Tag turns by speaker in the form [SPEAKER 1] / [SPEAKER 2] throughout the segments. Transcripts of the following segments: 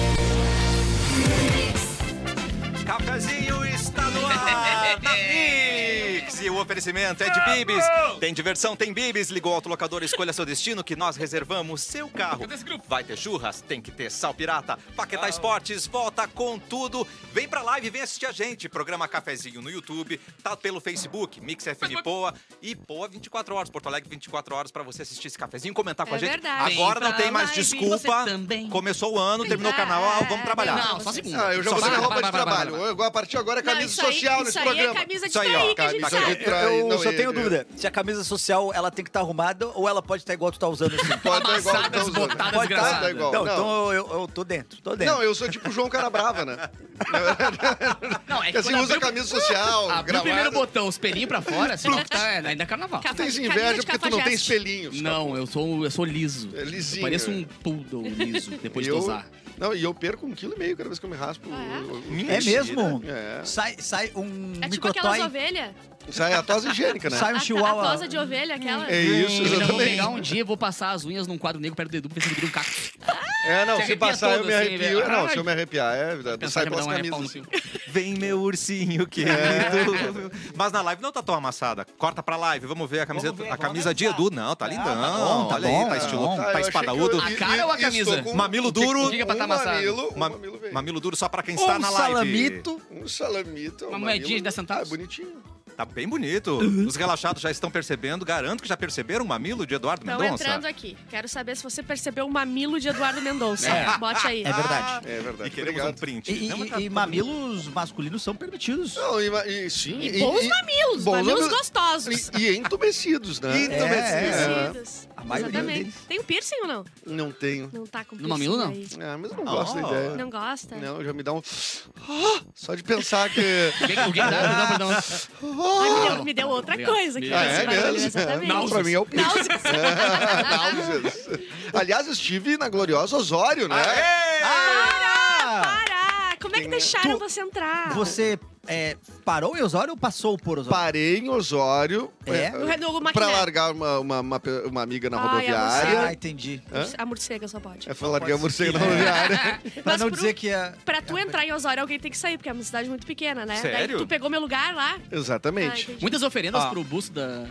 [SPEAKER 1] oferecimento é de
[SPEAKER 2] Tá
[SPEAKER 1] Bibis. Tem diversão, tem Bibis. Ligou o autolocador, escolha seu destino que nós reservamos seu carro. Vai ter churras, tem que ter sal pirata. Paquetá Esportes volta com tudo. Vem pra live, vem assistir a gente. Programa Cafezinho no YouTube, tá pelo Facebook, Mix FM Poa e Poa 24 horas, Porto Alegre 24 horas pra você assistir esse cafezinho, comentar com
[SPEAKER 3] É
[SPEAKER 1] a gente.
[SPEAKER 3] verdade.
[SPEAKER 1] Agora
[SPEAKER 2] Vem
[SPEAKER 1] não tem
[SPEAKER 2] pra
[SPEAKER 1] mais
[SPEAKER 2] live,
[SPEAKER 1] desculpa.
[SPEAKER 2] você também.
[SPEAKER 1] Começou o ano, terminou o
[SPEAKER 3] dá,
[SPEAKER 1] canal, ah, vamos
[SPEAKER 3] é,
[SPEAKER 1] trabalhar.
[SPEAKER 2] Não, só segunda.
[SPEAKER 4] Ah, eu já vou
[SPEAKER 2] Só
[SPEAKER 4] na roupa de
[SPEAKER 2] vai, vai, vai,
[SPEAKER 4] trabalho.
[SPEAKER 2] vai, vai.
[SPEAKER 4] Eu- A partir agora é
[SPEAKER 3] Não,
[SPEAKER 4] camisa
[SPEAKER 3] isso aí-
[SPEAKER 4] social
[SPEAKER 3] isso
[SPEAKER 4] nesse
[SPEAKER 3] aí
[SPEAKER 4] programa.
[SPEAKER 3] é camisa de
[SPEAKER 1] Isso aí, ó,
[SPEAKER 3] trair que a gente
[SPEAKER 1] camisa
[SPEAKER 3] sabe.
[SPEAKER 1] de
[SPEAKER 4] tra-
[SPEAKER 5] Eu
[SPEAKER 4] não,
[SPEAKER 5] só
[SPEAKER 4] é-
[SPEAKER 5] tenho
[SPEAKER 4] é-
[SPEAKER 5] dúvida. Se a camisa social ela tem que estar arrumada ou ela pode estar igual tu tá usando assim?
[SPEAKER 4] Pode dar igual
[SPEAKER 2] Amassadas,
[SPEAKER 4] então, Zona.
[SPEAKER 2] botadas,
[SPEAKER 4] Pode dar
[SPEAKER 2] desgraçadas.
[SPEAKER 4] igual.
[SPEAKER 5] Não,
[SPEAKER 4] Não.
[SPEAKER 5] então eu, eu tô dentro, tô dentro.
[SPEAKER 4] Não, eu sou tipo o João Cara Brava, né?
[SPEAKER 2] Não, é
[SPEAKER 4] Porque
[SPEAKER 2] que
[SPEAKER 4] assim,
[SPEAKER 2] quando
[SPEAKER 4] usa
[SPEAKER 2] abriu-
[SPEAKER 4] camisa social,
[SPEAKER 2] Abriu o primeiro
[SPEAKER 4] gravata.
[SPEAKER 2] botão, os pelinhos pra fora, assim, tá, é, ainda é carnaval.
[SPEAKER 3] Caf-
[SPEAKER 4] Tens
[SPEAKER 3] Camisa
[SPEAKER 4] inveja
[SPEAKER 3] de
[SPEAKER 4] porque tu não
[SPEAKER 3] cafajeste.
[SPEAKER 4] tens pelinhos.
[SPEAKER 2] Não, eu sou, um, eu sou liso.
[SPEAKER 4] É lisinho,
[SPEAKER 2] Pareço
[SPEAKER 4] é.
[SPEAKER 2] um poodle liso, depois de
[SPEAKER 4] eu,
[SPEAKER 2] tosar.
[SPEAKER 4] Não, e eu perco um quilo e meio cada vez que eu me raspo.
[SPEAKER 3] Ah, é?
[SPEAKER 4] Eu- eu-
[SPEAKER 5] É mesmo?
[SPEAKER 4] É.
[SPEAKER 5] Sai, sai um
[SPEAKER 3] É tipo
[SPEAKER 5] microtoy,
[SPEAKER 3] aquelas ovelhas.
[SPEAKER 4] Sai a tosa higiênica, né?
[SPEAKER 5] sai
[SPEAKER 3] A,
[SPEAKER 5] um
[SPEAKER 3] a
[SPEAKER 5] chihuahua.
[SPEAKER 3] tosa de ovelha, aquela.
[SPEAKER 4] É isso,
[SPEAKER 2] Eu ainda vou pegar
[SPEAKER 4] exatamente.
[SPEAKER 2] um dia e vou passar as unhas num quadro negro perto do Edu pra ver se ele vira um cacto.
[SPEAKER 4] É, não,
[SPEAKER 2] Se
[SPEAKER 4] se
[SPEAKER 2] arrepia
[SPEAKER 4] passar eu
[SPEAKER 2] todo,
[SPEAKER 4] me
[SPEAKER 2] assim,
[SPEAKER 4] arrepio.
[SPEAKER 2] velho.
[SPEAKER 4] Não,
[SPEAKER 2] Ai.
[SPEAKER 4] se eu me arrepiar, é,
[SPEAKER 2] Pensar
[SPEAKER 4] sai
[SPEAKER 2] que vai
[SPEAKER 4] pelas
[SPEAKER 2] dar um repão no
[SPEAKER 4] camisas.
[SPEAKER 2] fio.
[SPEAKER 1] Vem meu ursinho querido.
[SPEAKER 4] É.
[SPEAKER 1] Mas na live não tá tão amassada. Corta pra live, vamos ver a camiseta.
[SPEAKER 5] Vamos ver,
[SPEAKER 1] a
[SPEAKER 5] vamos
[SPEAKER 1] camisa de
[SPEAKER 5] analisar.
[SPEAKER 1] Edu, não, tá
[SPEAKER 5] Ah,
[SPEAKER 1] lindão.
[SPEAKER 5] tá bom, tá
[SPEAKER 1] Olha aí,
[SPEAKER 5] bom,
[SPEAKER 1] tá
[SPEAKER 5] tá
[SPEAKER 1] estiloso,
[SPEAKER 5] bom.
[SPEAKER 4] Ah,
[SPEAKER 1] tá,
[SPEAKER 4] eu achei
[SPEAKER 1] espadaúdo.
[SPEAKER 4] que eu-
[SPEAKER 2] A cara ou a
[SPEAKER 4] e- e
[SPEAKER 2] camisa?
[SPEAKER 4] estou com
[SPEAKER 1] Mamilo duro.
[SPEAKER 2] O que que é pra tá
[SPEAKER 4] um
[SPEAKER 2] amassado?
[SPEAKER 4] mamilo, um
[SPEAKER 1] Ma-
[SPEAKER 4] mamilo veio.
[SPEAKER 1] Mamilo duro só pra quem está
[SPEAKER 5] Um
[SPEAKER 1] na live.
[SPEAKER 5] salamito.
[SPEAKER 4] Um salamito. um
[SPEAKER 2] Uma
[SPEAKER 4] mamilo.
[SPEAKER 2] moedinha de 10 centavos?
[SPEAKER 4] Ah, bonitinho.
[SPEAKER 1] Tá bem bonito. Os relaxados já estão percebendo, garanto que já perceberam o mamilo de Eduardo
[SPEAKER 3] Estão
[SPEAKER 1] Mendonça.
[SPEAKER 3] entrando aqui. Quero saber se você percebeu o mamilo de Eduardo Mendonça.
[SPEAKER 2] É.
[SPEAKER 3] Bote aí.
[SPEAKER 5] É verdade.
[SPEAKER 4] É
[SPEAKER 1] E
[SPEAKER 4] verdade.
[SPEAKER 1] queremos
[SPEAKER 4] Obrigado.
[SPEAKER 1] um print.
[SPEAKER 5] E, e-
[SPEAKER 1] Ah, Não, mas tá-
[SPEAKER 5] e mamilos masculinos
[SPEAKER 2] é
[SPEAKER 5] são permitidos.
[SPEAKER 4] Não, e, ma- e sim.
[SPEAKER 3] E bons mamilos,
[SPEAKER 4] bons
[SPEAKER 3] mamilos gostosos.
[SPEAKER 4] E, e entumecidos, né?
[SPEAKER 1] E-
[SPEAKER 4] é.
[SPEAKER 3] Crescidos.
[SPEAKER 5] A maioria
[SPEAKER 3] Exatamente.
[SPEAKER 5] deles.
[SPEAKER 3] Tem o piercing ou não?
[SPEAKER 4] Não tenho.
[SPEAKER 3] Não tá com
[SPEAKER 2] No
[SPEAKER 3] piercing
[SPEAKER 2] mamilo, não?
[SPEAKER 3] aí.
[SPEAKER 4] Ah, mas eu não gosto da ideia.
[SPEAKER 3] Não gosta?
[SPEAKER 4] Não, já me dá um. Só de pensar que.
[SPEAKER 2] Alguém, alguém dá, dá pra dar uma...
[SPEAKER 3] Ai, me, deu, me deu outra
[SPEAKER 2] Obrigado.
[SPEAKER 3] coisa aqui.
[SPEAKER 2] Ah,
[SPEAKER 4] é mesmo?
[SPEAKER 3] Exatamente.
[SPEAKER 2] Náuseas.
[SPEAKER 4] Pra mim é o pico.
[SPEAKER 3] Náuseas.
[SPEAKER 4] Náuseas. Aliás, eu estive na gloriosa Osório, né?
[SPEAKER 1] Aê!
[SPEAKER 5] Ah!
[SPEAKER 3] Para! Como é que deixaram
[SPEAKER 5] Tu-
[SPEAKER 3] você entrar?
[SPEAKER 5] Você é, parou em Osório ou passou por Osório?
[SPEAKER 4] Parei em Osório eh,
[SPEAKER 5] É?
[SPEAKER 3] No Redogo
[SPEAKER 4] pra
[SPEAKER 3] Maquiné.
[SPEAKER 4] largar uma, uma, uma, pe- uma amiga na
[SPEAKER 3] Ai,
[SPEAKER 5] Ah,
[SPEAKER 4] rodoviária.
[SPEAKER 5] entendi.
[SPEAKER 4] Hã?
[SPEAKER 3] A morcega só pode.
[SPEAKER 4] É, foi largar a
[SPEAKER 5] Pode
[SPEAKER 4] morcega na
[SPEAKER 5] ser.
[SPEAKER 4] rodoviária.
[SPEAKER 5] Pra
[SPEAKER 3] Mas
[SPEAKER 5] não
[SPEAKER 3] pro-
[SPEAKER 5] dizer que é...
[SPEAKER 3] Pra tu entrar em Osório, alguém tem que sair, porque é uma cidade muito pequena, né?
[SPEAKER 1] Sério?
[SPEAKER 3] Daí tu pegou meu lugar lá. Ah,
[SPEAKER 4] Exatamente.
[SPEAKER 3] entendi.
[SPEAKER 2] Muitas oferendas
[SPEAKER 5] Ah.
[SPEAKER 2] pro busto da...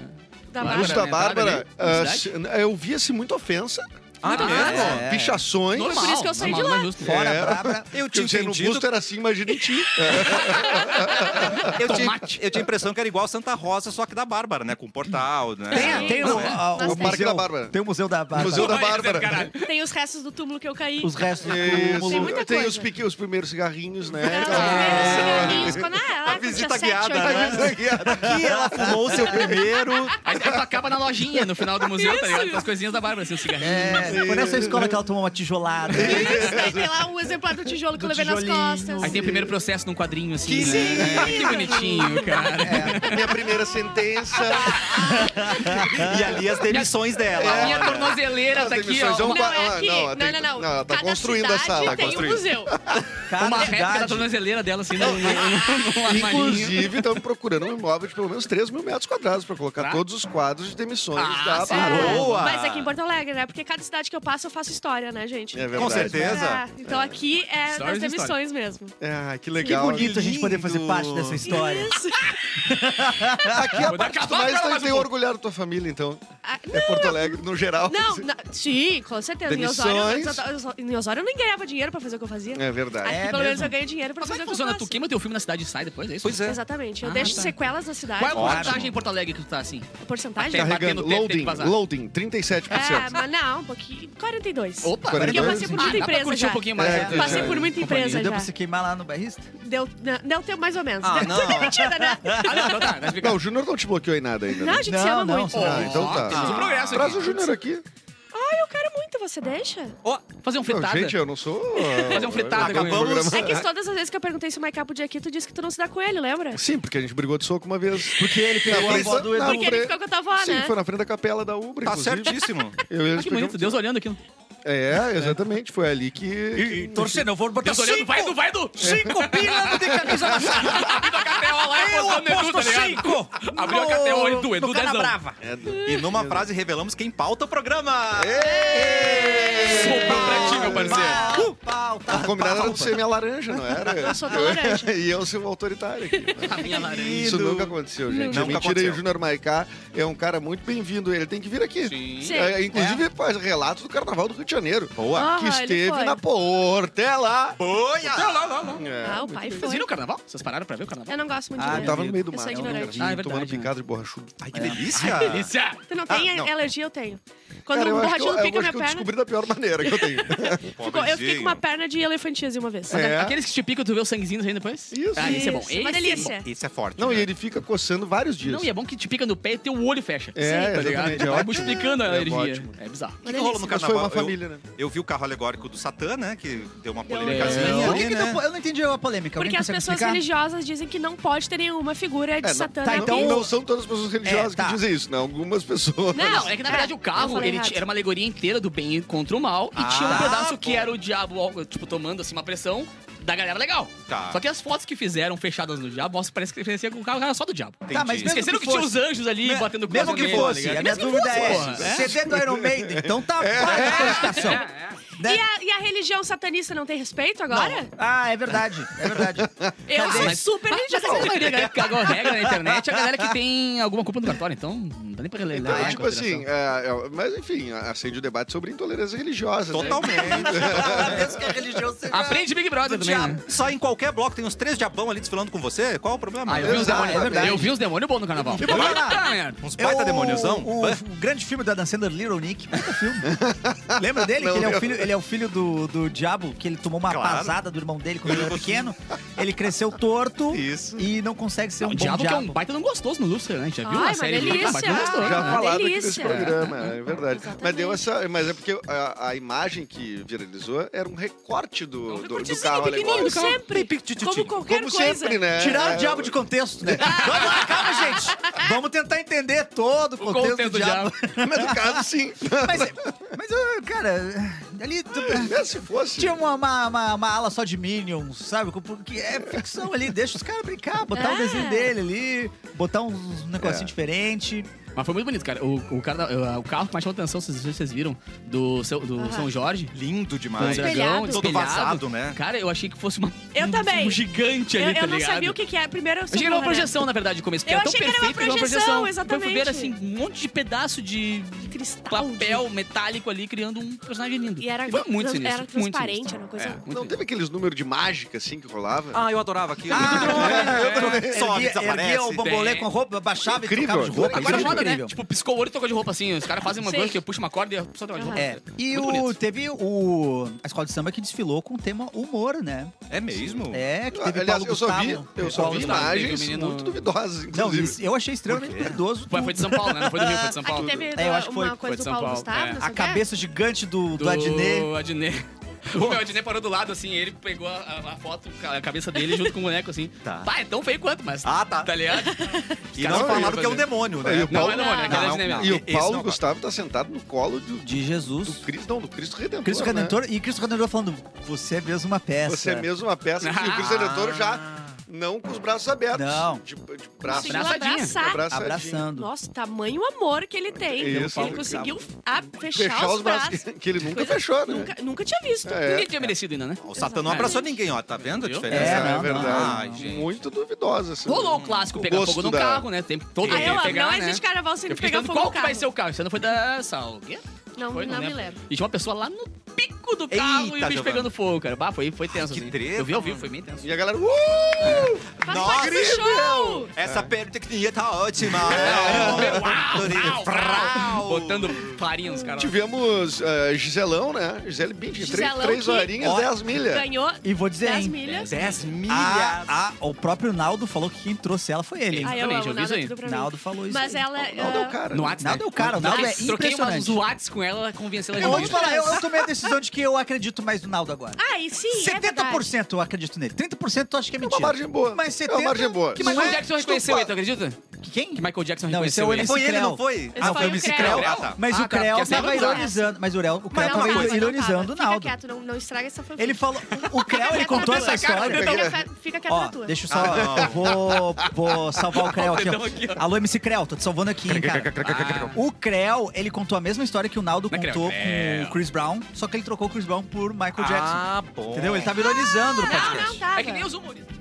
[SPEAKER 3] Da
[SPEAKER 2] Bárbara,
[SPEAKER 4] Augusta
[SPEAKER 2] né?
[SPEAKER 4] Bárbara,
[SPEAKER 2] Bárbara,
[SPEAKER 4] ah,
[SPEAKER 2] né?
[SPEAKER 4] se- eu vi assim muita ofensa, né?
[SPEAKER 1] Ah,
[SPEAKER 2] Muito
[SPEAKER 1] mesmo?
[SPEAKER 2] bem.
[SPEAKER 5] É.
[SPEAKER 4] pichações.
[SPEAKER 2] Normal,
[SPEAKER 3] Por isso que eu saí de
[SPEAKER 2] normal,
[SPEAKER 3] lá.
[SPEAKER 2] não justo.
[SPEAKER 5] Fora
[SPEAKER 4] É.
[SPEAKER 5] braba.
[SPEAKER 1] Eu
[SPEAKER 4] Que
[SPEAKER 1] tinha
[SPEAKER 4] eu tinha no
[SPEAKER 1] entendido.
[SPEAKER 4] busto era assim, imagina em ti.
[SPEAKER 1] Eu tinha,
[SPEAKER 2] Tomate.
[SPEAKER 1] eu tinha a impressão que era igual Santa Rosa, só que da Bárbara, né? Com portal, né?
[SPEAKER 5] Tem, é? tem
[SPEAKER 3] um-
[SPEAKER 5] o, a- ah,
[SPEAKER 3] Nós
[SPEAKER 5] o
[SPEAKER 3] temos.
[SPEAKER 4] Parque da
[SPEAKER 5] museu,
[SPEAKER 4] Bárbara.
[SPEAKER 5] Tem o Museu da Bárbara.
[SPEAKER 4] Museu É, da
[SPEAKER 2] Olha,
[SPEAKER 4] Bárbara.
[SPEAKER 2] caralho.
[SPEAKER 3] Tem os restos do túmulo que eu caí.
[SPEAKER 5] Os restos do
[SPEAKER 4] Isso.
[SPEAKER 3] Tem
[SPEAKER 5] túmulo.
[SPEAKER 3] muita
[SPEAKER 4] Tem
[SPEAKER 3] coisa.
[SPEAKER 4] os, pequ- os primeiros cigarrinhos, né?
[SPEAKER 3] Ah, os primeiros cigarrinhos, quando- ah, lá
[SPEAKER 1] A
[SPEAKER 3] quando
[SPEAKER 1] visita
[SPEAKER 3] tinha sete,
[SPEAKER 1] guiada,
[SPEAKER 3] oito
[SPEAKER 1] né?
[SPEAKER 3] anos.
[SPEAKER 1] Aqui ela fumou o seu primeiro.
[SPEAKER 2] Aí, aí tu acaba na lojinha, no final do museu, tá ligado? Com as coisinhas da Bárbara, assim, um cigarrinho.
[SPEAKER 5] É, foi nessa escola que ela tomou uma tijolada.
[SPEAKER 3] Isso, daí tem lá um exemplar do tijolo que eu
[SPEAKER 5] Do
[SPEAKER 3] levei
[SPEAKER 5] tijolinho.
[SPEAKER 3] nas costas.
[SPEAKER 2] Aí tem o primeiro processo num quadrinho, assim,
[SPEAKER 1] Que
[SPEAKER 2] né?
[SPEAKER 3] lindo!
[SPEAKER 2] É, que bonitinho, cara.
[SPEAKER 4] É. Minha primeira sentença.
[SPEAKER 1] E
[SPEAKER 5] Ah.
[SPEAKER 1] ali as demissões dela.
[SPEAKER 2] A minha
[SPEAKER 1] olha.
[SPEAKER 2] tornozeleira
[SPEAKER 4] As
[SPEAKER 2] tá aqui,
[SPEAKER 4] emissões,
[SPEAKER 2] ó.
[SPEAKER 3] Não,
[SPEAKER 4] vamos
[SPEAKER 2] Uma,
[SPEAKER 3] é
[SPEAKER 4] Ah,
[SPEAKER 3] aqui.
[SPEAKER 4] não,
[SPEAKER 3] Não,
[SPEAKER 4] tem-
[SPEAKER 3] não, não.
[SPEAKER 4] não, ela tá
[SPEAKER 3] Cada
[SPEAKER 4] construindo a
[SPEAKER 3] cidade
[SPEAKER 4] sala,
[SPEAKER 3] tem
[SPEAKER 1] construindo.
[SPEAKER 3] um museu.
[SPEAKER 5] Cara,
[SPEAKER 2] uma réplica da
[SPEAKER 5] verdade.
[SPEAKER 2] tornozeleira dela, assim, num, num, num armarinho.
[SPEAKER 4] Inclusive, estamos procurando um imóvel de pelo menos 3 mil metros quadrados para colocar
[SPEAKER 2] Tá.
[SPEAKER 4] todos os quadros de demissões
[SPEAKER 2] Ah,
[SPEAKER 4] da
[SPEAKER 2] sim.
[SPEAKER 4] Bárbara.
[SPEAKER 1] Boa!
[SPEAKER 3] É. Mas aqui em Porto Alegre, né? Porque cada cidade que eu passo, eu faço história, né, gente?
[SPEAKER 4] É verdade.
[SPEAKER 1] Com certeza.
[SPEAKER 3] Ah, então aqui é
[SPEAKER 2] Histórias
[SPEAKER 3] das
[SPEAKER 2] de
[SPEAKER 3] demissões mesmo.
[SPEAKER 4] Ah, que
[SPEAKER 5] Que
[SPEAKER 4] legal.
[SPEAKER 5] bonito a gente poder fazer
[SPEAKER 1] Lindo.
[SPEAKER 5] parte dessa história.
[SPEAKER 3] Isso.
[SPEAKER 4] Aqui é a
[SPEAKER 2] Vou
[SPEAKER 4] parte que tu
[SPEAKER 2] acabar com ela
[SPEAKER 4] mais tem,
[SPEAKER 2] mais um
[SPEAKER 4] tem
[SPEAKER 2] pouco.
[SPEAKER 4] orgulhado da tua família, então.
[SPEAKER 3] Ah,
[SPEAKER 4] É Porto Alegre, no geral. assim.
[SPEAKER 3] Não, não, sim, com certeza. Em Osório,
[SPEAKER 4] Demissões.
[SPEAKER 3] em Osório- em Osório eu nem ganhava dinheiro pra fazer o que eu fazia.
[SPEAKER 4] É verdade.
[SPEAKER 3] Aqui,
[SPEAKER 5] É
[SPEAKER 3] pelo menos,
[SPEAKER 5] mesmo.
[SPEAKER 3] eu ganho dinheiro pra
[SPEAKER 2] Mas como
[SPEAKER 3] fazer
[SPEAKER 2] é que
[SPEAKER 3] o que eu
[SPEAKER 2] funciona?
[SPEAKER 3] faço.
[SPEAKER 2] Tu queima teu filme na cidade e sai depois, é isso?
[SPEAKER 1] Pois é.
[SPEAKER 3] Exatamente. Eu
[SPEAKER 2] Ah,
[SPEAKER 3] deixo
[SPEAKER 2] tá.
[SPEAKER 3] sequelas na cidade.
[SPEAKER 2] Qual é a
[SPEAKER 5] Ótimo.
[SPEAKER 2] porcentagem em Porto Alegre que tu tá assim?
[SPEAKER 3] Porcentagem?
[SPEAKER 2] Até-
[SPEAKER 4] Carregando.
[SPEAKER 2] batendo o tempo, tem
[SPEAKER 4] Loading,
[SPEAKER 2] que vazar.
[SPEAKER 4] loading,
[SPEAKER 3] É,
[SPEAKER 4] 37%.
[SPEAKER 3] mas não, um pouquinho. 42.
[SPEAKER 2] Opa,
[SPEAKER 3] Porque eu
[SPEAKER 4] 42?
[SPEAKER 3] passei por muita
[SPEAKER 2] Ah, dá pra
[SPEAKER 3] empresa
[SPEAKER 2] curtir
[SPEAKER 3] já.
[SPEAKER 2] um pouquinho mais.
[SPEAKER 4] É,
[SPEAKER 2] né?
[SPEAKER 3] Passei por muita
[SPEAKER 2] Companhia.
[SPEAKER 3] empresa
[SPEAKER 5] Deu pra
[SPEAKER 3] já.
[SPEAKER 5] se queimar lá no barrista?
[SPEAKER 3] Deu, não, deu tempo mais ou menos.
[SPEAKER 1] Ah,
[SPEAKER 3] Deu-
[SPEAKER 1] não.
[SPEAKER 3] Tudo é mentira, né?
[SPEAKER 2] Ah, não, então tá, tá explicado.
[SPEAKER 4] Não, o Júnior não te bloqueou em nada ainda.
[SPEAKER 3] Não,
[SPEAKER 4] né?
[SPEAKER 3] a gente se ama muito.
[SPEAKER 5] não,
[SPEAKER 4] Ah, então tá.
[SPEAKER 2] Temos um progresso
[SPEAKER 4] Traz o
[SPEAKER 2] aqui.
[SPEAKER 4] Júnior aqui.
[SPEAKER 3] Ai, eu quero muito, você deixa?
[SPEAKER 2] Ó, fazer um
[SPEAKER 4] Não,
[SPEAKER 2] fritada.
[SPEAKER 4] gente, eu não sou.
[SPEAKER 2] Fazer um fritada.
[SPEAKER 4] eu- eu- eu-
[SPEAKER 1] Acabamos.
[SPEAKER 3] É que todas as vezes que eu perguntei se o Maiká podia aqui, tu disse que tu não se dá com ele, lembra?
[SPEAKER 4] Sim, porque a gente brigou de soco uma vez.
[SPEAKER 5] Porque ele pegou a
[SPEAKER 4] frente
[SPEAKER 5] avó do
[SPEAKER 4] da-
[SPEAKER 5] Edu.
[SPEAKER 3] Porque ele ficou com a tua avó,
[SPEAKER 4] Sim,
[SPEAKER 3] né?
[SPEAKER 4] foi na frente da capela da Ubra,
[SPEAKER 1] Tá
[SPEAKER 4] inclusive.
[SPEAKER 1] certíssimo.
[SPEAKER 4] Eu, um eles
[SPEAKER 2] Ah, que
[SPEAKER 4] pegamos-
[SPEAKER 2] bonito, Deus olhando aquilo.
[SPEAKER 4] É, exatamente. Foi ali que.
[SPEAKER 5] E, torcendo, eu vou botar
[SPEAKER 2] Deus olhando,
[SPEAKER 5] cinco,
[SPEAKER 2] vai, Edu, vai, Edu!
[SPEAKER 5] cinco pila de camisa baixada.
[SPEAKER 2] Abrindo a KTO lá e
[SPEAKER 5] Eu
[SPEAKER 2] apostando no Edu,
[SPEAKER 5] aposto
[SPEAKER 2] tá ligado?
[SPEAKER 5] cinco.
[SPEAKER 2] Abriu a
[SPEAKER 5] no-
[SPEAKER 2] KTO, Edu, Edu,
[SPEAKER 5] no Cana
[SPEAKER 2] dezão.
[SPEAKER 5] Brava.
[SPEAKER 1] É, E numa frase revelamos quem pauta o programa.
[SPEAKER 2] Sobrou pra ti, meu parceiro.
[SPEAKER 5] Pau, pau, tá,
[SPEAKER 4] O combinado era
[SPEAKER 5] pau.
[SPEAKER 4] de ser minha laranja, não era?
[SPEAKER 3] Eu sou da laranja.
[SPEAKER 4] e eu sou o autoritário aqui.
[SPEAKER 2] A minha laranja.
[SPEAKER 4] Isso nunca aconteceu, gente.
[SPEAKER 1] Nunca
[SPEAKER 4] é mentira. E
[SPEAKER 1] aconteceu.
[SPEAKER 4] o Júnior Maicá é um cara muito bem-vindo. Ele tem que vir aqui.
[SPEAKER 3] Sim.
[SPEAKER 4] É, inclusive, ele faz relatos do Carnaval do Rio de Janeiro.
[SPEAKER 1] Boa.
[SPEAKER 3] Ah,
[SPEAKER 4] que
[SPEAKER 3] ele
[SPEAKER 4] esteve
[SPEAKER 3] foi.
[SPEAKER 4] na
[SPEAKER 1] Ah.
[SPEAKER 4] Portela.
[SPEAKER 1] Boia!
[SPEAKER 2] Não, não, não.
[SPEAKER 4] É.
[SPEAKER 3] Ah, o pai
[SPEAKER 2] Vocês
[SPEAKER 3] foi.
[SPEAKER 2] viram o carnaval? Vocês pararam pra ver o carnaval?
[SPEAKER 3] Eu não gosto muito
[SPEAKER 5] Ah,
[SPEAKER 3] de
[SPEAKER 4] Eu
[SPEAKER 3] ver.
[SPEAKER 4] tava no meio do
[SPEAKER 3] Eu
[SPEAKER 4] mar,
[SPEAKER 3] sou
[SPEAKER 4] eu
[SPEAKER 3] ignorante.
[SPEAKER 4] lembradinho,
[SPEAKER 2] Ah, é verdade,
[SPEAKER 4] tomando
[SPEAKER 2] né?
[SPEAKER 4] picada de borrachudo.
[SPEAKER 1] Ai, que delícia!
[SPEAKER 2] Delícia!
[SPEAKER 3] Tu não
[SPEAKER 4] Ah,
[SPEAKER 3] tem
[SPEAKER 4] não.
[SPEAKER 3] alergia? Eu tenho. Quando
[SPEAKER 4] Cara, eu
[SPEAKER 3] um
[SPEAKER 4] acho que eu,
[SPEAKER 3] borrachudo
[SPEAKER 4] eu,
[SPEAKER 3] pica
[SPEAKER 4] acho
[SPEAKER 3] minha
[SPEAKER 4] que eu
[SPEAKER 3] perna,
[SPEAKER 4] descobri da pior maneira que eu tenho.
[SPEAKER 3] ficou- eu fiquei com uma perna de elefantíase uma vez.
[SPEAKER 4] É.
[SPEAKER 2] Aqueles que te picam, tu vê o sanguezinho saindo depois?
[SPEAKER 4] Isso.
[SPEAKER 2] Ah, esse é bom.
[SPEAKER 3] Isso,
[SPEAKER 2] Esse
[SPEAKER 3] uma delícia.
[SPEAKER 2] É
[SPEAKER 1] Isso é forte.
[SPEAKER 4] Não,
[SPEAKER 1] né?
[SPEAKER 4] e ele fica coçando vários
[SPEAKER 2] bom.
[SPEAKER 4] dias.
[SPEAKER 2] Não, e é bom que te pica no pé e teu olho fecha.
[SPEAKER 4] É,
[SPEAKER 2] tá ligado?
[SPEAKER 4] exatamente, é
[SPEAKER 2] Vai
[SPEAKER 4] ótimo.
[SPEAKER 2] multiplicando a
[SPEAKER 4] É
[SPEAKER 2] energia.
[SPEAKER 4] ótimo.
[SPEAKER 2] É bizarro.
[SPEAKER 1] O que, que rolou no
[SPEAKER 4] Mas foi
[SPEAKER 1] carnaval?
[SPEAKER 4] uma
[SPEAKER 1] Eu-
[SPEAKER 4] família, né?
[SPEAKER 1] Eu, vi o carro alegórico do Satã, né? Que deu uma né?
[SPEAKER 3] Deu.
[SPEAKER 1] polêmica.
[SPEAKER 5] Por É, que que não- Eu não entendi a polêmica. Alguém
[SPEAKER 3] Porque as
[SPEAKER 5] consegue
[SPEAKER 3] pessoas
[SPEAKER 5] explicar?
[SPEAKER 3] religiosas dizem que não pode ter nenhuma figura de
[SPEAKER 4] É, não-
[SPEAKER 3] Satã né?
[SPEAKER 5] tá,
[SPEAKER 3] na
[SPEAKER 5] então-
[SPEAKER 3] pista.
[SPEAKER 4] Não são todas as pessoas religiosas
[SPEAKER 5] tá.
[SPEAKER 4] que dizem isso, né? Algumas pessoas.
[SPEAKER 2] Não, é que na verdade o
[SPEAKER 3] eu
[SPEAKER 2] carro
[SPEAKER 3] falei
[SPEAKER 2] ele
[SPEAKER 3] errado.
[SPEAKER 2] ti- era uma alegoria inteira do bem contra o mal e
[SPEAKER 1] Ah,
[SPEAKER 2] tinha um pedaço que
[SPEAKER 1] pô.
[SPEAKER 2] era o diabo, ó, tipo, tomando assim uma pressão da galera legal.
[SPEAKER 1] Tá.
[SPEAKER 2] Só que as fotos que fizeram fechadas no diabo, nossa, parece que parecia que o carro era só do diabo.
[SPEAKER 1] Entendi.
[SPEAKER 5] Tá, mas mesmo
[SPEAKER 2] Esqueceram que,
[SPEAKER 5] que
[SPEAKER 2] tinha
[SPEAKER 5] fosse-
[SPEAKER 2] os anjos ali
[SPEAKER 5] Me-
[SPEAKER 2] batendo coisa
[SPEAKER 5] Mesmo
[SPEAKER 2] no
[SPEAKER 5] que
[SPEAKER 2] meio, tá
[SPEAKER 5] fosse,
[SPEAKER 2] ligado?
[SPEAKER 5] a minha
[SPEAKER 2] Mesmo que
[SPEAKER 5] dúvida
[SPEAKER 2] fosse, É.
[SPEAKER 5] é
[SPEAKER 2] porra, né?
[SPEAKER 5] essa. CD do Iron Maiden, então tá paga a prestação.
[SPEAKER 3] E
[SPEAKER 5] né?
[SPEAKER 3] a, e a religião satanista não tem respeito agora?
[SPEAKER 5] Ah, é verdade, é verdade.
[SPEAKER 3] Eu
[SPEAKER 5] Cadê?
[SPEAKER 3] sou
[SPEAKER 5] Mas-
[SPEAKER 3] super
[SPEAKER 2] Mas essa
[SPEAKER 3] religiosa.
[SPEAKER 2] maioria, a galera que cagou regra na internet é a galera que tem alguma culpa no cartório, então não dá nem pra né, ele
[SPEAKER 4] Então, tipo assim, é, é, mas enfim, acende o debate sobre intolerância religiosa. né?
[SPEAKER 1] Totalmente.
[SPEAKER 5] Tá, Mesmo que a religião seja
[SPEAKER 2] Aprende Big Brother
[SPEAKER 5] do
[SPEAKER 2] também.
[SPEAKER 5] diabo.
[SPEAKER 2] né?
[SPEAKER 1] Só em qualquer bloco tem uns três diabão ali desfilando com você? Qual o problema?
[SPEAKER 2] Ah, eu vi uns
[SPEAKER 4] Exato,
[SPEAKER 2] demônios.
[SPEAKER 4] é verdade.
[SPEAKER 5] né?
[SPEAKER 2] Eu vi uns demônios bons no carnaval.
[SPEAKER 5] vou falar.
[SPEAKER 2] Puta merda.
[SPEAKER 1] Uns baita
[SPEAKER 5] Eu-
[SPEAKER 1] demôniozão?
[SPEAKER 5] É O,
[SPEAKER 1] Bah.
[SPEAKER 5] o grande filme da Dan Sandler, Little Nick, puta filme. Lembra dele?
[SPEAKER 4] Não,
[SPEAKER 5] que ele é o
[SPEAKER 4] eu-
[SPEAKER 5] filho, ele é o filho do, do diabo, que ele tomou uma
[SPEAKER 1] Claro.
[SPEAKER 5] pasada do irmão dele quando ele era pequeno. Ele cresceu torto
[SPEAKER 1] Isso.
[SPEAKER 5] e não consegue ser um
[SPEAKER 2] o
[SPEAKER 5] bom
[SPEAKER 2] diabo,
[SPEAKER 5] diabo.
[SPEAKER 2] que é um baita não gostoso no Lúcifer, né? Já viu
[SPEAKER 3] Ai,
[SPEAKER 2] uma
[SPEAKER 3] mas
[SPEAKER 2] série de
[SPEAKER 3] delícia.
[SPEAKER 2] baita não gostoso.
[SPEAKER 4] Já
[SPEAKER 3] Ah,
[SPEAKER 4] falado aqui nesse
[SPEAKER 3] delícia.
[SPEAKER 4] programa, é verdade.
[SPEAKER 3] Exatamente.
[SPEAKER 4] Mas deu essa. Mas é porque a, a imagem que viralizou era um recorte do, do- do, carro
[SPEAKER 3] Como
[SPEAKER 4] alegórico.
[SPEAKER 3] sempre. Como qualquer
[SPEAKER 4] Como
[SPEAKER 3] coisa.
[SPEAKER 4] sempre, né?
[SPEAKER 5] Tirar
[SPEAKER 4] É,
[SPEAKER 5] o diabo de contexto, né? Vamos lá, calma, gente. Vamos tentar entender todo o contexto, do diabo.
[SPEAKER 4] Mas no caso, sim.
[SPEAKER 5] Mas, mas, ah, cara, ali tu-
[SPEAKER 4] É, se fosse.
[SPEAKER 5] tinha uma, uma, uma- uma ala só de Minions, sabe? Porque é ficção ali, deixa os caras brincar, botar
[SPEAKER 3] É.
[SPEAKER 5] o desenho dele ali, botar uns negocinho
[SPEAKER 4] É.
[SPEAKER 5] diferente.
[SPEAKER 2] Mas foi muito bonito, cara. O, o, cara- o carro que mais chamou atenção, vocês, vocês viram, do, seu- do
[SPEAKER 3] Aham.
[SPEAKER 2] São Jorge.
[SPEAKER 1] Lindo
[SPEAKER 2] Com o
[SPEAKER 1] demais.
[SPEAKER 3] Espelhado.
[SPEAKER 2] dragão,
[SPEAKER 1] Todo
[SPEAKER 2] espelhado.
[SPEAKER 1] vazado, né?
[SPEAKER 2] Cara, eu achei que fosse uma,
[SPEAKER 3] Eu
[SPEAKER 2] um,
[SPEAKER 3] também.
[SPEAKER 2] um gigante
[SPEAKER 3] Eu,
[SPEAKER 2] ali,
[SPEAKER 3] eu
[SPEAKER 2] tá
[SPEAKER 3] não
[SPEAKER 2] ligado?
[SPEAKER 3] sabia o que, que era. Primeiro eu sou
[SPEAKER 2] Achei que era uma
[SPEAKER 3] burra, né?
[SPEAKER 2] projeção, na verdade, no começo. Porque
[SPEAKER 3] Eu
[SPEAKER 2] era tão
[SPEAKER 3] achei que era
[SPEAKER 2] perfeito é
[SPEAKER 3] uma
[SPEAKER 2] uma
[SPEAKER 3] projeção,
[SPEAKER 2] projeção. Foi ver,
[SPEAKER 3] exatamente.
[SPEAKER 2] assim, um monte de pedaço de
[SPEAKER 3] Cristal.
[SPEAKER 2] papel metálico ali, criando um personagem lindo.
[SPEAKER 3] E era,
[SPEAKER 2] foi muito
[SPEAKER 3] trans-
[SPEAKER 2] sinistro.
[SPEAKER 3] era
[SPEAKER 2] muito
[SPEAKER 3] transparente,
[SPEAKER 2] sinistro.
[SPEAKER 3] era uma coisa-
[SPEAKER 2] É, muito
[SPEAKER 4] Não
[SPEAKER 2] lindo.
[SPEAKER 4] teve aqueles números de mágica, assim, que rolava?
[SPEAKER 1] Ah, eu adorava aquilo. Ah, também. Sobe,
[SPEAKER 2] é, eu
[SPEAKER 5] erguia, erguia Ah, o
[SPEAKER 1] desaparece.
[SPEAKER 5] bambolê
[SPEAKER 2] tem.
[SPEAKER 5] com roupa, baixava
[SPEAKER 4] Incrível,
[SPEAKER 5] e trocava de roupa.
[SPEAKER 2] Agora
[SPEAKER 4] Incrível.
[SPEAKER 2] foda, né? Tipo, piscou o olho e trocou de roupa, assim. Os caras fazem uma
[SPEAKER 3] Sim.
[SPEAKER 2] coisa que puxa uma corda e só troca de roupa.
[SPEAKER 5] É. E
[SPEAKER 2] Muito
[SPEAKER 5] o,
[SPEAKER 2] bonito.
[SPEAKER 5] teve o. A escola de samba que desfilou com o tema humor, né?
[SPEAKER 1] É mesmo?
[SPEAKER 5] É, que teve
[SPEAKER 4] Aliás,
[SPEAKER 5] Paulo
[SPEAKER 4] eu só
[SPEAKER 5] Gustavo.
[SPEAKER 4] vi, eu só
[SPEAKER 5] Paulo
[SPEAKER 4] vi
[SPEAKER 2] Gustavo,
[SPEAKER 5] Gustavo.
[SPEAKER 2] teve
[SPEAKER 4] imagens
[SPEAKER 2] o menino-
[SPEAKER 4] muito duvidosas,
[SPEAKER 5] Não,
[SPEAKER 4] inclusive.
[SPEAKER 5] isso, eu achei extremamente perigoso.
[SPEAKER 2] Foi, foi de São Paulo, né? Não foi do Rio, foi de São Paulo.
[SPEAKER 3] Aqui teve
[SPEAKER 5] É, eu acho que foi-
[SPEAKER 3] uma
[SPEAKER 2] foi
[SPEAKER 3] coisa
[SPEAKER 2] de
[SPEAKER 3] do
[SPEAKER 2] São
[SPEAKER 3] Paulo
[SPEAKER 2] Paulo,
[SPEAKER 3] Gustavo,
[SPEAKER 2] é.
[SPEAKER 3] não sei
[SPEAKER 5] A
[SPEAKER 3] o quê.
[SPEAKER 5] cabeça gigante do, do... Adnet.
[SPEAKER 2] O Adnet. O meu Adnet parou do lado, assim, ele pegou a, a- a foto, a cabeça dele junto com o boneco, assim.
[SPEAKER 1] Tá.
[SPEAKER 2] Pá, é tão feio quanto, mas.
[SPEAKER 1] Ah, tá.
[SPEAKER 2] Tá ligado?
[SPEAKER 1] E não
[SPEAKER 4] Não,
[SPEAKER 1] falaram
[SPEAKER 2] eu-
[SPEAKER 1] que é um demônio, né?
[SPEAKER 4] E o
[SPEAKER 2] Não,
[SPEAKER 4] Paulo-
[SPEAKER 2] é demônio, é aquele
[SPEAKER 1] Não,
[SPEAKER 2] Adnet
[SPEAKER 1] não.
[SPEAKER 2] mesmo.
[SPEAKER 4] E o
[SPEAKER 1] Esse
[SPEAKER 4] Paulo
[SPEAKER 1] não,
[SPEAKER 4] Gustavo tá sentado no colo do,
[SPEAKER 5] De
[SPEAKER 4] do
[SPEAKER 5] Jesus.
[SPEAKER 4] Cristo, não, do Cristo Redentor.
[SPEAKER 5] Cristo
[SPEAKER 4] né?
[SPEAKER 5] Redentor e Cristo Redentor falando, você é mesmo uma peça.
[SPEAKER 4] Você é mesmo uma peça que o Cristo
[SPEAKER 1] Ah.
[SPEAKER 4] Redentor já não com os braços abertos.
[SPEAKER 5] Não.
[SPEAKER 4] De, de braço.
[SPEAKER 3] Conseguiu
[SPEAKER 2] Abraçadinha.
[SPEAKER 3] abraçar.
[SPEAKER 4] Abraçadinho.
[SPEAKER 5] Abraçando.
[SPEAKER 3] Nossa, tamanho amor que ele tem.
[SPEAKER 4] Isso.
[SPEAKER 3] Ele conseguiu a- fechar,
[SPEAKER 4] Fechar
[SPEAKER 3] os braços.
[SPEAKER 4] que- que ele nunca fechou, né?
[SPEAKER 3] Nunca, nunca tinha visto.
[SPEAKER 4] É,
[SPEAKER 2] Ninguém tinha merecido ainda, né?
[SPEAKER 1] O Satã não abraçou ninguém, ó. Tá vendo a
[SPEAKER 2] Viu?
[SPEAKER 1] diferença?
[SPEAKER 5] É,
[SPEAKER 4] é,
[SPEAKER 5] não, não,
[SPEAKER 1] Ai,
[SPEAKER 4] verdade.
[SPEAKER 1] gente.
[SPEAKER 4] Muito duvidosa. essa-
[SPEAKER 2] Rolou o clássico pegar
[SPEAKER 4] gosto
[SPEAKER 2] fogo no
[SPEAKER 4] da-
[SPEAKER 2] carro, né? Tem todo
[SPEAKER 3] Ah,
[SPEAKER 2] tem
[SPEAKER 3] eu
[SPEAKER 2] que
[SPEAKER 3] amo.
[SPEAKER 2] pegar,
[SPEAKER 3] Não
[SPEAKER 2] né?
[SPEAKER 3] existe carnaval sem
[SPEAKER 2] Eu fiquei
[SPEAKER 3] pegar
[SPEAKER 2] pensando,
[SPEAKER 3] fogo
[SPEAKER 2] qual
[SPEAKER 3] no
[SPEAKER 2] que
[SPEAKER 3] carro.
[SPEAKER 2] vai ser o carro? Isso não foi da Salgueiro?
[SPEAKER 3] Não,
[SPEAKER 2] Foi, né?
[SPEAKER 3] não me
[SPEAKER 2] lembro.
[SPEAKER 3] lembro.
[SPEAKER 2] E tinha uma pessoa lá no pico do carro e
[SPEAKER 1] Eita,
[SPEAKER 2] o bicho
[SPEAKER 1] Giovana.
[SPEAKER 2] pegando fogo, cara. Bah, foi, foi tenso,
[SPEAKER 1] que
[SPEAKER 2] assim.
[SPEAKER 1] treta,
[SPEAKER 2] Eu vi ao vivo, foi bem tenso.
[SPEAKER 4] E a galera. Uh!
[SPEAKER 3] Faz
[SPEAKER 1] Nossa,
[SPEAKER 3] parte do show!
[SPEAKER 1] Essa pirotecnia tá ótima.
[SPEAKER 5] É,
[SPEAKER 2] Uau, uau, uau.
[SPEAKER 1] Frau.
[SPEAKER 2] Botando farinha nos caras.
[SPEAKER 4] Tivemos eh, Giselão, né? Gisele Bündchen, três,
[SPEAKER 3] Giselão
[SPEAKER 4] três
[SPEAKER 3] que-
[SPEAKER 4] horinhas,
[SPEAKER 5] Ó,
[SPEAKER 4] 10 milhas.
[SPEAKER 3] Ganhou
[SPEAKER 5] E vou dizer,
[SPEAKER 3] 10
[SPEAKER 5] hein,
[SPEAKER 2] É.
[SPEAKER 3] milhas.
[SPEAKER 1] 10
[SPEAKER 2] Ah,
[SPEAKER 1] milhas.
[SPEAKER 5] a, a- Ah, o próprio Naldo falou que quem trouxe ela foi ele. hein?
[SPEAKER 3] Ah, eu
[SPEAKER 2] Exatamente,
[SPEAKER 3] amo,
[SPEAKER 2] eu vi isso
[SPEAKER 3] nada
[SPEAKER 2] aí.
[SPEAKER 3] é tudo pra mim.
[SPEAKER 5] Naldo falou isso
[SPEAKER 3] Mas
[SPEAKER 5] aí.
[SPEAKER 3] ela...
[SPEAKER 4] Não deu cara.
[SPEAKER 2] No
[SPEAKER 4] né?
[SPEAKER 2] WhatsApp.
[SPEAKER 5] Naldo é o cara, o Naldo é
[SPEAKER 2] Troquei umas
[SPEAKER 5] impressionante. É
[SPEAKER 2] Whats com ela, ela convenceu ela de
[SPEAKER 5] Eu vou te
[SPEAKER 2] novo.
[SPEAKER 5] falar, eu, eu tomei a decisão de que eu acredito mais no Naldo agora.
[SPEAKER 3] Ah, e sim, é verdade.
[SPEAKER 5] 70% eu acredito nele, 30% eu acho que é
[SPEAKER 4] É uma
[SPEAKER 5] mentira.
[SPEAKER 4] margem boa.
[SPEAKER 5] Mas
[SPEAKER 4] É uma
[SPEAKER 5] 70
[SPEAKER 4] margem boa.
[SPEAKER 5] que
[SPEAKER 2] Mas
[SPEAKER 5] não
[SPEAKER 2] o
[SPEAKER 5] é
[SPEAKER 2] Jackson reconheceu ele, tu acredita?
[SPEAKER 5] Que Quem?
[SPEAKER 2] Que Michael Jackson
[SPEAKER 5] Não, esse é
[SPEAKER 2] reconheceu
[SPEAKER 5] o
[SPEAKER 2] ele.
[SPEAKER 5] MC
[SPEAKER 1] Foi ele,
[SPEAKER 5] Creu.
[SPEAKER 1] não foi?
[SPEAKER 3] Esse foi o
[SPEAKER 5] MC
[SPEAKER 3] Creu.
[SPEAKER 1] Ah, tá.
[SPEAKER 5] Mas
[SPEAKER 2] Ah, tá,
[SPEAKER 5] o É. Creu
[SPEAKER 2] porque
[SPEAKER 5] tava
[SPEAKER 2] essa é a
[SPEAKER 5] ironizando. Mas o Creu, o Creu
[SPEAKER 3] Mas não
[SPEAKER 5] tava
[SPEAKER 3] tava, não
[SPEAKER 5] ironizando o
[SPEAKER 3] tava.
[SPEAKER 5] Naldo.
[SPEAKER 3] Fica quieto, não, não estraga essa fanfic.
[SPEAKER 5] Ele falou. O Creu, ele
[SPEAKER 3] Fica
[SPEAKER 5] contou
[SPEAKER 3] quieto
[SPEAKER 5] essa
[SPEAKER 3] na tua.
[SPEAKER 5] história.
[SPEAKER 3] Fica quieto- Fica quieto na
[SPEAKER 5] Ó,
[SPEAKER 3] tua.
[SPEAKER 5] deixa eu só. eu vou, vou salvar o Creu aqui.
[SPEAKER 2] dedão aqui,
[SPEAKER 5] Ó.
[SPEAKER 2] Ah, ó.
[SPEAKER 5] Alô, MC Creu, tô te salvando aqui, hein, cara.
[SPEAKER 2] Ah.
[SPEAKER 5] O Creu, ele contou a mesma história que o Naldo
[SPEAKER 2] Não é Creu,
[SPEAKER 5] contou
[SPEAKER 2] Creu.
[SPEAKER 5] com o Chris Brown, só que ele trocou o Chris Brown por Michael Jackson.
[SPEAKER 1] Ah,
[SPEAKER 2] oh.
[SPEAKER 1] bom.
[SPEAKER 5] Entendeu? Ele tava ironizando no
[SPEAKER 3] Não, tá.
[SPEAKER 5] podcast.
[SPEAKER 3] não tava.
[SPEAKER 2] É que nem os humoristas.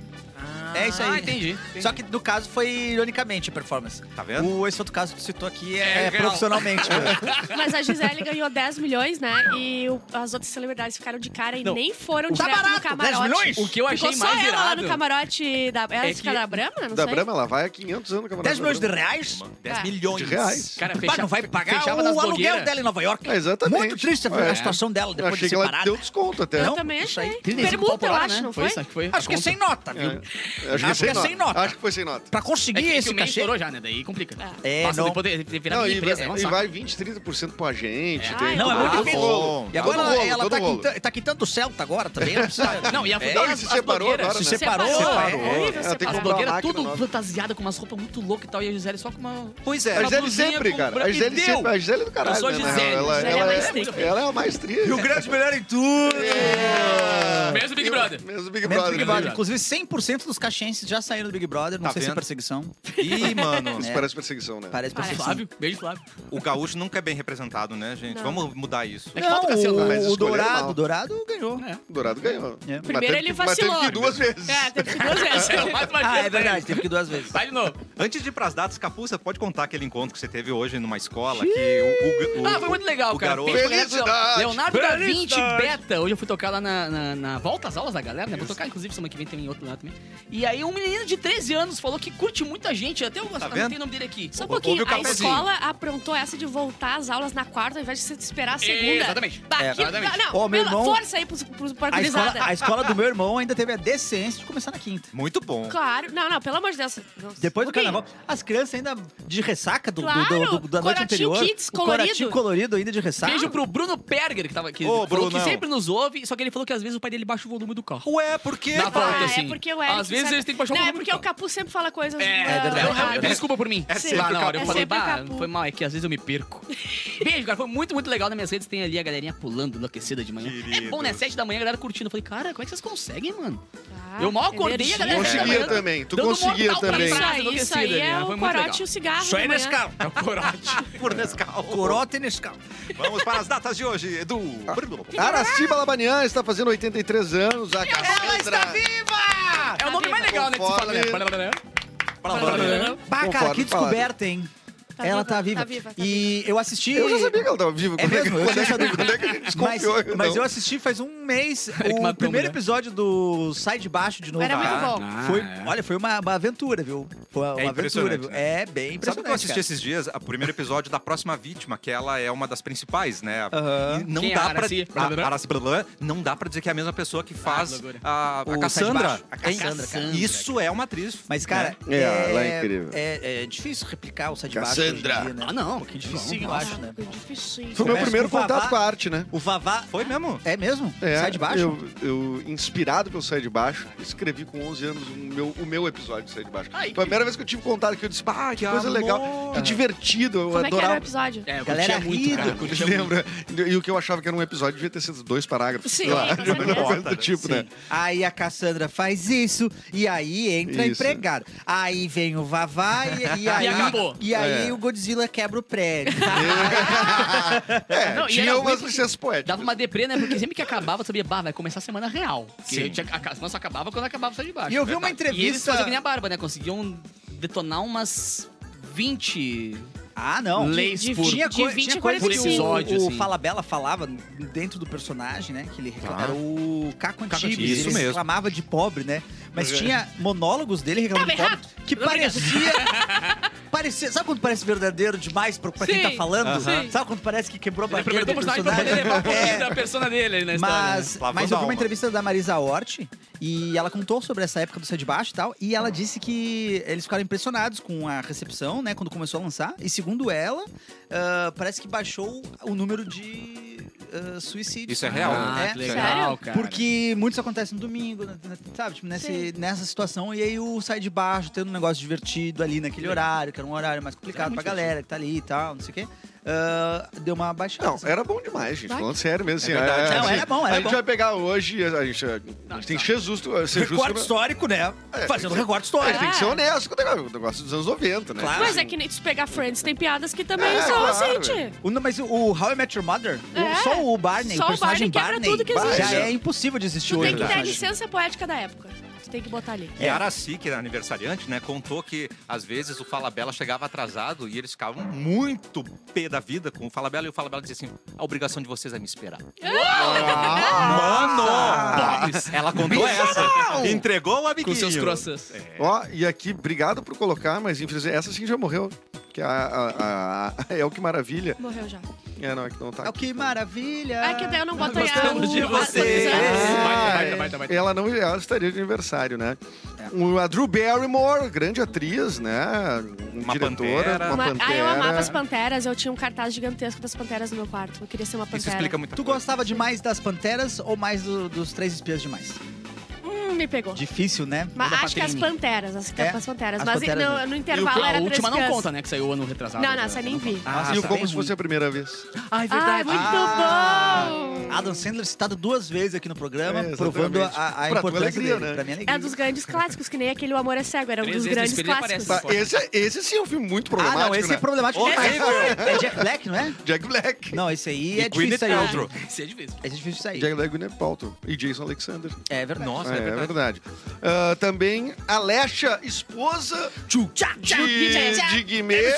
[SPEAKER 5] É isso aí.
[SPEAKER 2] Ah, entendi. entendi.
[SPEAKER 5] Só que no caso foi ironicamente a performance.
[SPEAKER 1] Tá vendo?
[SPEAKER 5] O esse outro caso que tu citou aqui é,
[SPEAKER 2] É real.
[SPEAKER 5] profissionalmente. né?
[SPEAKER 3] Mas a Gisele ganhou 10 milhões, né? E o- as outras celebridades ficaram de cara e
[SPEAKER 2] Não.
[SPEAKER 3] nem foram
[SPEAKER 5] Tá
[SPEAKER 3] direto no
[SPEAKER 5] barato, 10
[SPEAKER 3] camarote.
[SPEAKER 5] milhões?
[SPEAKER 2] O que eu achei
[SPEAKER 3] Ficou só
[SPEAKER 2] mais
[SPEAKER 3] ela lá no
[SPEAKER 2] irado...
[SPEAKER 3] camarote da... Ela
[SPEAKER 2] É
[SPEAKER 3] fica
[SPEAKER 2] que-
[SPEAKER 3] da Brama, não
[SPEAKER 4] Da
[SPEAKER 3] sei.
[SPEAKER 4] Brahma, ela vai há 500 anos no camarote.
[SPEAKER 5] 10 milhões de
[SPEAKER 4] da
[SPEAKER 5] reais?
[SPEAKER 1] 10
[SPEAKER 3] É.
[SPEAKER 1] milhões.
[SPEAKER 4] Brahma. De reais.
[SPEAKER 2] Cara,
[SPEAKER 5] Pá,
[SPEAKER 2] fecha,
[SPEAKER 5] não vai pagar
[SPEAKER 2] fechava das
[SPEAKER 5] o aluguel
[SPEAKER 2] blogueiras.
[SPEAKER 5] dela em Nova York.
[SPEAKER 4] Ah, exatamente.
[SPEAKER 5] Muito triste a
[SPEAKER 4] É.
[SPEAKER 5] situação dela
[SPEAKER 4] Eu
[SPEAKER 5] depois
[SPEAKER 4] achei
[SPEAKER 5] de
[SPEAKER 4] que ela
[SPEAKER 5] separada.
[SPEAKER 4] deu desconto até.
[SPEAKER 3] Eu
[SPEAKER 5] Não,
[SPEAKER 3] também
[SPEAKER 5] isso aí.
[SPEAKER 3] achei.
[SPEAKER 5] Trinta e cinco
[SPEAKER 3] Permuta, eu
[SPEAKER 5] popular,
[SPEAKER 3] acho,
[SPEAKER 5] né?
[SPEAKER 3] não
[SPEAKER 2] Foi
[SPEAKER 3] foi?
[SPEAKER 2] isso, acho que foi. a
[SPEAKER 5] Acho que é
[SPEAKER 2] conta.
[SPEAKER 5] sem nota,
[SPEAKER 4] É.
[SPEAKER 5] viu?
[SPEAKER 4] Acho que,
[SPEAKER 5] Acho que é sem nota.
[SPEAKER 4] Acho que foi sem nota.
[SPEAKER 5] Pra
[SPEAKER 2] É
[SPEAKER 5] conseguir
[SPEAKER 2] que, é que
[SPEAKER 5] esse
[SPEAKER 2] o meio
[SPEAKER 5] cachê.
[SPEAKER 2] estourou já, né? Daí complica.
[SPEAKER 5] É,
[SPEAKER 2] Passa
[SPEAKER 5] não.
[SPEAKER 2] depois de virar
[SPEAKER 4] Não,
[SPEAKER 2] minha
[SPEAKER 4] e,
[SPEAKER 2] empresa, é um
[SPEAKER 4] e
[SPEAKER 2] saco.
[SPEAKER 4] vai 20, 30% pra gente.
[SPEAKER 2] É.
[SPEAKER 4] tem
[SPEAKER 5] Não, é
[SPEAKER 4] todo
[SPEAKER 5] muito
[SPEAKER 4] o
[SPEAKER 5] difícil.
[SPEAKER 4] rolo.
[SPEAKER 5] E agora
[SPEAKER 4] Todo
[SPEAKER 5] ela,
[SPEAKER 4] rolo,
[SPEAKER 5] ela
[SPEAKER 4] todo
[SPEAKER 5] tá,
[SPEAKER 4] rolo.
[SPEAKER 5] quitando, tá quitando o Celta agora também. Não precisa.
[SPEAKER 2] Não, e a
[SPEAKER 5] É,
[SPEAKER 2] fudeu
[SPEAKER 4] e
[SPEAKER 2] as-
[SPEAKER 4] se
[SPEAKER 2] as
[SPEAKER 4] separou
[SPEAKER 2] blogueiras.
[SPEAKER 4] agora,
[SPEAKER 5] se
[SPEAKER 4] né?
[SPEAKER 5] separou.
[SPEAKER 3] Separou,
[SPEAKER 5] é.
[SPEAKER 3] é. Horrível
[SPEAKER 4] Ela tem que
[SPEAKER 3] separar.
[SPEAKER 2] As
[SPEAKER 4] comprar uma
[SPEAKER 2] blogueiras
[SPEAKER 4] máquina
[SPEAKER 2] tudo
[SPEAKER 4] nova.
[SPEAKER 2] fantasiada com umas roupas muito loucas e tal. E a Gisele só com uma.
[SPEAKER 1] Pois
[SPEAKER 4] A
[SPEAKER 1] é.
[SPEAKER 2] Ela-
[SPEAKER 4] Gisele
[SPEAKER 2] blusinha
[SPEAKER 4] sempre,
[SPEAKER 2] com
[SPEAKER 4] cara.
[SPEAKER 2] branco
[SPEAKER 4] A
[SPEAKER 2] e
[SPEAKER 4] Gisele
[SPEAKER 2] deu.
[SPEAKER 4] sempre. A Gisele é do caralho.
[SPEAKER 2] Eu sou
[SPEAKER 4] né, na
[SPEAKER 2] Gisele.
[SPEAKER 4] real. Ela,
[SPEAKER 3] Gisele é
[SPEAKER 4] ela,
[SPEAKER 3] mais triste.
[SPEAKER 4] é, ela é a mais triste.
[SPEAKER 1] Rio Grande melhor em tudo.
[SPEAKER 2] É. Mesmo Big
[SPEAKER 4] Eu-
[SPEAKER 2] Brother.
[SPEAKER 4] Mesmo Big
[SPEAKER 5] Menos
[SPEAKER 4] Brother.
[SPEAKER 5] Big
[SPEAKER 4] né?
[SPEAKER 5] Brother. Inclusive, 100% dos caxienses já saíram do Big Brother. Não
[SPEAKER 1] Tá
[SPEAKER 5] sei se é
[SPEAKER 1] vendo?
[SPEAKER 5] perseguição.
[SPEAKER 1] Ih, mano.
[SPEAKER 4] Isso
[SPEAKER 5] É.
[SPEAKER 4] parece perseguição, né?
[SPEAKER 5] Parece
[SPEAKER 3] Parece.
[SPEAKER 5] perseguição.
[SPEAKER 2] Flávio, beijo, Flávio.
[SPEAKER 1] O gaúcho nunca é bem representado, né, gente?
[SPEAKER 3] Não.
[SPEAKER 1] Vamos mudar isso.
[SPEAKER 2] É que falta
[SPEAKER 5] Não,
[SPEAKER 2] Cassiano,
[SPEAKER 5] né? o-
[SPEAKER 4] mas
[SPEAKER 5] o,
[SPEAKER 4] escolheram
[SPEAKER 5] Dourado,
[SPEAKER 4] mal.
[SPEAKER 5] o Dourado ganhou. né?
[SPEAKER 4] O Dourado ganhou.
[SPEAKER 5] É.
[SPEAKER 4] Mas
[SPEAKER 3] Primeiro
[SPEAKER 4] teve
[SPEAKER 3] ele
[SPEAKER 4] que- mas teve
[SPEAKER 3] vacilou.
[SPEAKER 4] que ir duas vezes.
[SPEAKER 3] É, teve que ir duas vezes.
[SPEAKER 2] Mais uma
[SPEAKER 5] Ah,
[SPEAKER 2] vez.
[SPEAKER 5] é verdade, teve que ir duas vezes.
[SPEAKER 2] Vai de novo.
[SPEAKER 1] Antes de ir pras datas, Capuça, pode contar aquele encontro que você teve hoje numa escola que o, o- o-
[SPEAKER 2] Ah, foi muito legal,
[SPEAKER 1] o
[SPEAKER 2] cara.
[SPEAKER 1] garoto-
[SPEAKER 2] Peixe pra
[SPEAKER 4] Felicidade.
[SPEAKER 2] galera. Leonardo da Vinci
[SPEAKER 1] Felicidade.
[SPEAKER 2] Beta. Hoje eu fui tocar lá na, na, na Volta às Aulas da galera, né? Vou tocar, inclusive, semana que vem tem em outro lado também. E aí um menino de 13 anos falou que curte muita gente. Até eu
[SPEAKER 1] Tá
[SPEAKER 2] não
[SPEAKER 1] vendo?
[SPEAKER 2] o nome dele aqui.
[SPEAKER 3] Só um
[SPEAKER 1] Ouve o
[SPEAKER 3] pouquinho, a
[SPEAKER 1] cafezinho.
[SPEAKER 3] escola aprontou essa de voltar às aulas na quarta ao invés de você esperar a segunda.
[SPEAKER 2] Exatamente.
[SPEAKER 3] Bah,
[SPEAKER 5] É,
[SPEAKER 3] que-
[SPEAKER 2] exatamente.
[SPEAKER 3] Não,
[SPEAKER 5] Ô, meu
[SPEAKER 3] pela-
[SPEAKER 5] irmão-
[SPEAKER 3] força aí pros, pros pra
[SPEAKER 5] A escola,
[SPEAKER 3] gurizada.
[SPEAKER 5] a escola do meu irmão ainda teve a decência de começar na quinta.
[SPEAKER 1] Muito bom.
[SPEAKER 3] Claro. Não, não, pelo amor de Deus.
[SPEAKER 5] Depois do
[SPEAKER 3] Pouquinho.
[SPEAKER 5] carnaval, as crianças ainda de ressaca do, do-
[SPEAKER 3] Claro,
[SPEAKER 5] do- do- da noite
[SPEAKER 3] coratinho
[SPEAKER 5] anterior.
[SPEAKER 3] kids
[SPEAKER 5] o
[SPEAKER 3] colorido.
[SPEAKER 5] coratinho colorido ainda de ressaca.
[SPEAKER 2] Beijo pro Bruno Perger, que, tava, que,
[SPEAKER 1] Ô,
[SPEAKER 2] falou que
[SPEAKER 1] Brunão.
[SPEAKER 2] sempre nos ouve, só que ele falou que às vezes o pai dele baixa o volume do carro.
[SPEAKER 1] Ué, por quê?
[SPEAKER 2] Na
[SPEAKER 1] cara?
[SPEAKER 2] volta,
[SPEAKER 3] Ah,
[SPEAKER 2] assim.
[SPEAKER 3] é porque o Eric
[SPEAKER 2] Às vezes
[SPEAKER 3] sabe-
[SPEAKER 2] eles têm que baixar o
[SPEAKER 3] Não, é
[SPEAKER 2] volume
[SPEAKER 3] porque
[SPEAKER 2] pro
[SPEAKER 3] o Capu sempre fala coisas...
[SPEAKER 2] É,
[SPEAKER 5] verdade.
[SPEAKER 2] eu- eu- eu-
[SPEAKER 3] erradas.
[SPEAKER 2] desculpa por mim.
[SPEAKER 1] É sempre
[SPEAKER 2] Lá na
[SPEAKER 1] o
[SPEAKER 2] hora eu
[SPEAKER 1] Capu.
[SPEAKER 2] falei,
[SPEAKER 3] É sempre o
[SPEAKER 2] bah,
[SPEAKER 3] Capu.
[SPEAKER 2] foi mal, é que às vezes eu me perco. Beijo, cara, foi muito, muito legal nas minhas redes. Tem ali a galerinha pulando, enlouquecida de manhã. É
[SPEAKER 1] Querido.
[SPEAKER 2] bom, né? Sete da manhã, a galera curtindo. Eu falei, cara, como é que vocês conseguem, mano?
[SPEAKER 3] Ah,
[SPEAKER 2] eu mal acordei, né? a galera
[SPEAKER 3] energia.
[SPEAKER 2] já
[SPEAKER 4] Conseguia também. Tu
[SPEAKER 2] Dando
[SPEAKER 4] conseguia
[SPEAKER 2] mortal pra
[SPEAKER 4] também.
[SPEAKER 2] frente.
[SPEAKER 3] Isso aí, isso aí
[SPEAKER 2] Enlouquecida,
[SPEAKER 3] é
[SPEAKER 2] né?
[SPEAKER 3] o
[SPEAKER 2] Foi muito
[SPEAKER 3] corote
[SPEAKER 2] legal.
[SPEAKER 3] e o cigarro.
[SPEAKER 5] Só
[SPEAKER 3] de
[SPEAKER 5] é
[SPEAKER 3] manhã.
[SPEAKER 5] Nescau.
[SPEAKER 2] É o corote.
[SPEAKER 1] Por Nescau.
[SPEAKER 5] Corote e Nescau.
[SPEAKER 1] Vamos para as datas de hoje, Edu.
[SPEAKER 4] Araciba Labanian está fazendo 83 anos. A Cassandra.
[SPEAKER 5] viva!
[SPEAKER 2] É o nome mais legal, né? Que se fala, né?
[SPEAKER 5] Bah, cara,
[SPEAKER 4] Conforme
[SPEAKER 5] que
[SPEAKER 4] falado.
[SPEAKER 5] descoberta, hein?
[SPEAKER 3] Tá
[SPEAKER 5] ela
[SPEAKER 3] viva,
[SPEAKER 5] tá viva.
[SPEAKER 3] tá viva, tá
[SPEAKER 5] e eu assisti.
[SPEAKER 4] Eu já sabia que ela estava viva.
[SPEAKER 5] É mesmo? Eu
[SPEAKER 4] Quando
[SPEAKER 5] tinha
[SPEAKER 4] é que-
[SPEAKER 5] essa dúvida.
[SPEAKER 4] quando é que a gente
[SPEAKER 5] Mas,
[SPEAKER 4] desconfiou? que
[SPEAKER 5] mas
[SPEAKER 4] não?
[SPEAKER 5] eu assisti faz um mês
[SPEAKER 2] que matou
[SPEAKER 5] o
[SPEAKER 2] a
[SPEAKER 5] primeiro
[SPEAKER 2] mulher.
[SPEAKER 5] episódio do Sai de Baixo de novo.
[SPEAKER 3] Era muito
[SPEAKER 5] cara.
[SPEAKER 3] bom.
[SPEAKER 2] Ah,
[SPEAKER 5] Foi,
[SPEAKER 2] é.
[SPEAKER 5] Olha, foi uma, uma aventura, viu? Foi uma
[SPEAKER 1] É
[SPEAKER 5] aventura,
[SPEAKER 1] impressionante,
[SPEAKER 5] viu?
[SPEAKER 1] né?
[SPEAKER 5] É bem
[SPEAKER 1] Sabe o
[SPEAKER 5] impressionante.
[SPEAKER 1] que eu assisti
[SPEAKER 5] cara.
[SPEAKER 1] esses dias? O primeiro episódio da Próxima Vítima, que ela é uma das principais, né?
[SPEAKER 5] Aham.
[SPEAKER 1] E não
[SPEAKER 2] Quem é
[SPEAKER 1] dá
[SPEAKER 2] a Aracy?
[SPEAKER 1] pra...
[SPEAKER 2] Blá, blá, blá.
[SPEAKER 1] A Aracy blá, blá, blá, não dá pra dizer que é a mesma pessoa que faz
[SPEAKER 2] loucura.
[SPEAKER 1] a, a
[SPEAKER 5] O Sai
[SPEAKER 1] Cassandra.
[SPEAKER 5] de Baixo. A
[SPEAKER 1] É
[SPEAKER 5] Cassandra,
[SPEAKER 1] isso.
[SPEAKER 5] cara.
[SPEAKER 1] Isso é uma atriz.
[SPEAKER 5] Mas, cara,
[SPEAKER 4] É, ela é incrível.
[SPEAKER 5] É, é difícil replicar o Sai de Baixo.
[SPEAKER 4] Cassandra.
[SPEAKER 5] hoje em dia, né?
[SPEAKER 2] Ah, não.
[SPEAKER 5] Que
[SPEAKER 2] Que
[SPEAKER 5] difícil, eu
[SPEAKER 2] difícil.
[SPEAKER 5] acho, né?
[SPEAKER 3] Foi difícil.
[SPEAKER 4] Foi o meu
[SPEAKER 5] Começa
[SPEAKER 4] primeiro
[SPEAKER 5] com o Vavá.
[SPEAKER 4] contato com a arte, né?
[SPEAKER 5] O Vavá.
[SPEAKER 1] Foi mesmo?
[SPEAKER 5] É mesmo?
[SPEAKER 4] É,
[SPEAKER 5] Sai de Baixo?
[SPEAKER 4] Eu, eu, inspirado pelo Sai de Baixo, escrevi com 11 anos o meu, o meu episódio de Sai de Baixo.
[SPEAKER 2] Ai,
[SPEAKER 4] Foi a primeira vez que eu tive contato, que eu disse, ah, que,
[SPEAKER 1] Que
[SPEAKER 4] coisa
[SPEAKER 1] amor.
[SPEAKER 4] legal, que divertido, eu
[SPEAKER 3] Como é que era o
[SPEAKER 4] adorava.
[SPEAKER 3] episódio?
[SPEAKER 2] É, eu
[SPEAKER 5] Galera
[SPEAKER 2] curtia muito,
[SPEAKER 5] rindo,
[SPEAKER 2] cara. eu curtia muito.
[SPEAKER 4] Lembra? E o que eu achava que era um episódio devia ter sido dois parágrafos.
[SPEAKER 3] Sim,
[SPEAKER 4] sei lá,
[SPEAKER 3] com
[SPEAKER 4] uma
[SPEAKER 3] certeza.
[SPEAKER 4] coisa do tipo,
[SPEAKER 5] Sim.
[SPEAKER 4] né?
[SPEAKER 5] Aí a Cassandra faz isso, e aí entra a
[SPEAKER 4] Isso.
[SPEAKER 5] empregada. Aí vem o Vavá, e, e aí,
[SPEAKER 2] acabou.
[SPEAKER 5] e aí
[SPEAKER 4] É.
[SPEAKER 5] o Godzilla quebra o prédio.
[SPEAKER 4] É,
[SPEAKER 2] Não, e
[SPEAKER 4] tinha
[SPEAKER 2] era
[SPEAKER 4] umas
[SPEAKER 2] muito-
[SPEAKER 4] licenças poéticas.
[SPEAKER 2] Dava uma deprê, né? Porque sempre que acabava, tu sabia, bah, vai começar a semana real. Porque
[SPEAKER 1] Sim.
[SPEAKER 2] tinha, a, ca- nossa, acabava quando acabava o Sai de Baixo. né, tá?
[SPEAKER 5] E eu vi uma
[SPEAKER 2] E eles
[SPEAKER 5] entrevista...
[SPEAKER 2] faziam que nem a barba, né? Conseguiam detonar umas 20
[SPEAKER 5] Ah, não.
[SPEAKER 2] leis
[SPEAKER 3] de-
[SPEAKER 2] por...
[SPEAKER 5] Tinha,
[SPEAKER 3] de
[SPEAKER 5] coi-
[SPEAKER 3] 20
[SPEAKER 5] tinha
[SPEAKER 3] a
[SPEAKER 5] coisa que
[SPEAKER 3] 45.
[SPEAKER 5] o,
[SPEAKER 2] episódio,
[SPEAKER 5] o
[SPEAKER 2] assim.
[SPEAKER 5] Fala Bela falava dentro do personagem, né? Que ele reclamava. Era o Caco Antibes.
[SPEAKER 1] Antibes, isso
[SPEAKER 5] ele
[SPEAKER 1] mesmo.
[SPEAKER 5] reclamava de pobre, né? Mas
[SPEAKER 4] É.
[SPEAKER 5] tinha monólogos dele reclamando de
[SPEAKER 3] Tava
[SPEAKER 5] pobre que parecia... parecia... Sabe quando parece verdadeiro demais pra, pra quem
[SPEAKER 3] Sim.
[SPEAKER 5] tá falando?
[SPEAKER 3] Sim.
[SPEAKER 5] Sabe quando parece que quebrou a
[SPEAKER 2] Ele
[SPEAKER 5] barreira
[SPEAKER 2] aproveitou
[SPEAKER 5] do
[SPEAKER 2] o personagem pra
[SPEAKER 5] personagem?
[SPEAKER 2] poder levar um pouquinho
[SPEAKER 5] É.
[SPEAKER 2] da persona dele ali na história. né?
[SPEAKER 5] Mas,
[SPEAKER 1] Lavando
[SPEAKER 5] mas eu vi
[SPEAKER 1] a
[SPEAKER 5] uma
[SPEAKER 1] alma.
[SPEAKER 5] entrevista da Marisa Hort e ela contou sobre essa época do Sai de Baixo e tal. E ela disse que eles ficaram impressionados com a recepção, né? Quando começou a lançar. E segundo ela, ah, parece que baixou o número de, ah, suicídios.
[SPEAKER 1] Isso é real,
[SPEAKER 5] Ah,
[SPEAKER 1] né?
[SPEAKER 5] é.
[SPEAKER 2] que legal, cara.
[SPEAKER 5] Porque muitos acontecem no domingo, na- na- sabe? Tipo, nesse,
[SPEAKER 3] Sim.
[SPEAKER 5] nessa situação. E aí o sai de baixo, tendo um negócio divertido ali naquele horário, que era um horário mais complicado
[SPEAKER 2] Era
[SPEAKER 5] pra
[SPEAKER 2] muito
[SPEAKER 5] galera que tá ali e tal, não sei o quê. Ah, deu uma baixada.
[SPEAKER 4] Não, é,
[SPEAKER 5] assim.
[SPEAKER 4] era bom demais, gente.
[SPEAKER 3] Vai.
[SPEAKER 4] Falando sério mesmo, assim.
[SPEAKER 1] É verdade.
[SPEAKER 5] Não,
[SPEAKER 4] assim,
[SPEAKER 5] era bom, era
[SPEAKER 4] A gente
[SPEAKER 5] bom.
[SPEAKER 4] vai pegar hoje, a gente, a gente
[SPEAKER 2] Não,
[SPEAKER 4] tem
[SPEAKER 2] não.
[SPEAKER 4] que ser justo, ser justo.
[SPEAKER 5] Recorte histórico, né?
[SPEAKER 4] É,
[SPEAKER 5] Fazendo
[SPEAKER 4] tem que-
[SPEAKER 5] recorte
[SPEAKER 4] A
[SPEAKER 5] histórico.
[SPEAKER 4] gente tem que ser honesto com o negócio, o negócio dos anos 90, né?
[SPEAKER 5] Claro.
[SPEAKER 3] Mas é que nem se pegar Friends, tem piadas que também
[SPEAKER 4] É,
[SPEAKER 3] são
[SPEAKER 4] claro,
[SPEAKER 3] assim,
[SPEAKER 4] velho.
[SPEAKER 3] tio.
[SPEAKER 5] O- não, mas o How I Met Your Mother, o-
[SPEAKER 3] É.
[SPEAKER 5] só o Barney,
[SPEAKER 3] Só
[SPEAKER 5] o
[SPEAKER 3] o Barney
[SPEAKER 5] personagem
[SPEAKER 3] quebra
[SPEAKER 5] Barney,
[SPEAKER 3] tudo que
[SPEAKER 5] já
[SPEAKER 4] existe.
[SPEAKER 5] é impossível de existir
[SPEAKER 3] Tu
[SPEAKER 5] hoje.
[SPEAKER 3] tem que
[SPEAKER 5] né,
[SPEAKER 3] ter a
[SPEAKER 5] personagem.
[SPEAKER 3] licença poética da época. Tu tem que botar ali.
[SPEAKER 5] É.
[SPEAKER 1] E É a Araci, que era aniversariante, né, contou que às vezes o Fala Bela chegava atrasado e eles ficavam muito pé da vida com o Fala Bela e o Fala Bela dizia assim: a obrigação de vocês é me esperar. Mano!
[SPEAKER 2] Pobres.
[SPEAKER 1] Ela contou essa. Entregou o amiguinho.
[SPEAKER 2] Com seus croissants.
[SPEAKER 4] Ó, e aqui, obrigado por colocar, mas infelizmente essa sim já morreu. Que é a, a- a- é o que maravilha.
[SPEAKER 3] Morreu já.
[SPEAKER 4] É, não, é que não tá.
[SPEAKER 5] É o que maravilha.
[SPEAKER 3] É que daí eu não boto aí a...
[SPEAKER 2] Gostamos de
[SPEAKER 3] o-
[SPEAKER 2] você.
[SPEAKER 3] a-
[SPEAKER 4] Ah,
[SPEAKER 6] Baita, baita, baita, baita.
[SPEAKER 4] Ela não ela estaria de aniversário, né?
[SPEAKER 5] É.
[SPEAKER 4] O- A Drew Barrymore, grande atriz, né?
[SPEAKER 1] Uma
[SPEAKER 4] diretora,
[SPEAKER 1] pantera.
[SPEAKER 4] uma
[SPEAKER 3] Uma-
[SPEAKER 4] pantera.
[SPEAKER 3] Ah, eu amava as panteras. Eu tinha um cartaz gigantesco das panteras no meu quarto. Eu queria ser uma pantera.
[SPEAKER 1] Isso explica muita
[SPEAKER 5] Tu
[SPEAKER 1] coisa.
[SPEAKER 5] gostava de mais das Panteras ou mais do- dos Três Espias Demais?
[SPEAKER 3] Hum, me pegou.
[SPEAKER 5] Difícil, né?
[SPEAKER 3] Mas
[SPEAKER 5] Da
[SPEAKER 3] acho que as
[SPEAKER 5] Patrini.
[SPEAKER 3] panteras. As,
[SPEAKER 5] É,
[SPEAKER 3] as panteras.
[SPEAKER 5] as
[SPEAKER 3] Mas
[SPEAKER 5] Panteras
[SPEAKER 3] não,
[SPEAKER 5] mesmo.
[SPEAKER 3] no
[SPEAKER 2] E o,
[SPEAKER 3] intervalo era
[SPEAKER 2] a
[SPEAKER 3] três
[SPEAKER 2] última não
[SPEAKER 3] crianças.
[SPEAKER 2] conta, né? Que saiu ano retrasado.
[SPEAKER 3] Não, não, essa eu nem vi.
[SPEAKER 5] Ah,
[SPEAKER 4] e o
[SPEAKER 5] essa
[SPEAKER 4] como
[SPEAKER 5] bem
[SPEAKER 4] se fosse a
[SPEAKER 5] ruim. Ah!
[SPEAKER 4] primeira vez.
[SPEAKER 2] Ai,
[SPEAKER 3] Ah,
[SPEAKER 2] verdade.
[SPEAKER 3] é muito bom!
[SPEAKER 5] Adam Sandler citado duas vezes aqui no programa,
[SPEAKER 4] É, exatamente.
[SPEAKER 5] provando a, a
[SPEAKER 4] Pra tua
[SPEAKER 5] importância
[SPEAKER 4] alegria,
[SPEAKER 5] dele.
[SPEAKER 4] né?
[SPEAKER 5] Pra minha alegria.
[SPEAKER 3] É dos grandes clássicos, que nem aquele O Amor é Cego. Era um
[SPEAKER 2] Três
[SPEAKER 3] dos
[SPEAKER 2] vezes
[SPEAKER 3] grandes
[SPEAKER 2] espelho aparece.
[SPEAKER 3] clássicos.
[SPEAKER 4] Tá, esse, esse sim é um filme muito
[SPEAKER 5] Ah,
[SPEAKER 4] problemático,
[SPEAKER 5] não, esse
[SPEAKER 4] né?
[SPEAKER 5] é problemático.
[SPEAKER 1] Horrível.
[SPEAKER 5] É, é Jack Black, não é?
[SPEAKER 4] Jack Black.
[SPEAKER 5] Não, esse aí
[SPEAKER 1] E
[SPEAKER 5] é
[SPEAKER 1] Gwyneth
[SPEAKER 5] difícil sair.
[SPEAKER 1] Paltrow.
[SPEAKER 2] Isso é difícil.
[SPEAKER 5] É difícil sair.
[SPEAKER 4] Jack Black, Gwyneth Paltrow e Jason Alexander.
[SPEAKER 5] É verdade.
[SPEAKER 1] Nossa, é,
[SPEAKER 4] é, é
[SPEAKER 1] verdade.
[SPEAKER 4] verdade. Ah, também, Alexa, esposa de, de Guimê.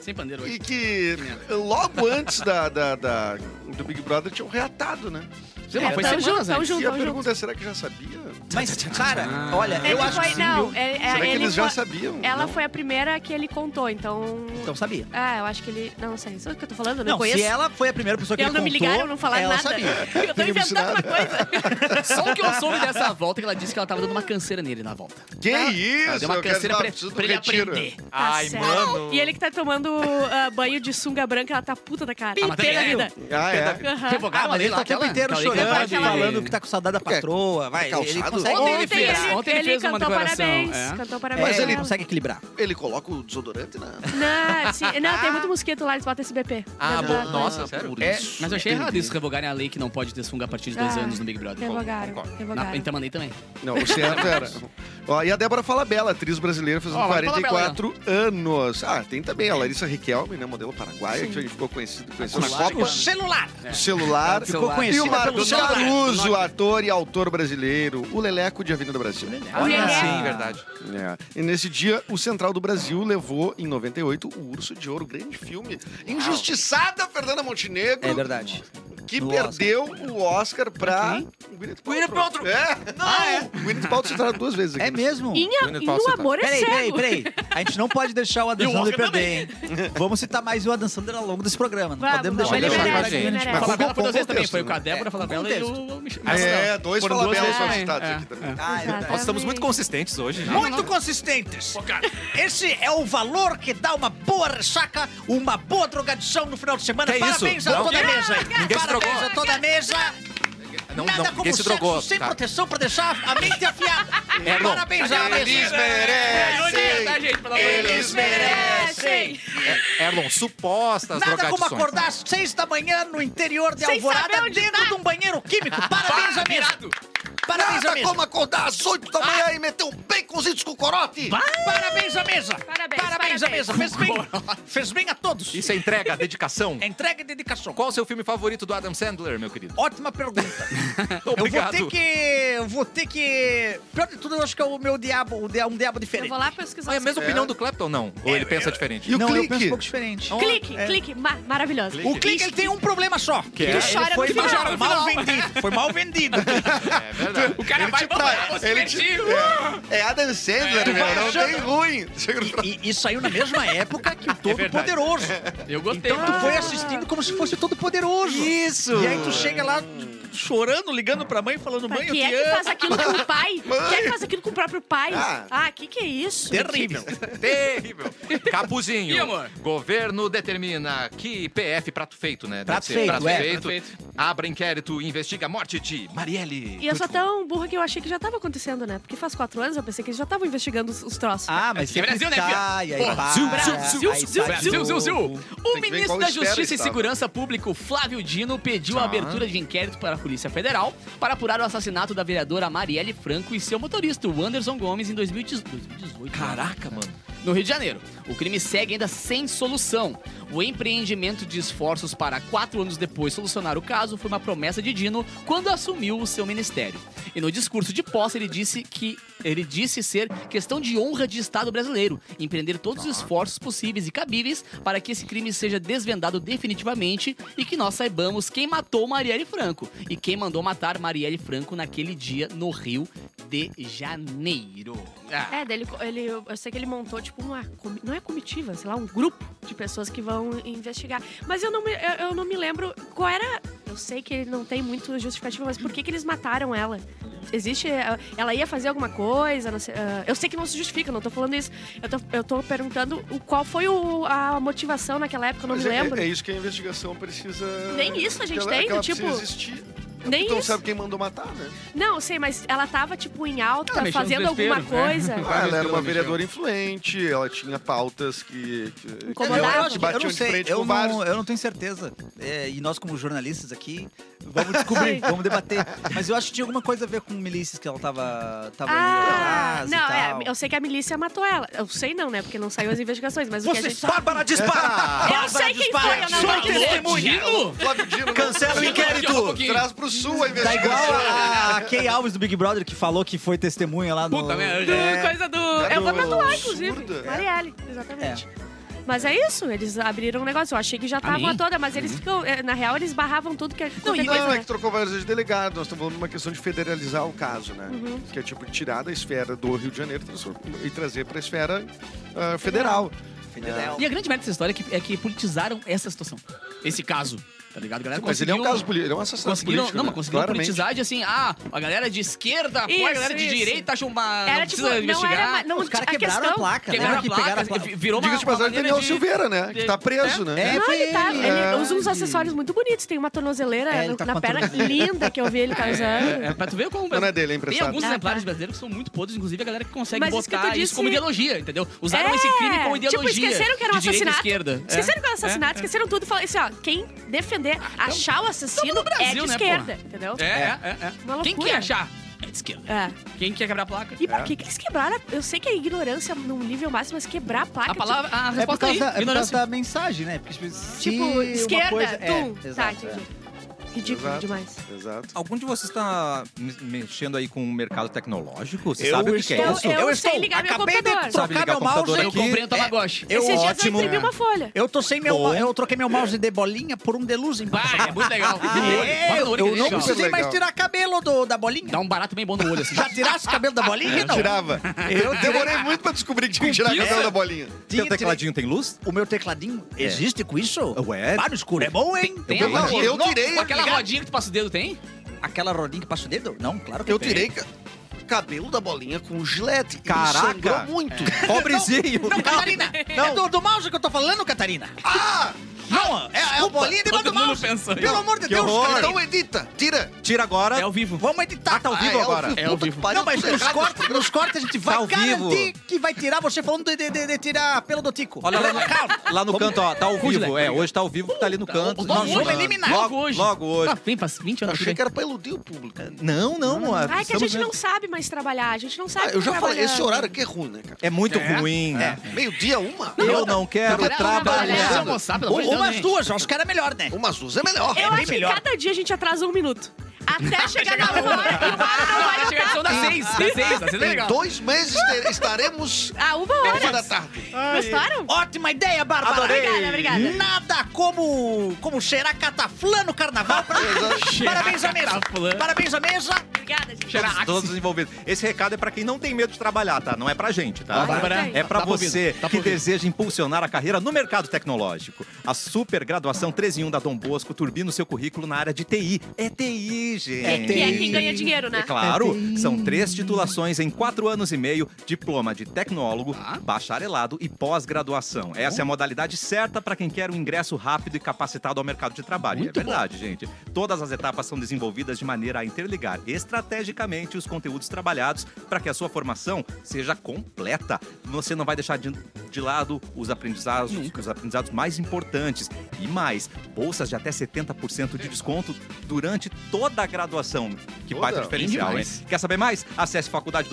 [SPEAKER 2] Sem pandeiro hoje.
[SPEAKER 4] E que logo antes da, da- da- do Big Brother tinham reatado, né?
[SPEAKER 2] Sei
[SPEAKER 3] É,
[SPEAKER 2] lá, foi
[SPEAKER 3] tão junto,
[SPEAKER 2] semanas
[SPEAKER 3] tão
[SPEAKER 2] antes.
[SPEAKER 3] junto,
[SPEAKER 4] e a
[SPEAKER 3] tão junto.
[SPEAKER 4] pergunta é, será que já sabia?
[SPEAKER 5] Mas, cara, olha,
[SPEAKER 3] Ele
[SPEAKER 5] eu acho
[SPEAKER 3] foi,
[SPEAKER 5] que sim.
[SPEAKER 3] não,
[SPEAKER 5] eu-
[SPEAKER 3] é- é-
[SPEAKER 4] assim, será que
[SPEAKER 3] ele
[SPEAKER 4] eles já
[SPEAKER 3] foi-
[SPEAKER 4] sabiam?
[SPEAKER 3] Ela
[SPEAKER 4] Não.
[SPEAKER 3] foi a primeira que ele contou, então.
[SPEAKER 5] Então sabia.
[SPEAKER 3] Ah, eu acho que ele. Não, não sei. Sabe o que eu tô falando? Eu não,
[SPEAKER 5] Não,
[SPEAKER 3] conheço.
[SPEAKER 5] se ela foi a primeira pessoa que
[SPEAKER 3] Ela
[SPEAKER 5] ele
[SPEAKER 3] não me
[SPEAKER 5] contou,
[SPEAKER 3] ligaram, não falaram
[SPEAKER 5] ela
[SPEAKER 3] nada.
[SPEAKER 5] Sabia.
[SPEAKER 3] Eu tô
[SPEAKER 4] Não me
[SPEAKER 3] inventando uma coisa.
[SPEAKER 2] Só o que eu soube dessa volta é que ela disse que ela tava dando uma canseira nele na volta.
[SPEAKER 4] Que
[SPEAKER 3] Ela-
[SPEAKER 4] isso?
[SPEAKER 2] Ela deu uma
[SPEAKER 4] eu quero
[SPEAKER 2] canseira
[SPEAKER 4] dar-
[SPEAKER 2] pra,
[SPEAKER 4] preciso do
[SPEAKER 2] pra ele
[SPEAKER 4] retiro.
[SPEAKER 2] aprender.
[SPEAKER 3] Tá
[SPEAKER 1] Ai,
[SPEAKER 3] certo.
[SPEAKER 1] mano.
[SPEAKER 3] E ele que tá tomando ah, banho de sunga branca, ela tá puta da cara.
[SPEAKER 2] Ah, mas
[SPEAKER 3] Pé da
[SPEAKER 2] também
[SPEAKER 3] vida.
[SPEAKER 4] Ah, é.
[SPEAKER 3] Aham.
[SPEAKER 2] Revogaram
[SPEAKER 5] Ah, mas
[SPEAKER 2] a lei
[SPEAKER 5] ele
[SPEAKER 2] lá,
[SPEAKER 5] tá o tempo
[SPEAKER 2] aquela-
[SPEAKER 5] inteiro
[SPEAKER 2] aquela lei
[SPEAKER 5] chorando,
[SPEAKER 3] daquela-
[SPEAKER 5] falando que tá com saudade da
[SPEAKER 4] Porque é
[SPEAKER 2] Tá
[SPEAKER 5] patroa. Vai, ele
[SPEAKER 4] calçado?
[SPEAKER 5] consegue...
[SPEAKER 2] Ontem
[SPEAKER 3] Ontem ele
[SPEAKER 2] ele fez,
[SPEAKER 3] ele,
[SPEAKER 2] ontem ele fez uma
[SPEAKER 3] cantou
[SPEAKER 2] declaração,
[SPEAKER 3] parabéns.
[SPEAKER 2] é.
[SPEAKER 3] Cantou
[SPEAKER 5] É,
[SPEAKER 3] parabéns.
[SPEAKER 5] mas
[SPEAKER 3] pra
[SPEAKER 5] ele
[SPEAKER 3] ela.
[SPEAKER 5] consegue equilibrar.
[SPEAKER 4] Ele coloca o desodorante né? na...
[SPEAKER 3] Não, sim- não, tem muito mosquito lá, eles botam esse BP.
[SPEAKER 1] Ah,
[SPEAKER 3] Dentro
[SPEAKER 1] bom.
[SPEAKER 3] da-
[SPEAKER 1] Nossa, sério?
[SPEAKER 4] Por
[SPEAKER 5] É,
[SPEAKER 4] isso.
[SPEAKER 2] Mas eu achei errado isso, revogarem a lei que não pode ter sunga a partir de dois
[SPEAKER 3] Ah,
[SPEAKER 2] anos no Big Brother.
[SPEAKER 3] Revogaram,
[SPEAKER 1] Concordo.
[SPEAKER 2] Na,
[SPEAKER 3] revogaram.
[SPEAKER 2] então mandei também.
[SPEAKER 4] Não, o certo era... Ó, e a Débora Falabella, atriz brasileira, um fazendo
[SPEAKER 2] Ó, vai falar
[SPEAKER 4] 44 anos. Ah, tem também a
[SPEAKER 2] É.
[SPEAKER 4] Larissa Riquelme, né, modelo paraguaia, que a gente ficou conhecido, conhecido na
[SPEAKER 2] Popular,
[SPEAKER 4] Copa.
[SPEAKER 2] né?
[SPEAKER 5] celular.
[SPEAKER 4] O
[SPEAKER 2] Ficou
[SPEAKER 4] celular.
[SPEAKER 2] Celular.
[SPEAKER 4] E
[SPEAKER 5] conhecido
[SPEAKER 4] o Marcos
[SPEAKER 5] pelo celular.
[SPEAKER 4] Caruso, ator e autor brasileiro. O Leleco de Avenida do Brasil.
[SPEAKER 1] Olha,
[SPEAKER 3] Olha.
[SPEAKER 1] é, sim, verdade.
[SPEAKER 4] É. E nesse dia, o Central do Brasil levou, em 98, o Urso de Ouro, grande filme. Injustiçada Fernanda Montenegro,
[SPEAKER 5] É verdade.
[SPEAKER 4] que
[SPEAKER 5] No
[SPEAKER 4] perdeu o Oscar pra... Gwyneth
[SPEAKER 1] Gwyneth Paltrow.
[SPEAKER 4] É. Não! Gwyneth Paltrow se traiu duas vezes aqui.
[SPEAKER 5] É mesmo?
[SPEAKER 3] Em, a-
[SPEAKER 1] Gwyneth
[SPEAKER 3] em
[SPEAKER 1] Paltrow
[SPEAKER 3] um
[SPEAKER 1] tá-
[SPEAKER 3] amor é
[SPEAKER 5] Peraí,
[SPEAKER 3] cego.
[SPEAKER 5] peraí, peraí. A gente não pode deixar o
[SPEAKER 2] E
[SPEAKER 5] Adam
[SPEAKER 2] o
[SPEAKER 5] Sandler
[SPEAKER 2] Oscar
[SPEAKER 5] perder, hein? Vamos citar mais o Adam Sandler ao longo desse programa. Não
[SPEAKER 3] Vamos,
[SPEAKER 5] podemos
[SPEAKER 3] vamos,
[SPEAKER 5] deixar
[SPEAKER 1] ele
[SPEAKER 5] deixar
[SPEAKER 1] merece, ele
[SPEAKER 5] ele um
[SPEAKER 3] merece.
[SPEAKER 5] Mas
[SPEAKER 2] Fala Bela
[SPEAKER 4] bom
[SPEAKER 2] foi duas vezes também.
[SPEAKER 4] contexto,
[SPEAKER 2] Foi com a
[SPEAKER 4] né?
[SPEAKER 2] Débora,
[SPEAKER 5] É,
[SPEAKER 2] Fala
[SPEAKER 5] bom
[SPEAKER 2] Bela e
[SPEAKER 5] contexto.
[SPEAKER 2] o Michel.
[SPEAKER 4] Ah, É, dois
[SPEAKER 2] Foram
[SPEAKER 4] Fala
[SPEAKER 2] duas
[SPEAKER 4] Bela
[SPEAKER 2] vezes.
[SPEAKER 4] foram
[SPEAKER 3] É,
[SPEAKER 4] citados
[SPEAKER 2] é,
[SPEAKER 4] aqui também.
[SPEAKER 5] Ah, é verdade.
[SPEAKER 1] Nós estamos muito consistentes hoje. né?
[SPEAKER 5] Muito consistentes. Esse é o valor que dá uma boa ressaca, uma boa drogadição no final de semana.
[SPEAKER 1] Que é isso?
[SPEAKER 5] Parabéns a
[SPEAKER 1] Não.
[SPEAKER 5] toda a mesa.
[SPEAKER 1] Ninguém se
[SPEAKER 5] Parabéns
[SPEAKER 1] drogou.
[SPEAKER 5] a toda a mesa.
[SPEAKER 1] Não,
[SPEAKER 5] Nada
[SPEAKER 1] não,
[SPEAKER 5] como
[SPEAKER 1] ninguém se drogou.
[SPEAKER 5] sexo sem
[SPEAKER 1] tá?
[SPEAKER 5] proteção pra deixar a mente afiada.
[SPEAKER 1] É, não.
[SPEAKER 5] Parabéns à
[SPEAKER 4] Eles
[SPEAKER 5] mesa. É,
[SPEAKER 2] ironia, tá,
[SPEAKER 4] merecem!
[SPEAKER 2] gente? Pelo amor de Deus.
[SPEAKER 4] Eles merecem!
[SPEAKER 1] É, Erlon, supostas
[SPEAKER 5] Nada como
[SPEAKER 1] drogadições.
[SPEAKER 5] acordar às seis da manhã no interior de
[SPEAKER 3] Sem
[SPEAKER 5] Alvorada
[SPEAKER 3] saber onde tá.
[SPEAKER 5] dentro de um banheiro químico. Parabéns à mesa.
[SPEAKER 2] Virado.
[SPEAKER 5] Parabéns à
[SPEAKER 4] Nada
[SPEAKER 5] mesa.
[SPEAKER 4] como acordar às 8 da manhã e meter um baconzitos com corote!
[SPEAKER 5] Parabéns à mesa.
[SPEAKER 3] Parabéns,
[SPEAKER 5] Parabéns à
[SPEAKER 3] parabéns.
[SPEAKER 5] mesa. Fez bem. Fez bem a todos.
[SPEAKER 1] Isso é entrega, dedicação.
[SPEAKER 3] É.
[SPEAKER 5] Entrega e dedicação.
[SPEAKER 1] Qual o seu filme favorito do Adam Sandler, meu querido?
[SPEAKER 5] Ótima pergunta. eu vou
[SPEAKER 1] Obrigado.
[SPEAKER 5] ter que. Eu vou ter que. Pior de tudo, eu acho que é o meu diabo, o dia- um diabo
[SPEAKER 3] Eu
[SPEAKER 5] diferente.
[SPEAKER 3] vou lá pesquisar.
[SPEAKER 1] Ah, É a mesma
[SPEAKER 4] É.
[SPEAKER 1] opinião do Clapton, não? Ou
[SPEAKER 5] É,
[SPEAKER 1] ele pensa diferente?
[SPEAKER 4] E o
[SPEAKER 5] não, eu penso um
[SPEAKER 4] clique?
[SPEAKER 5] pouco diferente.
[SPEAKER 3] Clique,
[SPEAKER 5] É.
[SPEAKER 3] clique. Ma maravilhoso.
[SPEAKER 5] O clique ele tem um problema só. Que
[SPEAKER 1] é?
[SPEAKER 3] Tu chora
[SPEAKER 5] foi
[SPEAKER 3] no final.
[SPEAKER 5] mal, mal vendido. Foi mal vendido.
[SPEAKER 1] É verdade.
[SPEAKER 2] O cara
[SPEAKER 4] Ele
[SPEAKER 2] vai
[SPEAKER 4] te trai,
[SPEAKER 2] mandar, você
[SPEAKER 4] ele te-
[SPEAKER 2] perdeu.
[SPEAKER 4] É Adam Sandler,
[SPEAKER 2] É,
[SPEAKER 4] velho. Não
[SPEAKER 5] achando-
[SPEAKER 4] tem ruim. Chega no final.
[SPEAKER 5] E, e saiu na mesma época que o Todo
[SPEAKER 2] verdade.
[SPEAKER 5] Poderoso.
[SPEAKER 2] Eu gostei. né?
[SPEAKER 5] Então tu
[SPEAKER 3] Ah.
[SPEAKER 5] foi assistindo como se fosse o Todo Poderoso.
[SPEAKER 1] Isso!
[SPEAKER 5] E aí tu chega lá chorando, ligando pra mãe, falando, mãe, eu
[SPEAKER 3] Quem
[SPEAKER 5] te
[SPEAKER 3] é que
[SPEAKER 5] amo.
[SPEAKER 3] faz aquilo com o pai? Quem é que faz aquilo com o próprio pai?
[SPEAKER 4] Ah.
[SPEAKER 3] Ah, que que é isso?
[SPEAKER 5] Terrível.
[SPEAKER 1] Terrível. Capuzinho.
[SPEAKER 2] Ih, amor.
[SPEAKER 1] Governo determina que PF, prato feito, né? Deve
[SPEAKER 5] Prato
[SPEAKER 1] ser
[SPEAKER 5] feito, é.
[SPEAKER 2] Prato feito.
[SPEAKER 1] Abra inquérito e investiga a morte de Marielle.
[SPEAKER 3] E eu sou tão burra que eu achei que já tava acontecendo, né? Porque faz quatro anos eu pensei que eles já estavam investigando os, os troços.
[SPEAKER 5] Ah, mas
[SPEAKER 2] É
[SPEAKER 5] sempre
[SPEAKER 2] Brasil, né,
[SPEAKER 5] cai,
[SPEAKER 2] Fia?
[SPEAKER 5] aí
[SPEAKER 2] Porra,
[SPEAKER 5] para,
[SPEAKER 2] Brasil, Brasil,
[SPEAKER 5] aí
[SPEAKER 2] Brasil,
[SPEAKER 5] sai de
[SPEAKER 2] Brasil, Brasil,
[SPEAKER 5] novo.
[SPEAKER 2] O
[SPEAKER 4] Tem que ver
[SPEAKER 2] Um ministro
[SPEAKER 4] qual
[SPEAKER 2] da
[SPEAKER 4] esfera
[SPEAKER 2] Justiça e
[SPEAKER 4] estava.
[SPEAKER 2] Segurança Pública, o Flávio Dino, pediu a
[SPEAKER 4] Tá.
[SPEAKER 2] abertura de inquérito para a Polícia Federal para apurar o assassinato da vereadora Marielle Franco e seu motorista, o Anderson Gomes, em 2018.
[SPEAKER 1] Caraca, mano.
[SPEAKER 2] No Rio de Janeiro, o crime segue ainda sem solução. O empreendimento de esforços para quatro anos depois solucionar o caso foi uma promessa de Dino quando assumiu o seu ministério. E no discurso de posse ele disse que ele disse ser questão de honra de Estado brasileiro empreender todos os esforços possíveis e cabíveis para que esse crime seja desvendado definitivamente e que nós saibamos quem matou Marielle Franco e quem mandou matar Marielle Franco naquele dia no Rio de Janeiro. Ah.
[SPEAKER 3] É, dele, ele, eu sei que ele montou, tipo, uma. comi- Não é comitiva, sei lá, um grupo de pessoas que vão investigar. Mas eu não me, eu, eu não me lembro qual era. Eu sei que ele não tem muito justificativa, mas por que, que eles mataram ela? Existe. eh, Ela ia fazer alguma coisa? não sei, eh, eu sei que não se justifica, não tô falando isso. Eu tô, eu tô perguntando o, qual foi o- a motivação naquela época, eu não
[SPEAKER 4] Mas
[SPEAKER 3] me
[SPEAKER 4] é,
[SPEAKER 3] lembro.
[SPEAKER 4] é isso que a investigação precisa.
[SPEAKER 3] Nem isso a gente
[SPEAKER 4] que ela-
[SPEAKER 3] tem,
[SPEAKER 4] que ela
[SPEAKER 3] tipo,
[SPEAKER 4] precisa existir.
[SPEAKER 3] Nem
[SPEAKER 4] então
[SPEAKER 3] isso.
[SPEAKER 4] sabe quem mandou matar, né?
[SPEAKER 3] Não, sei, mas ela tava, tipo, em
[SPEAKER 2] Ela
[SPEAKER 3] alta,
[SPEAKER 2] mexeu nos
[SPEAKER 3] fazendo alguma
[SPEAKER 2] besteiros, né?
[SPEAKER 3] coisa.
[SPEAKER 4] Ah, ela era
[SPEAKER 1] Mexeu,
[SPEAKER 4] uma
[SPEAKER 1] mexeu.
[SPEAKER 4] vereadora
[SPEAKER 5] então.
[SPEAKER 4] influente, ela tinha pautas que. que
[SPEAKER 5] Eu, eu,
[SPEAKER 3] Incomodava.
[SPEAKER 5] acho
[SPEAKER 4] que
[SPEAKER 5] que- eu
[SPEAKER 4] batiam
[SPEAKER 5] não
[SPEAKER 4] de
[SPEAKER 5] sei,
[SPEAKER 4] frente
[SPEAKER 5] eu
[SPEAKER 4] com vários.
[SPEAKER 5] não, eu não tenho certeza. É, e nós, como jornalistas aqui, vamos descobrir, vamos debater. Mas eu acho que tinha alguma coisa a ver com milícias que ela tava, tava
[SPEAKER 3] Ah,
[SPEAKER 5] ali atrás e
[SPEAKER 3] não, é,
[SPEAKER 5] tal.
[SPEAKER 3] eu sei que a milícia matou ela. Eu sei não, né? Porque não saiu as investigações, mas o que a
[SPEAKER 1] Você,
[SPEAKER 3] gente.
[SPEAKER 1] Bárbara, dispara!
[SPEAKER 3] Eu sei quem foi, eu não
[SPEAKER 1] Só
[SPEAKER 3] vou
[SPEAKER 1] que
[SPEAKER 3] dizer.
[SPEAKER 1] testemunha.
[SPEAKER 2] Dino?
[SPEAKER 4] Flávio Dino, não-
[SPEAKER 1] Cancela o
[SPEAKER 2] Só um
[SPEAKER 1] inquérito!
[SPEAKER 2] pouquinho.
[SPEAKER 4] Traz pro sul a
[SPEAKER 5] Tá
[SPEAKER 4] investigação.
[SPEAKER 5] igual a, a Kay Alves do Big Brother, que falou que foi testemunha lá no... É,
[SPEAKER 2] Puta merda. É.
[SPEAKER 3] Do- Coisa do. Eu vou tatuar, inclusive.
[SPEAKER 4] absurdo.
[SPEAKER 3] Marielle, exatamente. Mas é isso, eles abriram um negócio. Eu achei que já
[SPEAKER 2] Amém.
[SPEAKER 3] tava toda, mas eles ficam. eh, Na real, eles barravam tudo que
[SPEAKER 4] Não,
[SPEAKER 3] qualquer coisa,
[SPEAKER 4] é
[SPEAKER 3] né?
[SPEAKER 4] que trocou várias vezes de delegado. Nós estamos falando de uma questão de federalizar o caso, né?
[SPEAKER 3] Uhum.
[SPEAKER 4] Que é tipo tirar da esfera do Rio de Janeiro transform- e trazer pra esfera ah, federal.
[SPEAKER 5] Federal.
[SPEAKER 2] E a grande merda dessa história é que, é que politizaram essa situação. Esse caso. Tá ligado, galera?
[SPEAKER 4] Mas ele é um
[SPEAKER 2] Conseguiu-
[SPEAKER 4] caso político, ele é um assassinato
[SPEAKER 2] Conseguiram,
[SPEAKER 4] político.
[SPEAKER 2] não,
[SPEAKER 4] né?
[SPEAKER 2] mas conseguiram
[SPEAKER 4] Claramente.
[SPEAKER 2] politizar de assim, ah, a galera de esquerda apoia a
[SPEAKER 3] Isso,
[SPEAKER 2] galera de
[SPEAKER 3] isso.
[SPEAKER 2] direita, acha uma. não
[SPEAKER 3] Era tipo,
[SPEAKER 2] precisa
[SPEAKER 3] não
[SPEAKER 2] investigar.
[SPEAKER 3] era. ma- Não,
[SPEAKER 5] Os caras
[SPEAKER 3] a
[SPEAKER 5] quebraram
[SPEAKER 3] questão,
[SPEAKER 5] a placa, né?
[SPEAKER 2] Pegaram a
[SPEAKER 5] Que
[SPEAKER 2] placa,
[SPEAKER 5] pegaram a placa.
[SPEAKER 2] virou uma.
[SPEAKER 4] Diga-se de
[SPEAKER 2] uma
[SPEAKER 4] passagem,
[SPEAKER 2] maneira
[SPEAKER 4] Daniel
[SPEAKER 2] de-
[SPEAKER 4] Silveira, né? Que tá preso, né?
[SPEAKER 5] É,
[SPEAKER 3] Não,
[SPEAKER 5] foi
[SPEAKER 3] ele, tá, ele
[SPEAKER 4] é.
[SPEAKER 3] usa uns acessórios muito bonitos. Tem uma tornozeleira
[SPEAKER 5] É, ele
[SPEAKER 3] no-
[SPEAKER 5] tá com
[SPEAKER 3] na
[SPEAKER 5] uma
[SPEAKER 3] perna linda que eu vi ele tá usando.
[SPEAKER 2] É, pra tu ver como.
[SPEAKER 4] Não é dele, é
[SPEAKER 2] Tem
[SPEAKER 4] emprestado.
[SPEAKER 2] alguns
[SPEAKER 3] Ah, tá.
[SPEAKER 2] exemplares brasileiros que são muito podres, inclusive a galera que consegue
[SPEAKER 3] Mas isso que
[SPEAKER 2] botar
[SPEAKER 3] tu
[SPEAKER 2] isso,
[SPEAKER 3] disse-
[SPEAKER 2] como ideologia, entendeu? Usaram
[SPEAKER 3] É,
[SPEAKER 2] esse crime como ideologia.
[SPEAKER 3] Tipo, esqueceram que era um
[SPEAKER 2] de direita e
[SPEAKER 3] assassinato.
[SPEAKER 2] esquerda. É.
[SPEAKER 3] Esqueceram que era um assassinato, esqueceram tudo. Falaram assim, ó, quem defender, achar o assassino
[SPEAKER 2] tamo no Brasil,
[SPEAKER 3] é de
[SPEAKER 2] né,
[SPEAKER 3] esquerda, entendeu?
[SPEAKER 2] É, é, é. é.
[SPEAKER 3] Uma
[SPEAKER 2] Quem
[SPEAKER 3] loucura.
[SPEAKER 2] quer achar? É de esquerda.
[SPEAKER 3] É.
[SPEAKER 2] Quem quer quebrar a placa?
[SPEAKER 3] E por que, que eles quebraram? a- Eu sei que é ignorância num nível máximo, mas quebrar a placa...
[SPEAKER 2] A palavra, a
[SPEAKER 5] É por
[SPEAKER 2] resposta
[SPEAKER 5] causa,
[SPEAKER 2] aí,
[SPEAKER 5] é por causa
[SPEAKER 2] ignorância.
[SPEAKER 5] da mensagem, né? Porque, tipo, se
[SPEAKER 3] Tipo,
[SPEAKER 5] uma
[SPEAKER 3] esquerda,
[SPEAKER 5] coisa...
[SPEAKER 3] tum.
[SPEAKER 5] É,
[SPEAKER 3] tá,
[SPEAKER 5] exato,
[SPEAKER 3] entendi.
[SPEAKER 5] é.
[SPEAKER 3] Ridículo
[SPEAKER 4] Exato.
[SPEAKER 3] demais.
[SPEAKER 4] Exato.
[SPEAKER 1] Algum de vocês está me- mexendo aí com o mercado tecnológico? Você
[SPEAKER 5] Eu
[SPEAKER 1] sabe o que, que é
[SPEAKER 3] estou-
[SPEAKER 1] isso?
[SPEAKER 3] eu- sei ligar meu
[SPEAKER 5] acabei
[SPEAKER 3] computador.
[SPEAKER 1] Sabe
[SPEAKER 5] de trocar
[SPEAKER 1] ligar
[SPEAKER 5] meu mouse
[SPEAKER 1] computador
[SPEAKER 5] aqui.
[SPEAKER 2] Eu comprei um Tamagotchi.
[SPEAKER 5] É, eu
[SPEAKER 3] Esses dias
[SPEAKER 5] ótimo.
[SPEAKER 3] eu imprimi uma folha.
[SPEAKER 5] Eu trocei meu,
[SPEAKER 1] Bom.
[SPEAKER 5] eu troquei meu mouse de bolinha por um de luz em
[SPEAKER 2] Vai, é muito legal.
[SPEAKER 5] Ah,
[SPEAKER 2] No olho.
[SPEAKER 5] é,
[SPEAKER 2] Bota no olho que
[SPEAKER 5] eu, eu
[SPEAKER 2] é
[SPEAKER 5] não
[SPEAKER 2] legal.
[SPEAKER 5] precisei mais
[SPEAKER 4] Legal.
[SPEAKER 5] tirar cabelo do- da bolinha.
[SPEAKER 2] Dá um barato bem bom no olho, assim.
[SPEAKER 5] Já tirasse o cabelo da bolinha? Não.
[SPEAKER 4] Tirava.
[SPEAKER 5] Eu
[SPEAKER 4] Eu demorei muito pra descobrir que tinha que tirar a
[SPEAKER 2] Complica.
[SPEAKER 4] cabelo da bolinha.
[SPEAKER 1] Teu
[SPEAKER 5] Tinha-
[SPEAKER 1] tecladinho tem luz?
[SPEAKER 5] O meu tecladinho
[SPEAKER 1] É.
[SPEAKER 5] existe com isso?
[SPEAKER 1] Ué.
[SPEAKER 5] Lá no escuro. É bom, hein?
[SPEAKER 2] Tem
[SPEAKER 4] Eu-
[SPEAKER 2] a rodinha.
[SPEAKER 4] eu tirei,
[SPEAKER 2] Não, Aquela
[SPEAKER 4] ligado?
[SPEAKER 2] rodinha que tu passa o dedo, tem?
[SPEAKER 5] Aquela rodinha que passa o dedo? Não, claro que
[SPEAKER 4] Eu
[SPEAKER 5] tem.
[SPEAKER 4] tirei ca- cabelo da bolinha com gilete.
[SPEAKER 1] Caraca.
[SPEAKER 4] E sangrou muito.
[SPEAKER 5] É.
[SPEAKER 1] Pobrezinho!
[SPEAKER 5] Não, Catarina. É do, do mouse que eu tô falando, Catarina.
[SPEAKER 4] Ah!
[SPEAKER 5] Não, é, é a bolinha debaixo do
[SPEAKER 2] todo mundo
[SPEAKER 5] mouse.
[SPEAKER 2] pensou.
[SPEAKER 5] Pelo amor de
[SPEAKER 1] Que
[SPEAKER 5] Deus,
[SPEAKER 1] horror.
[SPEAKER 5] Catarina.
[SPEAKER 4] um Então edita, tira.
[SPEAKER 1] Tira agora.
[SPEAKER 2] É ao vivo.
[SPEAKER 5] Vamos editar. tá ao
[SPEAKER 4] Ah, é ao vivo.
[SPEAKER 2] É ao
[SPEAKER 4] Puta que
[SPEAKER 2] vivo.
[SPEAKER 4] pariu,
[SPEAKER 5] Não, mas
[SPEAKER 4] tudo
[SPEAKER 5] nos
[SPEAKER 4] errado.
[SPEAKER 5] cortes, nos cortes a gente vai
[SPEAKER 1] Tá ao
[SPEAKER 5] garantir
[SPEAKER 1] vivo.
[SPEAKER 5] que vai tirar você falando de, de- de- de tirar pelo do tico.
[SPEAKER 1] Olha lá no, lá no canto, ó. Tá ao
[SPEAKER 2] Cuide,
[SPEAKER 1] vivo.
[SPEAKER 2] né?
[SPEAKER 1] É, hoje tá ao vivo, tá ali no canto.
[SPEAKER 2] Nós
[SPEAKER 1] Nós
[SPEAKER 5] vamos é eliminar.
[SPEAKER 1] Logo
[SPEAKER 2] hoje.
[SPEAKER 1] hoje. Logo hoje.
[SPEAKER 2] Ah, tem, faz 20
[SPEAKER 4] Eu
[SPEAKER 2] anos
[SPEAKER 4] achei que era pra iludir o público.
[SPEAKER 1] Não, não, não.
[SPEAKER 3] Ah, é que a gente não sabe mais trabalhar, a gente não sabe
[SPEAKER 4] Ah, eu já
[SPEAKER 3] tá
[SPEAKER 4] falei, esse
[SPEAKER 3] trabalhando.
[SPEAKER 4] horário aqui é ruim, né, cara?
[SPEAKER 1] É muito
[SPEAKER 2] É.
[SPEAKER 1] ruim. né?
[SPEAKER 4] Meio-dia, uma?
[SPEAKER 5] É.
[SPEAKER 1] Eu não
[SPEAKER 5] tá
[SPEAKER 1] quero
[SPEAKER 2] Trabalhar,
[SPEAKER 1] trabalhar.
[SPEAKER 2] trabalhar. almoçar, pelo amor de Deus,
[SPEAKER 5] Ou umas
[SPEAKER 2] gente.
[SPEAKER 5] duas, acho que era melhor, né?
[SPEAKER 4] Umas duas é melhor.
[SPEAKER 3] Eu
[SPEAKER 5] bem
[SPEAKER 3] acho
[SPEAKER 5] melhor.
[SPEAKER 3] que cada dia a gente atrasa um minuto. Até chegar na uma hora, e uma hora não
[SPEAKER 2] Vai
[SPEAKER 3] vai
[SPEAKER 2] chegar a edição
[SPEAKER 3] dar.
[SPEAKER 2] da 6, da 6, da 6 é
[SPEAKER 4] Em
[SPEAKER 2] legal.
[SPEAKER 4] dois meses te- estaremos
[SPEAKER 3] Ah, uma
[SPEAKER 4] uma da
[SPEAKER 3] hora.
[SPEAKER 4] tarde.
[SPEAKER 3] Gostaram?
[SPEAKER 5] Ótima ideia, Bárbara.
[SPEAKER 1] Adorei.
[SPEAKER 3] Obrigada, obrigada.
[SPEAKER 5] Nada como, como cheirar cataflã no carnaval. Pra... Parabéns à mesa.
[SPEAKER 2] cataflã.
[SPEAKER 5] Parabéns à mesa.
[SPEAKER 3] Obrigada, gente.
[SPEAKER 2] Cheira
[SPEAKER 1] Todos, todos os envolvidos. Esse recado é pra quem não tem medo de trabalhar, tá? Não é pra gente, tá?
[SPEAKER 3] Ah, Bárbara.
[SPEAKER 1] É pra
[SPEAKER 2] Tá ouvindo,
[SPEAKER 1] você
[SPEAKER 2] tá
[SPEAKER 1] que
[SPEAKER 2] ouvindo.
[SPEAKER 1] deseja impulsionar a carreira no mercado um tecnológico. A supergraduação 13 em 1 da Dom Bosco turbina o seu currículo na área de TI. É TI, gente.
[SPEAKER 3] Que é quem ganha dinheiro, né?
[SPEAKER 1] É claro, são três titulações em quatro anos e meio, diploma de tecnólogo,
[SPEAKER 2] Tá.
[SPEAKER 1] bacharelado e pós-graduação. Essa é a modalidade certa para quem quer um ingresso rápido e capacitado ao mercado de trabalho.
[SPEAKER 2] Muito
[SPEAKER 1] é verdade, gente. Todas as etapas são desenvolvidas de maneira a interligar estrategicamente os conteúdos trabalhados para que a sua formação seja completa. Você não vai deixar de, de lado os aprendizados,
[SPEAKER 2] Nunca.
[SPEAKER 1] os aprendizados mais importantes. E mais, bolsas de até 70% de desconto durante toda a graduação. Que
[SPEAKER 4] Toda?
[SPEAKER 1] baita diferencial, hein?
[SPEAKER 2] demais.
[SPEAKER 1] Quer saber mais? Acesse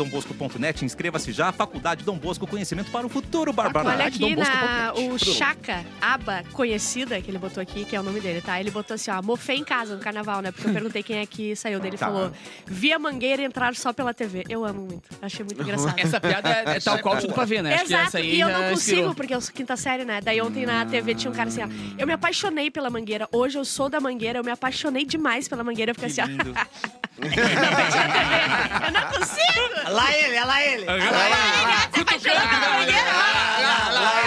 [SPEAKER 1] faculdadedombosco.net, inscreva-se já. Faculdade Dom Bosco, conhecimento para o futuro,
[SPEAKER 2] é
[SPEAKER 1] Bárbara.
[SPEAKER 3] Olha aqui na
[SPEAKER 1] Faculdade Dom
[SPEAKER 3] o
[SPEAKER 1] Bosco.
[SPEAKER 3] Chaka Aba conhecida que ele botou aqui, que é o nome dele, tá? Ele botou assim, ó, mofei em casa no carnaval, né? Porque eu perguntei quem é que saiu dele e
[SPEAKER 1] Tá.
[SPEAKER 3] falou: "Via mangueira entrar só pela TV". Eu amo muito. Achei muito engraçado.
[SPEAKER 2] Essa piada é, é tal qual tudo pra ver, né? Acho que
[SPEAKER 3] Exato,
[SPEAKER 2] essa aí
[SPEAKER 3] e eu
[SPEAKER 2] já
[SPEAKER 3] não consigo,
[SPEAKER 2] inspirou. Ah.
[SPEAKER 3] porque eu sou quinta série, né? Daí ontem na TV tinha um cara assim, ó, eu me apaixonei pela mangueira, hoje eu sou da mangueira, eu me apaixonei demais pela mangueira, eu fiquei assim, ó,
[SPEAKER 1] Que lindo.
[SPEAKER 3] eu não consigo!
[SPEAKER 5] Lá ele, lá ele. Lá
[SPEAKER 3] Apaixonei pela mangueira!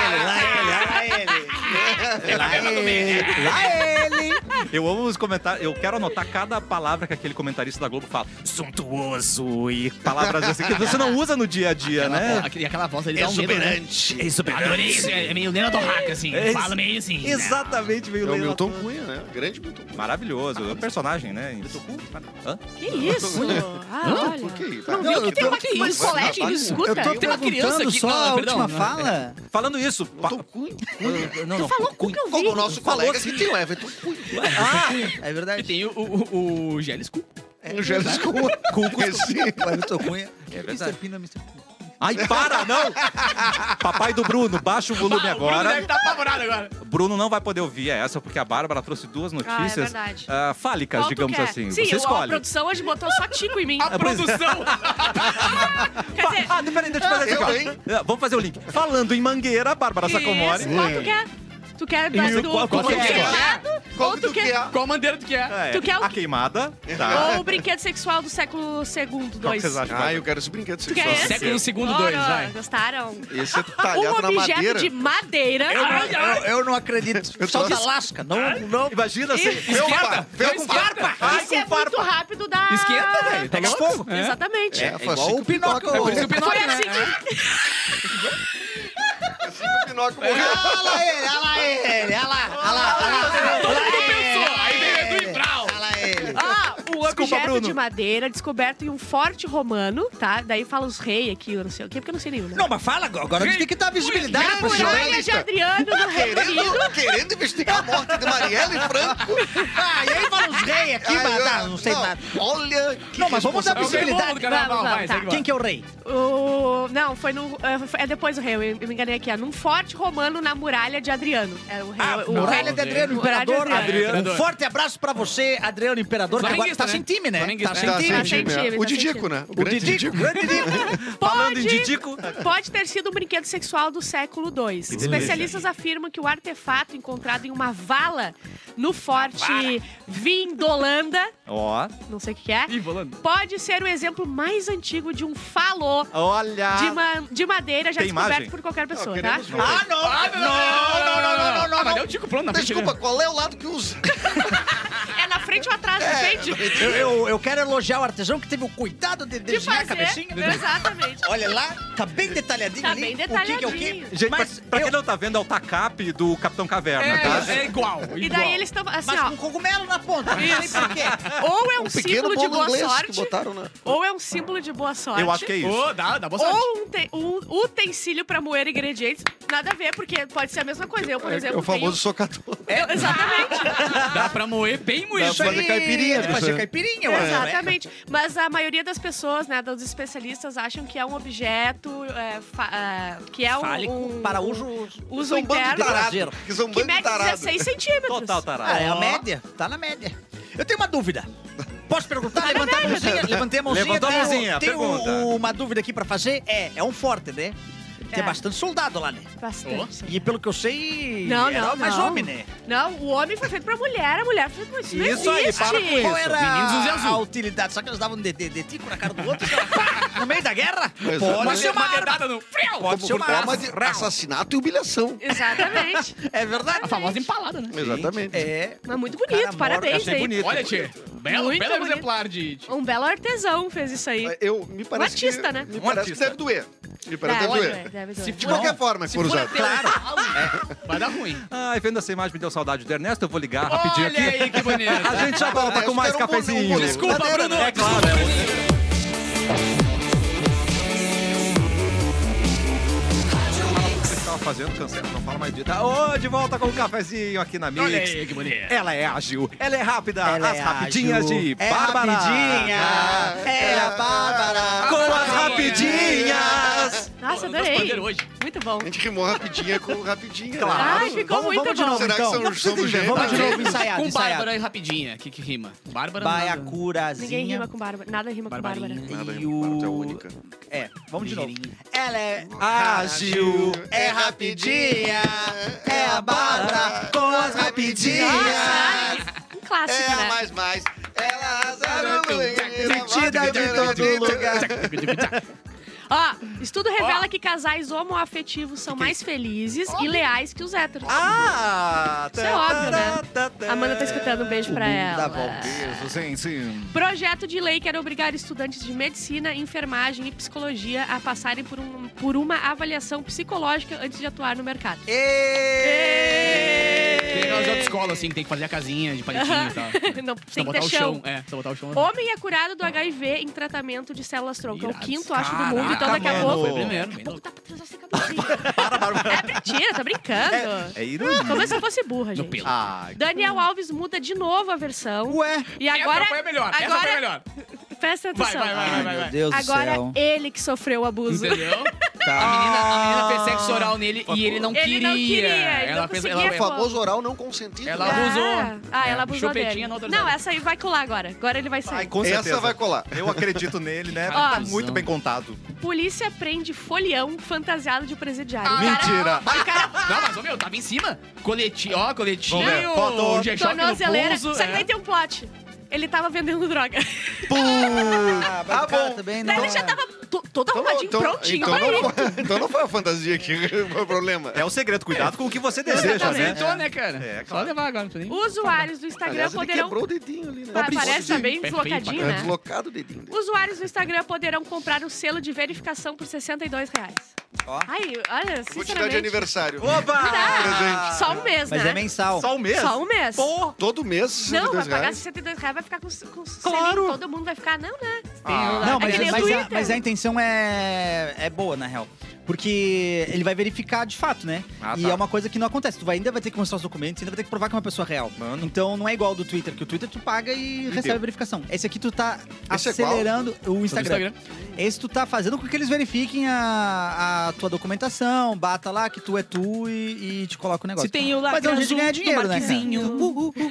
[SPEAKER 5] ele, lá ele. Lá ele. Lá ele.
[SPEAKER 1] Eu amo os comentários. Eu quero anotar cada palavra que aquele comentarista da Globo fala. Suntuoso e palavras assim que você não usa no dia a dia,
[SPEAKER 2] Aquela,
[SPEAKER 1] né?
[SPEAKER 2] voz- aquele- aquela voz ali dá um medo, né?
[SPEAKER 4] Exuberante.
[SPEAKER 2] Adorei isso, é é meio Lena do Hack, assim.
[SPEAKER 1] Ex-
[SPEAKER 2] Fala meio assim. né?
[SPEAKER 1] Exatamente,
[SPEAKER 4] É
[SPEAKER 1] veio
[SPEAKER 4] o
[SPEAKER 1] Leila
[SPEAKER 4] Milton
[SPEAKER 1] Torres.
[SPEAKER 4] Cunha, né? O grande Milton Cunha.
[SPEAKER 1] Maravilhoso. É um personagem, né? Hã?
[SPEAKER 3] Que isso? Ah, olha.
[SPEAKER 4] Por que isso?
[SPEAKER 3] Não
[SPEAKER 5] Não,
[SPEAKER 3] viu que
[SPEAKER 5] eu
[SPEAKER 3] tem
[SPEAKER 5] tô-
[SPEAKER 3] uma,
[SPEAKER 2] que
[SPEAKER 3] uma
[SPEAKER 2] isso?
[SPEAKER 3] escolete que
[SPEAKER 4] Eu tô-
[SPEAKER 3] escuta?
[SPEAKER 5] Eu tô
[SPEAKER 2] Tem uma criança
[SPEAKER 5] perguntando
[SPEAKER 2] aqui-
[SPEAKER 5] só
[SPEAKER 2] não,
[SPEAKER 5] a
[SPEAKER 2] perdão, né?
[SPEAKER 5] última
[SPEAKER 2] não,
[SPEAKER 5] fala.
[SPEAKER 1] Falando isso. pa-
[SPEAKER 4] Milton Cunha.
[SPEAKER 1] Não, não.
[SPEAKER 3] Falou com o que eu
[SPEAKER 4] Como o
[SPEAKER 3] vi.
[SPEAKER 4] nosso colega que te leva, é Milton Cunha.
[SPEAKER 5] É
[SPEAKER 2] E
[SPEAKER 5] verdade.
[SPEAKER 2] tem o, o, o Gélis Cu.
[SPEAKER 4] Angélica Cunha. Esse-
[SPEAKER 5] O Everton Cunha.
[SPEAKER 1] É verdade.
[SPEAKER 5] Mr. Pino, Mr. Pino.
[SPEAKER 1] Ai, para, não! Papai do Bruno, baixa o volume
[SPEAKER 2] Ah, O Bruno deve
[SPEAKER 1] agora.
[SPEAKER 2] estar apavorado agora.
[SPEAKER 1] Bruno não vai poder ouvir é essa, porque a Bárbara trouxe duas
[SPEAKER 3] tá- Ah, é
[SPEAKER 1] notícias
[SPEAKER 3] verdade.
[SPEAKER 1] ah, fálicas,
[SPEAKER 3] Qual tu
[SPEAKER 1] digamos
[SPEAKER 3] quer?
[SPEAKER 1] assim.
[SPEAKER 3] Sim,
[SPEAKER 1] Você
[SPEAKER 3] eu- a
[SPEAKER 1] escolhe.
[SPEAKER 3] produção hoje botou só Tico em mim.
[SPEAKER 2] A produção.
[SPEAKER 1] Ah, peraí,
[SPEAKER 3] Quer dizer,
[SPEAKER 1] deixa eu fazer
[SPEAKER 4] Eu,
[SPEAKER 1] aqui,
[SPEAKER 4] hein?
[SPEAKER 1] ó. Ah, Vamos fazer o link. Falando em Mangueira, Bárbara Sacomori.
[SPEAKER 3] isso, qual tu quer? Tu quer das
[SPEAKER 1] E
[SPEAKER 3] do
[SPEAKER 1] qual- qual
[SPEAKER 3] tu
[SPEAKER 1] que
[SPEAKER 3] quer
[SPEAKER 1] tu quer?
[SPEAKER 3] queimado?
[SPEAKER 4] Qual
[SPEAKER 3] Ou
[SPEAKER 4] que
[SPEAKER 3] tu
[SPEAKER 4] tu
[SPEAKER 3] quer...
[SPEAKER 4] quer?
[SPEAKER 2] Qual bandeira tu quer?
[SPEAKER 1] É,
[SPEAKER 3] Tu quer o
[SPEAKER 1] A
[SPEAKER 3] quê?
[SPEAKER 1] queimada, tá.
[SPEAKER 3] Ou o brinquedo sexual do século II,
[SPEAKER 1] Qual que
[SPEAKER 3] 2.
[SPEAKER 1] vocês acham?
[SPEAKER 4] Ah, eu quero esse brinquedo
[SPEAKER 3] Tu quer
[SPEAKER 4] sexual.
[SPEAKER 3] esse?
[SPEAKER 2] Século segundo, dois,
[SPEAKER 3] Ora,
[SPEAKER 2] vai.
[SPEAKER 3] Gostaram?
[SPEAKER 4] Esse é
[SPEAKER 3] Um
[SPEAKER 4] talhado na
[SPEAKER 3] objeto
[SPEAKER 4] madeira.
[SPEAKER 3] de madeira.
[SPEAKER 2] não-
[SPEAKER 5] Eu, eu não acredito.
[SPEAKER 4] Eu
[SPEAKER 5] Eu
[SPEAKER 4] tô-
[SPEAKER 5] Só da Lasca. Não, não.
[SPEAKER 1] Imagina assim.
[SPEAKER 2] Esquenta.
[SPEAKER 4] Vem com farpa.
[SPEAKER 1] Ai,
[SPEAKER 3] Isso é
[SPEAKER 1] com farpa.
[SPEAKER 3] muito rápido da...
[SPEAKER 2] Esquenta, velho. Tá
[SPEAKER 1] Pega
[SPEAKER 2] louco?
[SPEAKER 1] fogo.
[SPEAKER 2] É.
[SPEAKER 3] Exatamente.
[SPEAKER 4] É, foi assim
[SPEAKER 5] Igual
[SPEAKER 4] que
[SPEAKER 5] o Pinóquio.
[SPEAKER 2] Por isso que o Pinóquio,
[SPEAKER 3] Foi assim
[SPEAKER 2] né?
[SPEAKER 3] que...
[SPEAKER 4] o Pinóquio morreu.
[SPEAKER 5] Olha lá ele, olha lá ele, olha lá, olha lá, olha lá.
[SPEAKER 2] Todo mundo pensou. Aí veio
[SPEAKER 5] É.
[SPEAKER 2] Edu e Brau.
[SPEAKER 5] Olha lá ele.
[SPEAKER 3] Ah, o objeto
[SPEAKER 1] Bruno.
[SPEAKER 3] de madeira descoberto em um forte romano, tá? Daí fala os reis aqui, eu não sei o quê, porque eu não sei nenhum, né?
[SPEAKER 5] Não, mas fala agora. Agora a gente tem que dar visibilidade
[SPEAKER 3] Na
[SPEAKER 5] pro jornal.
[SPEAKER 3] muralha de Adriano do Reino Unido.
[SPEAKER 4] Querendo, querendo investigar a morte de Marielle Franco.
[SPEAKER 5] Ah, e aí fala os reis aqui,
[SPEAKER 4] Ai,
[SPEAKER 5] mas
[SPEAKER 4] eu-
[SPEAKER 5] tá, não sei
[SPEAKER 4] não,
[SPEAKER 5] nada.
[SPEAKER 4] Olha que
[SPEAKER 5] Não, mas vamos dar
[SPEAKER 2] É o
[SPEAKER 5] visibilidade.
[SPEAKER 2] segundo carnaval,
[SPEAKER 3] Vamos,
[SPEAKER 2] vai,
[SPEAKER 3] tá.
[SPEAKER 2] segue, vai.
[SPEAKER 5] Quem que é o rei?
[SPEAKER 3] O... Não, foi no. é, foi- É depois o rei, eu eu me enganei aqui. É num forte romano na muralha de Adriano. É o rei. o
[SPEAKER 2] não.
[SPEAKER 5] Muralha
[SPEAKER 3] rei-
[SPEAKER 5] de Adriano,
[SPEAKER 3] o Muralha de
[SPEAKER 5] imperador.
[SPEAKER 3] Adriano.
[SPEAKER 2] Adriano.
[SPEAKER 5] Um forte abraço pra você, Adriano Imperador, que agora
[SPEAKER 2] Flamenguista,
[SPEAKER 5] tá sem
[SPEAKER 2] né?
[SPEAKER 5] time, né?
[SPEAKER 2] Flamenguista.
[SPEAKER 4] Tá
[SPEAKER 5] Tá sem
[SPEAKER 4] sem
[SPEAKER 5] time.
[SPEAKER 3] Tá
[SPEAKER 4] time,
[SPEAKER 3] sem
[SPEAKER 4] é.
[SPEAKER 3] time,
[SPEAKER 4] O
[SPEAKER 3] tá sem
[SPEAKER 4] Didico,
[SPEAKER 3] time.
[SPEAKER 4] né? O
[SPEAKER 5] O
[SPEAKER 4] grande Didico.
[SPEAKER 5] Didico, grande Didico.
[SPEAKER 1] Falando em
[SPEAKER 3] Pode-
[SPEAKER 1] Didico.
[SPEAKER 3] Pode ter sido um brinquedo sexual do século II. Especialistas afirmam que o artefato encontrado em uma vala no forte Vindolanda,
[SPEAKER 1] Ó.
[SPEAKER 3] não sei o que que é,
[SPEAKER 2] Ih, volando.
[SPEAKER 3] pode ser o exemplo mais antigo de um falô
[SPEAKER 1] Olha.
[SPEAKER 3] de, ma- de madeira já
[SPEAKER 1] Ah. Tem
[SPEAKER 3] descoberto
[SPEAKER 1] imagem?
[SPEAKER 3] por qualquer pessoa, tá?
[SPEAKER 4] queremos ver. Ah,
[SPEAKER 5] não!
[SPEAKER 2] não, não. Ah, mas deu um tico plano na frente,
[SPEAKER 4] Desculpa,
[SPEAKER 2] né?
[SPEAKER 4] qual é o lado que usa?
[SPEAKER 3] É na frente ou atrás, depende.
[SPEAKER 5] Eu, eu, eu quero elogiar o artesão que teve o cuidado de
[SPEAKER 3] De
[SPEAKER 5] desenhar a
[SPEAKER 3] fazer.
[SPEAKER 5] cabecinha. né?
[SPEAKER 3] Exatamente.
[SPEAKER 5] Olha lá, tá bem detalhadinho
[SPEAKER 3] Tá
[SPEAKER 5] ali.
[SPEAKER 3] bem
[SPEAKER 5] O que que é o
[SPEAKER 3] detalhadinho.
[SPEAKER 5] quê?
[SPEAKER 1] Gente,
[SPEAKER 5] mas
[SPEAKER 1] pra, pra quem
[SPEAKER 5] eu-
[SPEAKER 1] não tá vendo, é o tacap do Capitão Caverna, tá?
[SPEAKER 2] É, é igual.
[SPEAKER 3] E
[SPEAKER 2] igual.
[SPEAKER 3] daí eles estão assim,
[SPEAKER 5] Mas
[SPEAKER 3] ó.
[SPEAKER 5] com cogumelo na ponta, não sei porquê.
[SPEAKER 3] Ou é um,
[SPEAKER 4] Pequeno
[SPEAKER 3] símbolo de
[SPEAKER 4] bolo
[SPEAKER 3] boa
[SPEAKER 4] inglês
[SPEAKER 3] sorte,
[SPEAKER 4] que botaram, né?
[SPEAKER 3] ou é um símbolo de boa sorte.
[SPEAKER 1] Eu acho que é isso.
[SPEAKER 2] Ô, dá, dá boa sorte.
[SPEAKER 3] Ou um, te- um utensílio pra moer ingredientes. Nada a ver, porque pode ser a mesma coisa. Eu, por
[SPEAKER 4] É
[SPEAKER 3] exemplo,
[SPEAKER 4] o famoso socador.
[SPEAKER 3] tenho... Exatamente,
[SPEAKER 2] Dá pra moer bem moído.
[SPEAKER 5] Isso
[SPEAKER 4] fazer
[SPEAKER 5] aí,
[SPEAKER 4] caipirinha,
[SPEAKER 5] dá pra
[SPEAKER 4] professor.
[SPEAKER 5] fazer
[SPEAKER 1] é,
[SPEAKER 5] caipirinha,
[SPEAKER 1] né?
[SPEAKER 5] né? ué.
[SPEAKER 3] exatamente. Mas a maioria das pessoas, né, dos especialistas, acham que é um objeto é, fa- é, que é um...
[SPEAKER 5] Fálico
[SPEAKER 3] um-
[SPEAKER 5] para uso-
[SPEAKER 3] uso
[SPEAKER 4] um bando de
[SPEAKER 3] interno
[SPEAKER 5] Traseiro.
[SPEAKER 4] tarado. Que são um
[SPEAKER 3] que
[SPEAKER 4] bando de
[SPEAKER 3] mede
[SPEAKER 4] tarado.
[SPEAKER 3] 16 centímetros.
[SPEAKER 1] Total, tarado.
[SPEAKER 5] Ah, é a média. Tá na média. Eu tenho uma dúvida. Posso perguntar?
[SPEAKER 3] Tá
[SPEAKER 5] Levantar a mãozinha. Levantei a mãozinha.
[SPEAKER 1] Levantou a
[SPEAKER 5] tenho-
[SPEAKER 1] mãozinha,
[SPEAKER 5] tenho
[SPEAKER 1] pergunta.
[SPEAKER 5] uma dúvida aqui pra fazer. É, é um forte, né?
[SPEAKER 3] É.
[SPEAKER 5] Tem bastante soldado lá, né?
[SPEAKER 3] Bastante.
[SPEAKER 5] E pelo que eu sei,
[SPEAKER 3] Não,
[SPEAKER 5] era
[SPEAKER 3] não,
[SPEAKER 5] mais
[SPEAKER 3] não.
[SPEAKER 5] homem, né?
[SPEAKER 3] Não, o homem foi feito pra mulher, a mulher foi feita pra isso. não
[SPEAKER 1] Isso aí,
[SPEAKER 3] existe.
[SPEAKER 1] para com Isso,
[SPEAKER 5] Qual era
[SPEAKER 2] meninos usem
[SPEAKER 5] a,
[SPEAKER 2] azul.
[SPEAKER 5] a utilidade? Só que eles davam um de, de, de tico tipo, na cara do outro cara, pá, no meio da guerra?
[SPEAKER 4] Pois é.
[SPEAKER 5] Pode
[SPEAKER 2] Mas
[SPEAKER 5] ser
[SPEAKER 2] deu
[SPEAKER 5] uma
[SPEAKER 2] uma
[SPEAKER 5] arma.
[SPEAKER 2] dedada no... Friau!
[SPEAKER 5] Pode ser
[SPEAKER 4] Como
[SPEAKER 5] uma
[SPEAKER 4] forma
[SPEAKER 5] arma.
[SPEAKER 4] de assassinato e humilhação.
[SPEAKER 3] Exatamente.
[SPEAKER 5] É verdade?
[SPEAKER 2] A famosa empalada, né?
[SPEAKER 4] Exatamente.
[SPEAKER 5] É.
[SPEAKER 3] Mas muito
[SPEAKER 5] O cara
[SPEAKER 3] bonito,
[SPEAKER 5] mor-
[SPEAKER 3] parabéns
[SPEAKER 1] Achei
[SPEAKER 3] aí.
[SPEAKER 1] bonito.
[SPEAKER 2] Olha, tchê. belo,
[SPEAKER 3] Muito
[SPEAKER 2] belo
[SPEAKER 3] bonito.
[SPEAKER 2] exemplar de... de-
[SPEAKER 3] Um belo artesão fez isso aí.
[SPEAKER 4] Eu, me parece
[SPEAKER 3] artista,
[SPEAKER 4] que,
[SPEAKER 3] né?
[SPEAKER 4] Me
[SPEAKER 1] Um
[SPEAKER 4] parece
[SPEAKER 1] artista.
[SPEAKER 4] que deve doer. Me parece que
[SPEAKER 3] Deve
[SPEAKER 4] deve doer.
[SPEAKER 3] doer, deve
[SPEAKER 2] Se
[SPEAKER 3] doer.
[SPEAKER 4] De
[SPEAKER 2] Bom,
[SPEAKER 4] qualquer forma, se for usado.
[SPEAKER 2] até hoje, é, vai dar ruim.
[SPEAKER 1] Ai, vendo essa imagem me deu saudade do Ernesto, eu vou ligar rapidinho
[SPEAKER 2] Olha
[SPEAKER 1] aqui.
[SPEAKER 2] aí, que bonito.
[SPEAKER 1] A gente já volta com mais
[SPEAKER 4] Era um bolinho, um
[SPEAKER 1] cafezinho.
[SPEAKER 4] bolinho.
[SPEAKER 2] Desculpa, Bruno.
[SPEAKER 1] É claro, é que você tava fazendo, cancela, não fala mais dita. Ô, de volta com o cafezinho aqui na Mix.
[SPEAKER 2] Olha aí, que bonito.
[SPEAKER 1] Ela é ágil, ela é rápida,
[SPEAKER 5] Ela
[SPEAKER 1] as
[SPEAKER 5] é
[SPEAKER 1] rapidinhas
[SPEAKER 5] ágil.
[SPEAKER 1] de
[SPEAKER 5] É
[SPEAKER 1] Bárbara.
[SPEAKER 5] rapidinha. É a Bárbara.
[SPEAKER 1] Com as
[SPEAKER 2] Bárbara.
[SPEAKER 1] rapidinhas.
[SPEAKER 3] Nossa,
[SPEAKER 2] Nós
[SPEAKER 3] adorei.
[SPEAKER 2] pandeiro hoje.
[SPEAKER 3] Muito bom.
[SPEAKER 4] A gente rimou rapidinha com rapidinha.
[SPEAKER 1] Claro.
[SPEAKER 3] Ai, ficou
[SPEAKER 5] vamos,
[SPEAKER 3] muito
[SPEAKER 5] vamos de
[SPEAKER 3] bom.
[SPEAKER 5] novo,
[SPEAKER 4] Será que
[SPEAKER 5] então.
[SPEAKER 4] são-
[SPEAKER 5] Não precisa
[SPEAKER 4] somos
[SPEAKER 5] de-
[SPEAKER 4] gêmeos?
[SPEAKER 3] Tá
[SPEAKER 5] Vamos de novo, ensaiado,
[SPEAKER 2] Com
[SPEAKER 5] ensaiado.
[SPEAKER 2] Bárbara e Rapidinha, que, que rima. Bárbara nada.
[SPEAKER 5] Baiacurazinha.
[SPEAKER 3] Ninguém rima com Bárbara. Nada rima com Bárbara.
[SPEAKER 2] é. Barbarinha.
[SPEAKER 4] Nada,
[SPEAKER 5] E
[SPEAKER 4] irmão,
[SPEAKER 5] o-
[SPEAKER 4] é única.
[SPEAKER 5] É, vamos de novo.
[SPEAKER 2] Ligeirinho.
[SPEAKER 5] Ela é
[SPEAKER 1] Ágil.
[SPEAKER 5] É rapidinha, é a Bárbara com as rapidinhas.
[SPEAKER 3] Um clássico,
[SPEAKER 4] É a
[SPEAKER 3] né?
[SPEAKER 4] mais mais. Ela azarou.
[SPEAKER 5] Metida de todo lugar.
[SPEAKER 2] Tá,
[SPEAKER 3] Ó, é estudo revela que casais homoafetivos são mais felizes e leais que os héteros.
[SPEAKER 1] Ah!
[SPEAKER 3] Isso é óbvio, né? A Amanda tá escutando, um beijo pra ela.
[SPEAKER 1] Beijo, gente.
[SPEAKER 3] Projeto de lei quer obrigar estudantes de medicina, enfermagem e psicologia a passarem por, um, por uma avaliação psicológica antes de atuar no mercado.
[SPEAKER 2] Tem
[SPEAKER 5] é
[SPEAKER 2] aquelas autoescolas, assim, que tem que fazer a casinha de palitinho e tal.
[SPEAKER 3] Não,
[SPEAKER 2] Só
[SPEAKER 3] tem que
[SPEAKER 2] botar
[SPEAKER 3] ter
[SPEAKER 2] o
[SPEAKER 3] chão.
[SPEAKER 2] chão. É, só botar o chão.
[SPEAKER 3] Homem é curado do HIV em tratamento de células-tronco. É o
[SPEAKER 2] Irado.
[SPEAKER 3] quinto, acho, do mundo. Então,
[SPEAKER 1] Caraca,
[SPEAKER 3] daqui a
[SPEAKER 1] mano.
[SPEAKER 3] pouco...
[SPEAKER 2] Foi primeiro.
[SPEAKER 3] Daqui a
[SPEAKER 2] bem
[SPEAKER 3] pouco
[SPEAKER 2] louco.
[SPEAKER 3] tá pra transar sem camisinha. É mentira, tá brincando.
[SPEAKER 1] É ironia.
[SPEAKER 3] Como se eu fosse burra,
[SPEAKER 2] No
[SPEAKER 3] gente.
[SPEAKER 2] pelo.
[SPEAKER 1] Ah,
[SPEAKER 3] Daniel Alves muda de novo a versão.
[SPEAKER 5] Ué,
[SPEAKER 3] E agora...
[SPEAKER 2] Essa foi a melhor. Essa foi a
[SPEAKER 3] Agora,
[SPEAKER 2] melhor.
[SPEAKER 3] presta
[SPEAKER 2] Vai,
[SPEAKER 3] atenção.
[SPEAKER 2] vai, vai, vai,
[SPEAKER 5] meu
[SPEAKER 2] vai. vai.
[SPEAKER 5] Deus
[SPEAKER 3] Agora,
[SPEAKER 5] do céu.
[SPEAKER 3] ele que sofreu o abuso.
[SPEAKER 2] Entendeu?
[SPEAKER 5] Tá.
[SPEAKER 2] A menina, a menina fez sexo oral nele e ele não
[SPEAKER 3] Ah. Ele
[SPEAKER 2] queria.
[SPEAKER 3] não queria, ele
[SPEAKER 2] ela
[SPEAKER 3] não
[SPEAKER 2] fez,
[SPEAKER 3] conseguia
[SPEAKER 2] ela,
[SPEAKER 4] O
[SPEAKER 3] falar.
[SPEAKER 4] famoso oral não consentido.
[SPEAKER 2] Ela-
[SPEAKER 4] né?
[SPEAKER 3] Ah,
[SPEAKER 2] abusou.
[SPEAKER 3] ah, ela
[SPEAKER 2] É,
[SPEAKER 3] abusou
[SPEAKER 2] chupetinha
[SPEAKER 3] dele.
[SPEAKER 2] não autorizada.
[SPEAKER 3] Não, essa aí vai colar agora. Agora ele vai sair.
[SPEAKER 1] Ai, com certeza.
[SPEAKER 4] Essa vai colar.
[SPEAKER 1] Eu acredito nele, né?
[SPEAKER 2] Ó.
[SPEAKER 1] Tá muito bem contado.
[SPEAKER 3] Polícia prende folião fantasiado de presidiário.
[SPEAKER 2] Ah,
[SPEAKER 3] O cara-
[SPEAKER 1] Mentira.
[SPEAKER 3] o cara-
[SPEAKER 2] Não, mas, ô meu, tava em cima. Coleti... Ó, coletinho.
[SPEAKER 1] Vamos ver, foto.
[SPEAKER 2] G-Shock no
[SPEAKER 3] Tornozeleira.
[SPEAKER 2] pulso. é.
[SPEAKER 3] Só que daí tem um plot. Ele tava vendendo droga.
[SPEAKER 5] Ah, vai
[SPEAKER 4] Ah,
[SPEAKER 5] ficar
[SPEAKER 4] bom.
[SPEAKER 5] também, né?
[SPEAKER 3] Daí ele já tava to- todo
[SPEAKER 4] Então,
[SPEAKER 3] arrumadinho,
[SPEAKER 4] então-
[SPEAKER 3] prontinho.
[SPEAKER 4] então,
[SPEAKER 3] pra ir.
[SPEAKER 4] não foi, então não foi a fantasia que foi o problema.
[SPEAKER 1] É o segredo, cuidado com o que você deseja, né?
[SPEAKER 2] Facilitou, né, cara?
[SPEAKER 1] É,
[SPEAKER 2] Só
[SPEAKER 1] claro.
[SPEAKER 2] levar agora, não precisa nem-
[SPEAKER 3] Usuários do Instagram
[SPEAKER 4] Aliás, ele
[SPEAKER 3] poderão...
[SPEAKER 4] quebrou o dedinho ali, né?
[SPEAKER 3] Ah, parece tá
[SPEAKER 4] Deslocadinho.
[SPEAKER 3] bem
[SPEAKER 2] Perfeito,
[SPEAKER 3] deslocadinho,
[SPEAKER 4] É,
[SPEAKER 3] né?
[SPEAKER 4] deslocado o dedinho dele.
[SPEAKER 3] Usuários do Instagram poderão comprar o selo de verificação por R$ 62 reais.
[SPEAKER 5] Ó.
[SPEAKER 3] Ai, olha,
[SPEAKER 4] Vou te dar de
[SPEAKER 3] sinceramente...
[SPEAKER 4] aniversário.
[SPEAKER 1] Opa!
[SPEAKER 4] Presente.
[SPEAKER 3] Só um mês,
[SPEAKER 5] Mas
[SPEAKER 3] né?
[SPEAKER 5] é mensal.
[SPEAKER 1] Só um mês?
[SPEAKER 3] Só um mês.
[SPEAKER 1] Pô!
[SPEAKER 4] Todo mês,
[SPEAKER 3] Não, vai
[SPEAKER 4] 62
[SPEAKER 3] pagar
[SPEAKER 4] reais.
[SPEAKER 3] 62 reais, vai ficar com, com
[SPEAKER 1] Claro.
[SPEAKER 3] selinho, todo mundo vai ficar, não, né?
[SPEAKER 1] Ah.
[SPEAKER 5] Não, mas,
[SPEAKER 3] É que nem o
[SPEAKER 5] mas, a,
[SPEAKER 3] Twitter.
[SPEAKER 5] mas a intenção é, é boa, na real. Porque ele vai verificar de fato, né?
[SPEAKER 1] Ah,
[SPEAKER 5] E
[SPEAKER 1] tá.
[SPEAKER 5] é uma coisa que não acontece. Tu vai- ainda vai ter que mostrar os documentos, ainda vai ter que provar que é uma pessoa real.
[SPEAKER 1] Mano.
[SPEAKER 5] Então não é igual ao do Twitter, que o Twitter tu paga e, recebe
[SPEAKER 1] deu.
[SPEAKER 5] a verificação. Esse aqui tu tá
[SPEAKER 4] Esse é qual?
[SPEAKER 5] acelerando o
[SPEAKER 2] Só do
[SPEAKER 5] Instagram. Esse tu tá fazendo com que eles verifiquem a, a tua documentação, bata lá que tu é tu e, e te coloca o negócio.
[SPEAKER 2] Se tem o
[SPEAKER 5] Mas é um jeito de ganhar dinheiro, né? cara?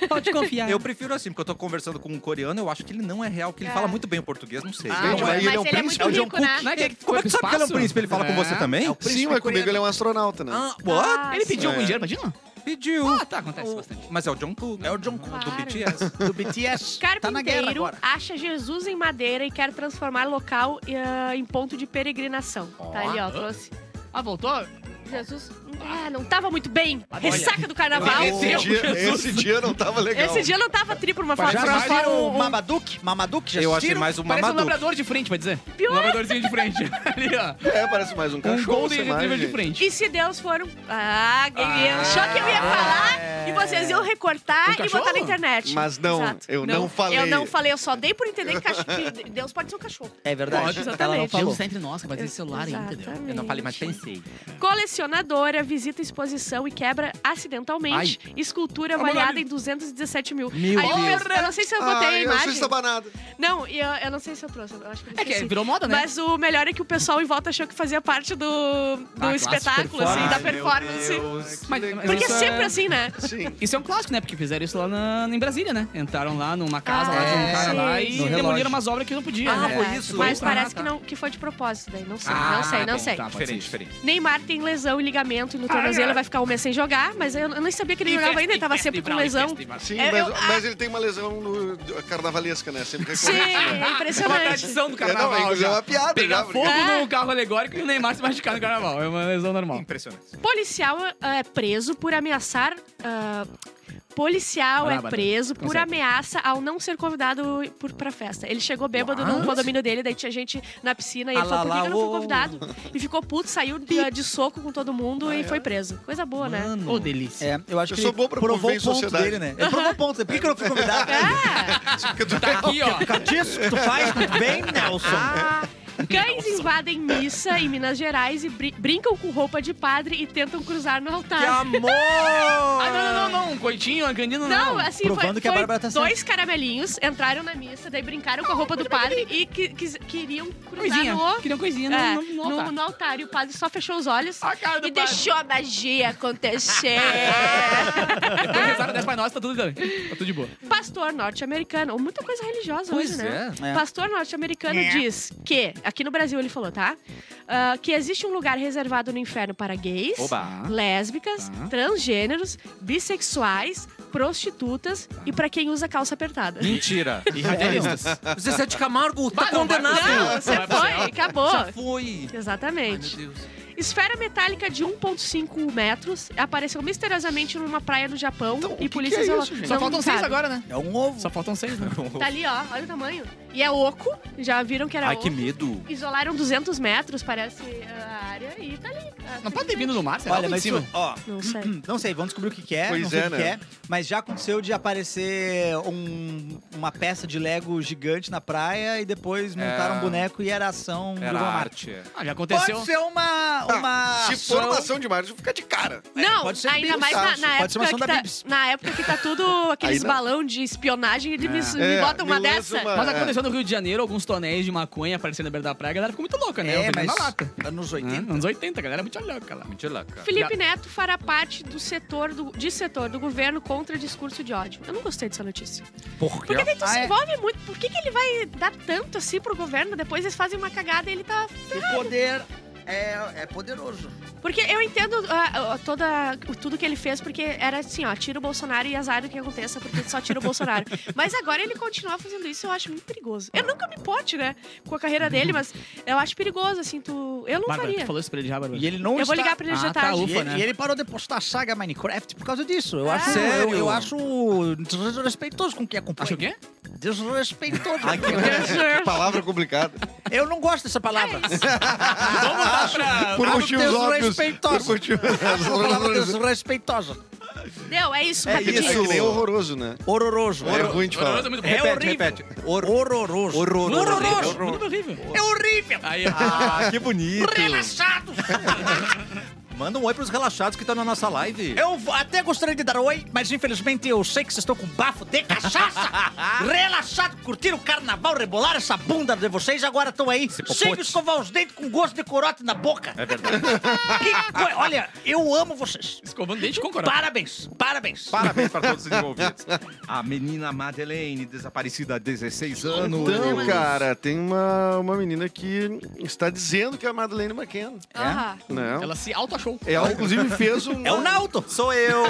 [SPEAKER 2] Pode confiar.
[SPEAKER 1] Eu prefiro assim, porque eu tô conversando com um coreano, eu acho que ele não é real, porque ele
[SPEAKER 3] É.
[SPEAKER 1] fala muito bem o português, não sei.
[SPEAKER 2] Ah,
[SPEAKER 1] Gente,
[SPEAKER 4] Gente,
[SPEAKER 2] mas
[SPEAKER 4] mas ele é um
[SPEAKER 3] ele é muito
[SPEAKER 4] príncipe.
[SPEAKER 3] rico, né?
[SPEAKER 2] Não é que
[SPEAKER 1] Como é que tu sabe
[SPEAKER 2] foi pro
[SPEAKER 1] que ele é um
[SPEAKER 2] espaço?
[SPEAKER 1] príncipe? Ele fala com
[SPEAKER 2] É.
[SPEAKER 1] você também?
[SPEAKER 4] Sim, mas comigo ele é um astronauta, né?
[SPEAKER 1] Ah,
[SPEAKER 3] Ah,
[SPEAKER 1] what?
[SPEAKER 2] Ele pediu
[SPEAKER 4] É.
[SPEAKER 2] algum dinheiro, imagina?
[SPEAKER 1] Pediu.
[SPEAKER 2] Ah, tá, acontece
[SPEAKER 1] O-
[SPEAKER 2] bastante.
[SPEAKER 1] Mas é o John Cook, é o John Cook do
[SPEAKER 3] Claro.
[SPEAKER 1] BTS.
[SPEAKER 5] Do BTS. tá na guerra
[SPEAKER 3] Carpinteiro
[SPEAKER 5] agora.
[SPEAKER 3] acha Jesus em madeira e quer transformar local eh, em ponto de peregrinação. Tá ali, ó, trouxe.
[SPEAKER 2] Ah, voltou?
[SPEAKER 3] Jesus, ah, não tava muito bem.
[SPEAKER 2] Olha.
[SPEAKER 3] Ressaca do carnaval.
[SPEAKER 2] Meu
[SPEAKER 4] Esse
[SPEAKER 2] Deus,
[SPEAKER 4] dia,
[SPEAKER 2] Jesus.
[SPEAKER 4] esse dia não tava legal.
[SPEAKER 3] Ah, Esse dia não tava tri pra uma
[SPEAKER 2] Faz
[SPEAKER 3] foto.
[SPEAKER 5] Já
[SPEAKER 2] Mas
[SPEAKER 5] assistiram
[SPEAKER 2] um-
[SPEAKER 5] o Mamaduke? Mamaduke? Já
[SPEAKER 1] Eu achei
[SPEAKER 5] assistiram?
[SPEAKER 1] mais uma
[SPEAKER 2] Parece um
[SPEAKER 1] Madu.
[SPEAKER 2] labrador de frente, vai dizer.
[SPEAKER 3] Pior.
[SPEAKER 2] Um labradorzinho de frente. Ali, ó.
[SPEAKER 4] É, parece mais um
[SPEAKER 2] Um
[SPEAKER 4] cachorro.
[SPEAKER 2] golden
[SPEAKER 4] essa
[SPEAKER 2] retriever de
[SPEAKER 4] imagem.
[SPEAKER 2] frente.
[SPEAKER 3] E se Deus for um... Ah, eu achou que eu ia falar e vocês iam
[SPEAKER 2] Um
[SPEAKER 3] recortar e botar na
[SPEAKER 2] cachorro?
[SPEAKER 3] internet.
[SPEAKER 4] é. Mas não, eu não falei.
[SPEAKER 3] Eu não falei, eu só dei por entender que, cach- que Deus pode ser um cachorro.
[SPEAKER 5] É verdade.
[SPEAKER 2] Pode,
[SPEAKER 5] Ela não
[SPEAKER 3] exatamente.
[SPEAKER 5] falou.
[SPEAKER 2] Deus tá entre nós, que vai ter celular ainda, entendeu?
[SPEAKER 3] Exatamente.
[SPEAKER 1] pensei.
[SPEAKER 3] Colecionadora visita exposição e quebra acidentalmente escultura
[SPEAKER 2] Vamos lá,
[SPEAKER 3] avaliada em
[SPEAKER 2] amigo.
[SPEAKER 3] 217 mil.
[SPEAKER 1] Meu
[SPEAKER 3] Aí eu-
[SPEAKER 2] Deus.
[SPEAKER 3] Eu não sei se eu botei a
[SPEAKER 4] Ai, Ah, eu sou
[SPEAKER 3] imagem.
[SPEAKER 4] estabanado.
[SPEAKER 3] Não, e eu, eu não sei se eu trouxe. Eu acho que eu
[SPEAKER 2] É que
[SPEAKER 3] esqueci.
[SPEAKER 2] virou moda, né?
[SPEAKER 3] Mas o melhor é que o pessoal em volta achou que fazia parte do, do
[SPEAKER 2] Ah, clássico,
[SPEAKER 3] espetáculo, assim, da
[SPEAKER 2] Ai,
[SPEAKER 3] performance.
[SPEAKER 2] Mas- mas
[SPEAKER 3] Porque é
[SPEAKER 2] isso
[SPEAKER 3] sempre assim, né?
[SPEAKER 4] Sim.
[SPEAKER 2] Isso é um clássico, né? Porque fizeram isso lá na- em Brasília, né? Entraram lá numa casa lá de
[SPEAKER 5] Ah,
[SPEAKER 2] um cara lá
[SPEAKER 5] sim. No
[SPEAKER 2] e
[SPEAKER 5] relógio.
[SPEAKER 2] demoliram umas obras que não podia.
[SPEAKER 1] Ah,
[SPEAKER 2] né?
[SPEAKER 1] foi isso?
[SPEAKER 3] é. Mas
[SPEAKER 2] Ah,
[SPEAKER 3] parece
[SPEAKER 2] tá.
[SPEAKER 3] que, não, que foi de propósito daí. Não sei,
[SPEAKER 2] Ah,
[SPEAKER 3] não sei, não
[SPEAKER 2] bom,
[SPEAKER 3] sei.
[SPEAKER 2] tá, pode
[SPEAKER 1] Diferente,
[SPEAKER 2] ser.
[SPEAKER 1] diferente.
[SPEAKER 3] Neymar tem lesão em ligamento e no tornozelo, vai ficar um mês sem jogar, mas eu, eu nem sabia que ele jogava ainda, ele tava sempre com lesão.
[SPEAKER 4] Sim,
[SPEAKER 3] É,
[SPEAKER 4] mas,
[SPEAKER 3] eu- ah.
[SPEAKER 4] mas ele tem uma lesão no, carnavalesca, né? Sempre recorrente.
[SPEAKER 3] Sim, é
[SPEAKER 2] Uma
[SPEAKER 3] impressionante.
[SPEAKER 2] tradição do
[SPEAKER 4] É, não,
[SPEAKER 2] carnaval
[SPEAKER 4] inclusive
[SPEAKER 2] já.
[SPEAKER 4] é uma piada
[SPEAKER 2] Pegar
[SPEAKER 4] já,
[SPEAKER 2] fogo
[SPEAKER 3] porque-
[SPEAKER 2] no carro alegórico e o Neymar se machucar no carnaval. É uma lesão normal.
[SPEAKER 1] Impressionante.
[SPEAKER 3] Policial é preso por ameaçar ah, ah, policial
[SPEAKER 2] Bárbara,
[SPEAKER 3] é preso por
[SPEAKER 2] consegue.
[SPEAKER 3] ameaça ao não ser convidado por, pra festa. Ele chegou bêbado
[SPEAKER 2] What?
[SPEAKER 3] no condomínio dele, daí tinha gente na piscina e
[SPEAKER 5] Ah
[SPEAKER 3] ele falou,
[SPEAKER 5] lá,
[SPEAKER 3] por que
[SPEAKER 5] lá,
[SPEAKER 3] que eu não fui
[SPEAKER 5] ô."
[SPEAKER 3] convidado? E ficou puto, saiu de, de soco com todo mundo e foi preso. Coisa boa, né?
[SPEAKER 2] Ô, delícia.
[SPEAKER 5] É, eu acho
[SPEAKER 4] Eu
[SPEAKER 5] que
[SPEAKER 4] sou
[SPEAKER 5] ele
[SPEAKER 4] bom pra
[SPEAKER 5] provou
[SPEAKER 4] conviver
[SPEAKER 5] o
[SPEAKER 4] em
[SPEAKER 5] ponto
[SPEAKER 4] sociedade.
[SPEAKER 5] dele, né? Ele provou o ponto. Por que, que eu não fui convidado?
[SPEAKER 3] É.
[SPEAKER 2] Tá aqui, ó.
[SPEAKER 5] Disso que tu faz muito bem,
[SPEAKER 2] Ah,
[SPEAKER 5] Nelson.
[SPEAKER 3] Cães invadem missa em Minas Gerais e brin- brincam com roupa de padre e tentam cruzar no
[SPEAKER 1] Que
[SPEAKER 3] altar.
[SPEAKER 1] amor!
[SPEAKER 2] Ah, não, não, não, não. Um coitinho, um canino, não.
[SPEAKER 3] Não, assim,
[SPEAKER 5] Provando
[SPEAKER 3] foi,
[SPEAKER 5] que a
[SPEAKER 3] foi
[SPEAKER 5] Bárbara tá certa.
[SPEAKER 3] dois caramelinhos entraram na missa, daí brincaram com a roupa do padre e que- que- queriam cruzar
[SPEAKER 2] Coisinha.
[SPEAKER 3] no...
[SPEAKER 2] Queria uma coisinha no,
[SPEAKER 3] É,
[SPEAKER 2] no, no altar.
[SPEAKER 3] no, no altar. E o padre só fechou os olhos
[SPEAKER 2] A cara do
[SPEAKER 3] e
[SPEAKER 2] padre.
[SPEAKER 3] deixou a magia acontecer.
[SPEAKER 2] Depois rezaram 10 Pai Nosso, tá tudo bem. Tá tudo de boa.
[SPEAKER 3] Pastor norte-americano. ou Muita coisa religiosa hoje, né?
[SPEAKER 5] É.
[SPEAKER 3] Pastor norte-americano
[SPEAKER 2] É.
[SPEAKER 3] diz que, aqui no Brasil ele falou, tá? Ah, que existe um lugar reservado no inferno para gays,
[SPEAKER 1] Oba!
[SPEAKER 3] lésbicas,
[SPEAKER 2] Tá.
[SPEAKER 3] transgêneros, bissexuais, prostitutas e
[SPEAKER 2] Tá.
[SPEAKER 3] pra quem usa calça apertada.
[SPEAKER 1] Mentira!
[SPEAKER 2] E radialistas.
[SPEAKER 1] Zezé de Camargo tá
[SPEAKER 2] Vai, não, vai pro
[SPEAKER 1] condenado!
[SPEAKER 2] céu.
[SPEAKER 3] Não, você
[SPEAKER 2] Vai pro
[SPEAKER 3] foi,
[SPEAKER 2] céu.
[SPEAKER 3] acabou.
[SPEAKER 1] Já foi! Ai, meu
[SPEAKER 3] Exatamente.
[SPEAKER 1] Deus.
[SPEAKER 3] Esfera metálica de 1,5 metros apareceu misteriosamente numa praia no Japão
[SPEAKER 4] Então, o
[SPEAKER 3] e
[SPEAKER 4] que
[SPEAKER 3] polícia
[SPEAKER 4] que é
[SPEAKER 3] isolou.
[SPEAKER 4] isso, gente?
[SPEAKER 2] Só
[SPEAKER 3] Não
[SPEAKER 2] faltam
[SPEAKER 3] sabe.
[SPEAKER 2] seis agora, né?
[SPEAKER 5] É um ovo.
[SPEAKER 2] Só faltam seis, né?
[SPEAKER 3] Tá ali, ó, olha o tamanho. E é oco, já viram que era
[SPEAKER 1] Ai,
[SPEAKER 3] oco.
[SPEAKER 1] que medo!
[SPEAKER 3] Isolaram 200 metros, parece eh, a área, e tá ali.
[SPEAKER 2] Não pode ter vindo do mar, será?
[SPEAKER 5] Olha,
[SPEAKER 2] Lá
[SPEAKER 5] mas
[SPEAKER 2] em cima.
[SPEAKER 5] isso, ó,
[SPEAKER 3] Não sei.
[SPEAKER 5] Hum, Não sei, vamos descobrir o que, que é,
[SPEAKER 4] Pois
[SPEAKER 5] não sei
[SPEAKER 4] é,
[SPEAKER 5] o que,
[SPEAKER 4] né?
[SPEAKER 5] que é, mas já aconteceu de aparecer um- uma peça de Lego gigante na praia e depois
[SPEAKER 4] É.
[SPEAKER 5] montaram um boneco e era ação de
[SPEAKER 1] Era
[SPEAKER 5] uma marca.
[SPEAKER 1] arte.
[SPEAKER 2] Ah, já aconteceu.
[SPEAKER 5] Pode ser uma.
[SPEAKER 4] Tá,
[SPEAKER 5] uma
[SPEAKER 4] Se for uma
[SPEAKER 5] ação-
[SPEAKER 4] ação de marketing, eu vou ficar de cara.
[SPEAKER 3] Não,
[SPEAKER 5] pode ser
[SPEAKER 3] ainda
[SPEAKER 5] Bibs,
[SPEAKER 3] mais
[SPEAKER 5] tá?
[SPEAKER 3] na, na
[SPEAKER 5] Pode ser
[SPEAKER 3] época
[SPEAKER 5] uma ação
[SPEAKER 3] que
[SPEAKER 5] da
[SPEAKER 3] tá,
[SPEAKER 5] Bibs.
[SPEAKER 3] na época que tá tudo aqueles
[SPEAKER 4] Aí não.
[SPEAKER 3] balão de espionagem, ele me, me
[SPEAKER 4] É,
[SPEAKER 3] bota uma
[SPEAKER 4] me lança
[SPEAKER 3] dessa.
[SPEAKER 4] uma-
[SPEAKER 2] Mas
[SPEAKER 4] É.
[SPEAKER 2] aconteceu no Rio de Janeiro, alguns tonéis de maconha aparecendo na beira da praia, a galera ficou muito louca, né?
[SPEAKER 5] É,
[SPEAKER 2] Eu peguei
[SPEAKER 5] mas
[SPEAKER 2] na lata.
[SPEAKER 5] anos
[SPEAKER 2] Ah,
[SPEAKER 5] 80.
[SPEAKER 4] Hum.
[SPEAKER 2] Anos 80, a galera é muito louca lá.
[SPEAKER 1] Mentira, louca.
[SPEAKER 3] Felipe Neto fará parte do setor do, de setor do governo contra discurso de ódio. Eu não gostei dessa notícia.
[SPEAKER 1] Por
[SPEAKER 3] Porque daí tu
[SPEAKER 5] Ah,
[SPEAKER 3] se
[SPEAKER 5] é?
[SPEAKER 3] envolve muito. Por que, que ele vai dar tanto assim pro governo? Depois eles fazem uma cagada e ele tá.
[SPEAKER 5] O poder é, é poderoso.
[SPEAKER 3] Porque eu entendo ah, ah, toda, tudo que ele fez, porque era assim, ó, tira o Bolsonaro e azar do que aconteça, porque só tira o Bolsonaro. Mas agora ele continuar fazendo isso, eu acho muito perigoso. Eu nunca me importe, né? Com a carreira dele, mas eu acho perigoso, assim, tu. Eu não
[SPEAKER 2] Bárbara, tu
[SPEAKER 3] faria.
[SPEAKER 2] falou isso pra ele já, Bárbara?
[SPEAKER 5] E ele não
[SPEAKER 3] Eu vou
[SPEAKER 5] está-
[SPEAKER 3] ligar pra ele
[SPEAKER 2] Ah,
[SPEAKER 3] já
[SPEAKER 2] tá,
[SPEAKER 3] tarde.
[SPEAKER 5] E
[SPEAKER 2] ufa,
[SPEAKER 5] ele,
[SPEAKER 2] né?
[SPEAKER 5] e ele parou de postar saga Minecraft por causa disso. Eu
[SPEAKER 3] Ah.
[SPEAKER 5] acho, eu,
[SPEAKER 1] Sério?
[SPEAKER 5] eu acho desrespeitoso com quem acompanha.
[SPEAKER 2] Acho o quê?
[SPEAKER 5] Desrespeitoso.
[SPEAKER 3] É,
[SPEAKER 4] É. Que palavra complicada.
[SPEAKER 5] eu não gosto dessa palavra.
[SPEAKER 2] Vamos lá pra...
[SPEAKER 4] Por
[SPEAKER 5] Ah,
[SPEAKER 4] motivos óbvios. Por
[SPEAKER 5] desrespeitoso. Uma palavra
[SPEAKER 4] motivos...
[SPEAKER 5] desrespeitosa.
[SPEAKER 3] Deu, é isso,
[SPEAKER 4] Isso
[SPEAKER 5] É
[SPEAKER 4] é
[SPEAKER 3] rapidinho.
[SPEAKER 4] que nem horroroso, né?
[SPEAKER 5] Horroroso.
[SPEAKER 4] É ruim de falar.
[SPEAKER 2] Horroroso é muito bom.
[SPEAKER 5] É horrível.
[SPEAKER 1] repete.
[SPEAKER 5] Horroroso.
[SPEAKER 1] Horroroso.
[SPEAKER 5] Horroroso.
[SPEAKER 2] Muito horrível.
[SPEAKER 5] É horrível.
[SPEAKER 2] Aí, ó.
[SPEAKER 1] Ah, que bonito!
[SPEAKER 5] Relaxado.
[SPEAKER 1] Manda um oi pros relaxados que estão na nossa live.
[SPEAKER 5] Eu vou- até gostaria de dar oi, mas infelizmente eu sei que vocês estão com bafo de cachaça. Relaxado, curtir o carnaval, rebolar essa bunda de vocês. Agora estão aí,
[SPEAKER 1] popote.
[SPEAKER 5] sem escovar os dentes com gosto de corote na boca. É verdade. olha, eu amo vocês.
[SPEAKER 2] Escovando dente com coragem.
[SPEAKER 5] Parabéns, parabéns.
[SPEAKER 1] Parabéns para todos os envolvidos. A menina Madeleine, desaparecida há 16 anos.
[SPEAKER 4] Então, cara, tem uma, uma menina que está dizendo que é a Madeleine McKenna.
[SPEAKER 3] Aham.
[SPEAKER 4] Não. Ela...
[SPEAKER 2] Ela se auto-achou.
[SPEAKER 4] inclusive, fez um...
[SPEAKER 5] É o Nauto.
[SPEAKER 1] Sou eu!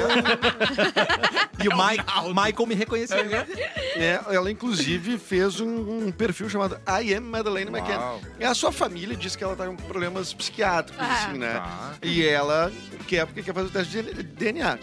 [SPEAKER 1] e o Mike, Michael me reconheceu.
[SPEAKER 4] É, ela, inclusive, fez um, um perfil chamado I Am Madeleine McKenna.
[SPEAKER 1] Uau.
[SPEAKER 4] E a sua família diz que ela tá com problemas psiquiátricos,
[SPEAKER 3] Ah.
[SPEAKER 4] assim, né?
[SPEAKER 1] Tá.
[SPEAKER 4] E ela quer, porque quer fazer o teste de DNA.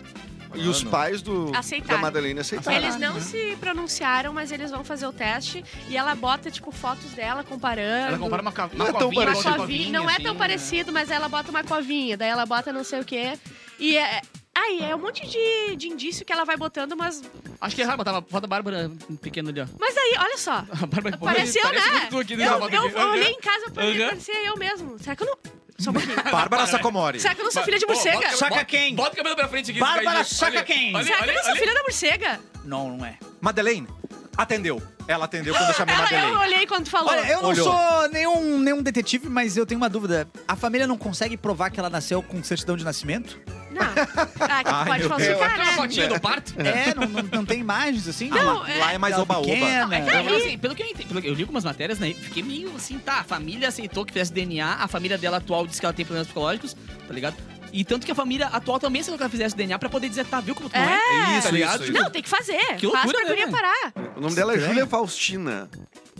[SPEAKER 4] E os
[SPEAKER 1] Mano.
[SPEAKER 4] pais do, da
[SPEAKER 3] Aceitaram.
[SPEAKER 4] Madeleine aceitaram.
[SPEAKER 3] Eles não se pronunciaram, mas eles vão fazer o teste e ela bota, tipo, fotos dela comparando.
[SPEAKER 2] Ela compara uma, ca...
[SPEAKER 4] Não é
[SPEAKER 2] uma
[SPEAKER 4] tão
[SPEAKER 2] covinha,
[SPEAKER 3] uma
[SPEAKER 4] parecido.
[SPEAKER 2] outra
[SPEAKER 3] covinha, não é tão
[SPEAKER 2] assim,
[SPEAKER 3] parecido, mas ela bota uma covinha, daí ela bota não sei o quê. E é. Aí é um monte de, de indício que ela vai botando, mas.
[SPEAKER 2] né? Acho que erraram, botava a foto da Bárbara pequena ali, ó.
[SPEAKER 3] Mas aí, olha só.
[SPEAKER 2] A Bárbara
[SPEAKER 3] Apareceu,
[SPEAKER 2] parece
[SPEAKER 3] né?
[SPEAKER 2] muito tu aqui nessa
[SPEAKER 3] Eu,
[SPEAKER 2] foto
[SPEAKER 3] eu,
[SPEAKER 2] aqui.
[SPEAKER 3] eu olhei em casa pra mim,
[SPEAKER 2] Aham.
[SPEAKER 3] parecia eu mesmo. Será que eu não. Só um pouquinho.
[SPEAKER 1] Bárbara Sacomori.
[SPEAKER 3] Será que eu não sou filha de
[SPEAKER 2] Pô, bota-
[SPEAKER 3] morcega?
[SPEAKER 5] Saca
[SPEAKER 2] bota-
[SPEAKER 5] quem?
[SPEAKER 2] Bota o cabelo pra frente aqui.
[SPEAKER 5] Bárbara,
[SPEAKER 2] Skyzinho.
[SPEAKER 5] saca
[SPEAKER 2] Olha-
[SPEAKER 5] quem?
[SPEAKER 2] olha-
[SPEAKER 3] Será que eu
[SPEAKER 2] olha-
[SPEAKER 3] não sou
[SPEAKER 2] olha-
[SPEAKER 3] filha da morcega?
[SPEAKER 5] Não, não é.
[SPEAKER 1] Madeleine, atendeu. Ela atendeu quando eu chamei
[SPEAKER 3] Ela,
[SPEAKER 2] é
[SPEAKER 1] Madeleine.
[SPEAKER 3] eu olhei quando tu falou.
[SPEAKER 5] Olha, eu não
[SPEAKER 1] Olhou.
[SPEAKER 5] sou nenhum, nenhum detetive, mas eu tenho uma dúvida. A família não consegue provar que ela nasceu com certidão de nascimento?
[SPEAKER 3] Não. Ah, que tu
[SPEAKER 1] Ai, meu
[SPEAKER 3] pode
[SPEAKER 1] Deus.
[SPEAKER 3] falsificar,
[SPEAKER 2] Aquela
[SPEAKER 3] né?
[SPEAKER 2] fotinha do parto?
[SPEAKER 5] É, não, não, não tem imagens assim?
[SPEAKER 3] Não,
[SPEAKER 5] Ela-
[SPEAKER 3] é-
[SPEAKER 1] Lá é mais
[SPEAKER 5] ela
[SPEAKER 1] oba-oba.
[SPEAKER 5] pequena. tá
[SPEAKER 3] é que-
[SPEAKER 2] Não, mas assim, pelo que eu entendi, pelo que eu li algumas matérias, né? Fiquei meio assim, tá, a família aceitou que fizesse DNA, a família dela atual diz que ela tem problemas psicológicos, tá ligado? E tanto que a família atual também aceitou que ela fizesse DNA pra poder dizer, tá, viu como tu não é?
[SPEAKER 3] É.
[SPEAKER 2] tá
[SPEAKER 1] Isso,
[SPEAKER 2] ligado?
[SPEAKER 1] isso, isso.
[SPEAKER 3] Não, tem que fazer.
[SPEAKER 2] Que
[SPEAKER 3] Faz
[SPEAKER 2] loucura,
[SPEAKER 3] pra
[SPEAKER 2] né,
[SPEAKER 3] guria
[SPEAKER 2] mano?
[SPEAKER 3] parar.
[SPEAKER 4] O nome dela é
[SPEAKER 5] Estranho.
[SPEAKER 4] Júlia Faustina.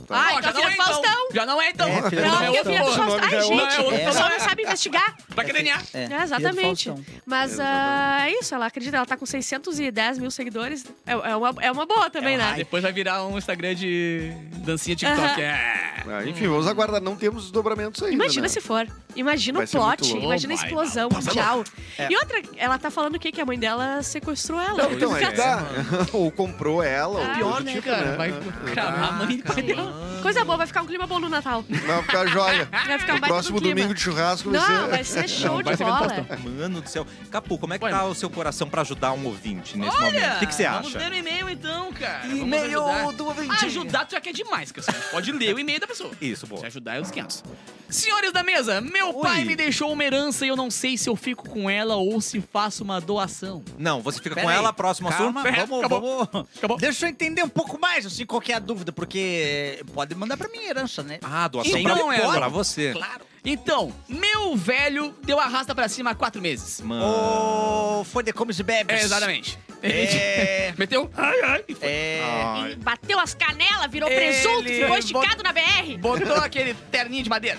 [SPEAKER 4] Faustão.
[SPEAKER 3] Ai,
[SPEAKER 2] Ó,
[SPEAKER 3] então filha do Faustão.
[SPEAKER 2] Já não é então.
[SPEAKER 5] É, filha do
[SPEAKER 3] Não,
[SPEAKER 5] Faustão.
[SPEAKER 3] porque a filha do
[SPEAKER 4] Esse
[SPEAKER 3] Faustão.
[SPEAKER 4] nome
[SPEAKER 3] Ai,
[SPEAKER 4] já é
[SPEAKER 3] gente,
[SPEAKER 2] outro. É.
[SPEAKER 3] o pessoal não sabe investigar.
[SPEAKER 2] Vai credenciar.
[SPEAKER 5] É,
[SPEAKER 3] É, exatamente. Mas ah, é isso, ela acredita, ela tá com 610 mil seguidores. É, é uma, é uma boa também,
[SPEAKER 2] Ah,
[SPEAKER 3] né?
[SPEAKER 2] depois vai virar um Instagram de dancinha TikTok.
[SPEAKER 3] Aham.
[SPEAKER 2] É.
[SPEAKER 4] Ah, enfim, vamos aguardar. Não temos desdobramentos ainda.
[SPEAKER 3] Imagina
[SPEAKER 4] né?
[SPEAKER 3] se for. Imagina
[SPEAKER 4] Vai
[SPEAKER 3] o
[SPEAKER 4] ser muito
[SPEAKER 3] plot,
[SPEAKER 4] louco.
[SPEAKER 3] imagina a
[SPEAKER 2] Vai,
[SPEAKER 3] explosão mundial. E outra, ela tá falando o quê? Que a mãe dela sequestrou ela.
[SPEAKER 4] Não, então, é que tá. Ou comprou ela, ou
[SPEAKER 3] Ah,
[SPEAKER 4] coisa
[SPEAKER 2] Pior,
[SPEAKER 4] do
[SPEAKER 2] né,
[SPEAKER 4] tipo,
[SPEAKER 2] cara?
[SPEAKER 4] né?
[SPEAKER 2] Vai cravar a mãe do pai dela.
[SPEAKER 3] Coisa boa, vai ficar um clima bom no Natal.
[SPEAKER 4] Vai ficar joia.
[SPEAKER 3] Vai ficar um
[SPEAKER 4] O
[SPEAKER 3] baita
[SPEAKER 4] próximo
[SPEAKER 3] do clima.
[SPEAKER 4] domingo de churrasco vai
[SPEAKER 3] Não,
[SPEAKER 4] ser-
[SPEAKER 3] vai ser show
[SPEAKER 2] vai
[SPEAKER 3] de
[SPEAKER 2] ser bem
[SPEAKER 3] bola.
[SPEAKER 2] Faustão.
[SPEAKER 1] Mano do céu. Capu, como é que
[SPEAKER 2] Ué.
[SPEAKER 1] tá o seu coração pra ajudar um ouvinte nesse momento? O que, que você
[SPEAKER 2] vamos
[SPEAKER 1] acha?
[SPEAKER 2] ler o e-mail então, cara. E-mail do ouvinte. Ajudar tu já quer demais, cara. Pode ler o e-mail da pessoa.
[SPEAKER 1] Isso, boa.
[SPEAKER 2] Se ajudar, é os 500. Senhores da mesa, meu
[SPEAKER 1] Oi.
[SPEAKER 2] pai me deixou uma herança e eu não sei se eu fico com ela ou se faço uma doação.
[SPEAKER 1] Não, você fica
[SPEAKER 5] Pera
[SPEAKER 1] com
[SPEAKER 5] aí,
[SPEAKER 1] ela, próximo
[SPEAKER 5] calma,
[SPEAKER 1] assunto.
[SPEAKER 5] Vamos,
[SPEAKER 2] acabou.
[SPEAKER 5] vamos.
[SPEAKER 2] Acabou.
[SPEAKER 5] Deixa eu entender um pouco mais, assim, qual que é a dúvida, porque eh, pode mandar pra minha herança, né?
[SPEAKER 1] Ah, doação
[SPEAKER 2] Sim,
[SPEAKER 1] pra,
[SPEAKER 2] não é.
[SPEAKER 1] pra você.
[SPEAKER 5] Claro.
[SPEAKER 2] Então, meu velho deu arrasta pra cima há quatro meses.
[SPEAKER 1] Mano. Um
[SPEAKER 5] Ou foi de comes e bebes.
[SPEAKER 2] É, exatamente.
[SPEAKER 5] É.
[SPEAKER 2] Meteu? Ai, ai. e foi.
[SPEAKER 5] É.
[SPEAKER 3] E bateu as canelas, virou
[SPEAKER 2] Ele
[SPEAKER 3] presunto, ficou esticado
[SPEAKER 2] bota-
[SPEAKER 3] na BR.
[SPEAKER 2] Botou aquele terninho de madeira.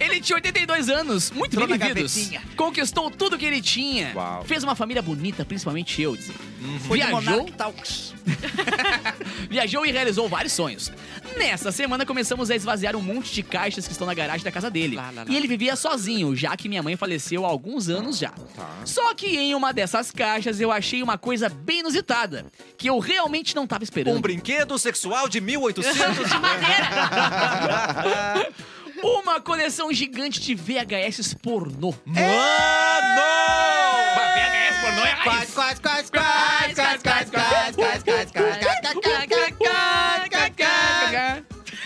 [SPEAKER 2] Ele tinha 82 anos, muito
[SPEAKER 5] Entrou
[SPEAKER 2] bem
[SPEAKER 5] na
[SPEAKER 2] vividos.
[SPEAKER 5] gavetinha.
[SPEAKER 2] Conquistou tudo que ele tinha.
[SPEAKER 1] Uau.
[SPEAKER 2] Fez uma família bonita, principalmente eu, dizer.
[SPEAKER 5] Uhum. Foi de
[SPEAKER 2] Viajou,
[SPEAKER 5] Monarch Talks.
[SPEAKER 2] viajou e realizou vários sonhos. Nessa semana começamos a esvaziar um monte de caixas que estão na garagem da casa dele.
[SPEAKER 5] Lá, lá, lá.
[SPEAKER 2] E ele vivia sozinho, já que minha mãe faleceu há alguns anos já. Só que em uma dessas caixas eu achei uma coisa bem inusitada, que eu realmente não tava esperando.
[SPEAKER 1] Um brinquedo sexual de 1800.
[SPEAKER 3] De madeira.
[SPEAKER 2] Uma coleção gigante de VHS pornô.
[SPEAKER 1] Mano!
[SPEAKER 2] VHS pornô é
[SPEAKER 5] Quase, quase, quase, quase, quase, quase, quase, quase, quase,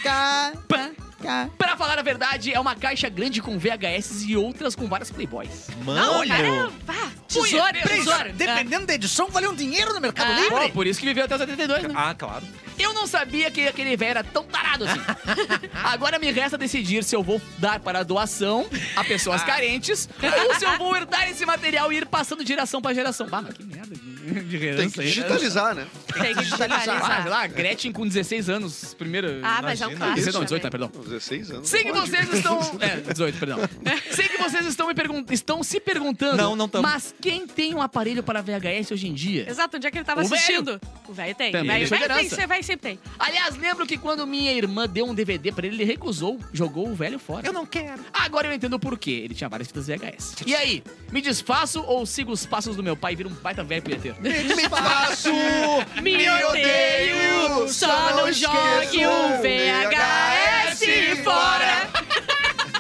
[SPEAKER 5] quase, quase.
[SPEAKER 2] Pra falar a verdade, é uma caixa grande com VHS e outras com várias Playboys.
[SPEAKER 3] Não, é
[SPEAKER 1] Mano!
[SPEAKER 3] cara, pá, tesoura, tesoura.
[SPEAKER 5] Dependendo da edição, valeu um dinheiro no Mercado
[SPEAKER 3] Ah.
[SPEAKER 5] Livre.
[SPEAKER 2] Pô, Oh, por isso que viveu até os 72, né?
[SPEAKER 1] Ah, claro.
[SPEAKER 2] Eu não sabia que aquele velho era tão tarado assim. Agora me resta decidir se eu vou dar para doação a pessoas carentes ou se eu vou herdar esse material e ir passando de geração pra geração. Ah, mas que merda de, de
[SPEAKER 4] Tem
[SPEAKER 2] herança
[SPEAKER 4] que
[SPEAKER 2] aí, né?
[SPEAKER 4] digitalizar, né?
[SPEAKER 3] Tem que
[SPEAKER 2] Ah, sei
[SPEAKER 3] digitalizar.
[SPEAKER 2] lá, Gretchen com 16 anos, primeiro.
[SPEAKER 3] Ah, mas é um
[SPEAKER 1] Imagina.
[SPEAKER 3] clássico.
[SPEAKER 2] não, 18, né?
[SPEAKER 3] também.
[SPEAKER 2] Perdão.
[SPEAKER 4] 16 anos.
[SPEAKER 2] Sei que
[SPEAKER 4] pode.
[SPEAKER 2] vocês estão. É, 18, perdão. Sei que vocês estão, me pergun- estão se perguntando.
[SPEAKER 1] Não, não tamo.
[SPEAKER 2] Mas quem tem um aparelho para VHS hoje em dia?
[SPEAKER 3] Exato, onde é que ele tava
[SPEAKER 2] O velho.
[SPEAKER 3] assistindo? O velho tem.
[SPEAKER 2] Também
[SPEAKER 3] o velho,
[SPEAKER 2] deixou
[SPEAKER 3] velho tem,
[SPEAKER 2] herança.
[SPEAKER 3] você vai sempre tem.
[SPEAKER 2] Aliás, lembro que quando minha irmã deu um DVD pra ele, ele recusou, jogou o velho fora.
[SPEAKER 1] não quero.
[SPEAKER 2] Agora eu entendo por quê. Ele tinha várias fitas VHS. E aí, me desfaço ou sigo os passos do meu pai e viro um baita velho punheteiro?
[SPEAKER 4] Me faço!
[SPEAKER 3] Me
[SPEAKER 4] odeio, só não esqueço o VHS
[SPEAKER 3] fora.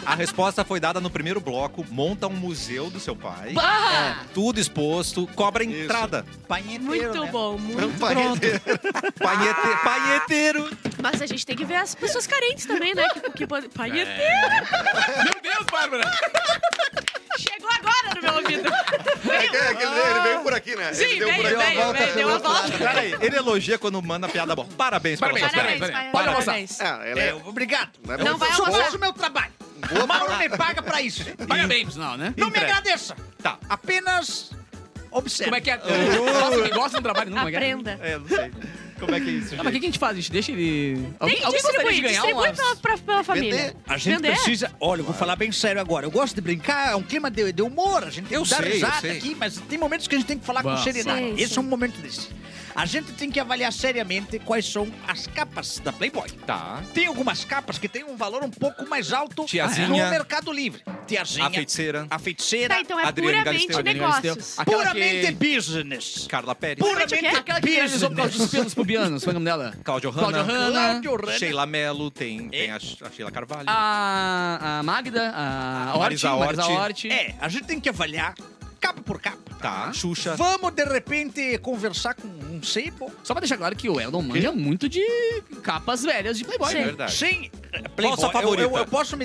[SPEAKER 1] A resposta foi dada no primeiro bloco. Monta um museu do seu pai. É,
[SPEAKER 2] Bah!
[SPEAKER 1] Tudo exposto. Cobra a
[SPEAKER 4] Isso.
[SPEAKER 1] entrada.
[SPEAKER 5] Panheteiro,
[SPEAKER 3] Muito bom, muito.
[SPEAKER 4] Panheteiro.
[SPEAKER 1] Panhete, panheteiro.
[SPEAKER 3] Mas a gente tem que ver as pessoas carentes também, né? Que, que pode... Pai,
[SPEAKER 2] Meu Deus, Bárbara!
[SPEAKER 3] Chegou agora no meu ouvido.
[SPEAKER 4] É que- é que ele- ele veio por aqui, né? Ele
[SPEAKER 3] Sim,
[SPEAKER 4] deu né?
[SPEAKER 3] veio,
[SPEAKER 4] por
[SPEAKER 3] veio,
[SPEAKER 4] aqui.
[SPEAKER 3] veio, deu uma volta.
[SPEAKER 1] Peraí, ele elogia quando manda piada boa. Parabéns, pela
[SPEAKER 2] Parabéns,
[SPEAKER 1] sua
[SPEAKER 2] peraí,
[SPEAKER 3] Parabéns,
[SPEAKER 1] frase.
[SPEAKER 2] peraí.
[SPEAKER 3] pai,
[SPEAKER 2] Pode almoçar.
[SPEAKER 3] parabéns.
[SPEAKER 4] Ah, ela
[SPEAKER 5] É,
[SPEAKER 4] é
[SPEAKER 5] obrigado.
[SPEAKER 4] Não é
[SPEAKER 3] Não vai
[SPEAKER 5] Eu
[SPEAKER 3] almoçar.
[SPEAKER 5] faço o meu trabalho. O Mauro me paga pra isso.
[SPEAKER 2] Parabéns, não, né?
[SPEAKER 5] Não me
[SPEAKER 1] Entrega.
[SPEAKER 5] agradeça.
[SPEAKER 1] Tá.
[SPEAKER 5] Apenas observe.
[SPEAKER 2] Como é que é? Nossa, que gosta do trabalho, não, como é que é?
[SPEAKER 3] Aprenda.
[SPEAKER 1] É, não sei. Como é que é isso,
[SPEAKER 2] Ah, mas o que
[SPEAKER 1] gente?
[SPEAKER 2] que a gente faz? A gente deixa ele.
[SPEAKER 3] Tem que distribuir,
[SPEAKER 2] um
[SPEAKER 3] distribui pela, pra, pela família.
[SPEAKER 5] A gente
[SPEAKER 3] Vender?
[SPEAKER 5] precisa. Olha, eu vou falar bem sério agora. Eu gosto de brincar, é um clima de, de humor, a gente tem
[SPEAKER 1] Eu
[SPEAKER 5] que dar
[SPEAKER 1] sei, eu
[SPEAKER 5] risada
[SPEAKER 1] sei.
[SPEAKER 5] aqui, mas tem momentos que a gente tem que falar
[SPEAKER 2] Bah,
[SPEAKER 5] com seriedade.
[SPEAKER 3] sim,
[SPEAKER 5] Esse
[SPEAKER 3] sim.
[SPEAKER 5] é um momento desse. A gente tem que avaliar seriamente quais são as capas da Playboy.
[SPEAKER 1] Tá.
[SPEAKER 5] Tem algumas capas que têm um valor um pouco mais alto
[SPEAKER 1] Tiazinha.
[SPEAKER 5] no Mercado Livre. Tiazinha.
[SPEAKER 1] A feiticeira.
[SPEAKER 5] A feiticeira.
[SPEAKER 3] Tá, então é
[SPEAKER 1] Adriane
[SPEAKER 3] puramente
[SPEAKER 1] Galisteu. Adriane
[SPEAKER 3] negócios.
[SPEAKER 5] Ah, Puramente business.
[SPEAKER 1] Carla Pérez.
[SPEAKER 3] Puramente o quê?
[SPEAKER 5] Puramente é
[SPEAKER 2] Aquela que realizou por causa dos
[SPEAKER 5] business.
[SPEAKER 2] pelos pubianos, foi o nome dela?
[SPEAKER 1] Cláudio
[SPEAKER 2] Cláudia
[SPEAKER 1] Hanna.
[SPEAKER 2] Hanna.
[SPEAKER 5] Cláudio Rana.
[SPEAKER 1] Sheila Mello. Tem, tem a, a Sheila Carvalho.
[SPEAKER 2] Ah. A, a Magda, a Orte,
[SPEAKER 1] Marisa Hort.
[SPEAKER 2] Marisa Hort.
[SPEAKER 5] É, a gente tem que avaliar capa por capa.
[SPEAKER 1] Tá. Xuxa.
[SPEAKER 5] Vamos, de repente, conversar com um sebo?
[SPEAKER 2] Só pra deixar claro que o Eldon manja muito de capas velhas de Playboy.
[SPEAKER 3] Sim.
[SPEAKER 2] né?
[SPEAKER 1] Verdade.
[SPEAKER 5] Sim.
[SPEAKER 1] Qual a sua
[SPEAKER 5] Eu-
[SPEAKER 1] favorita?
[SPEAKER 5] Eu, eu posso me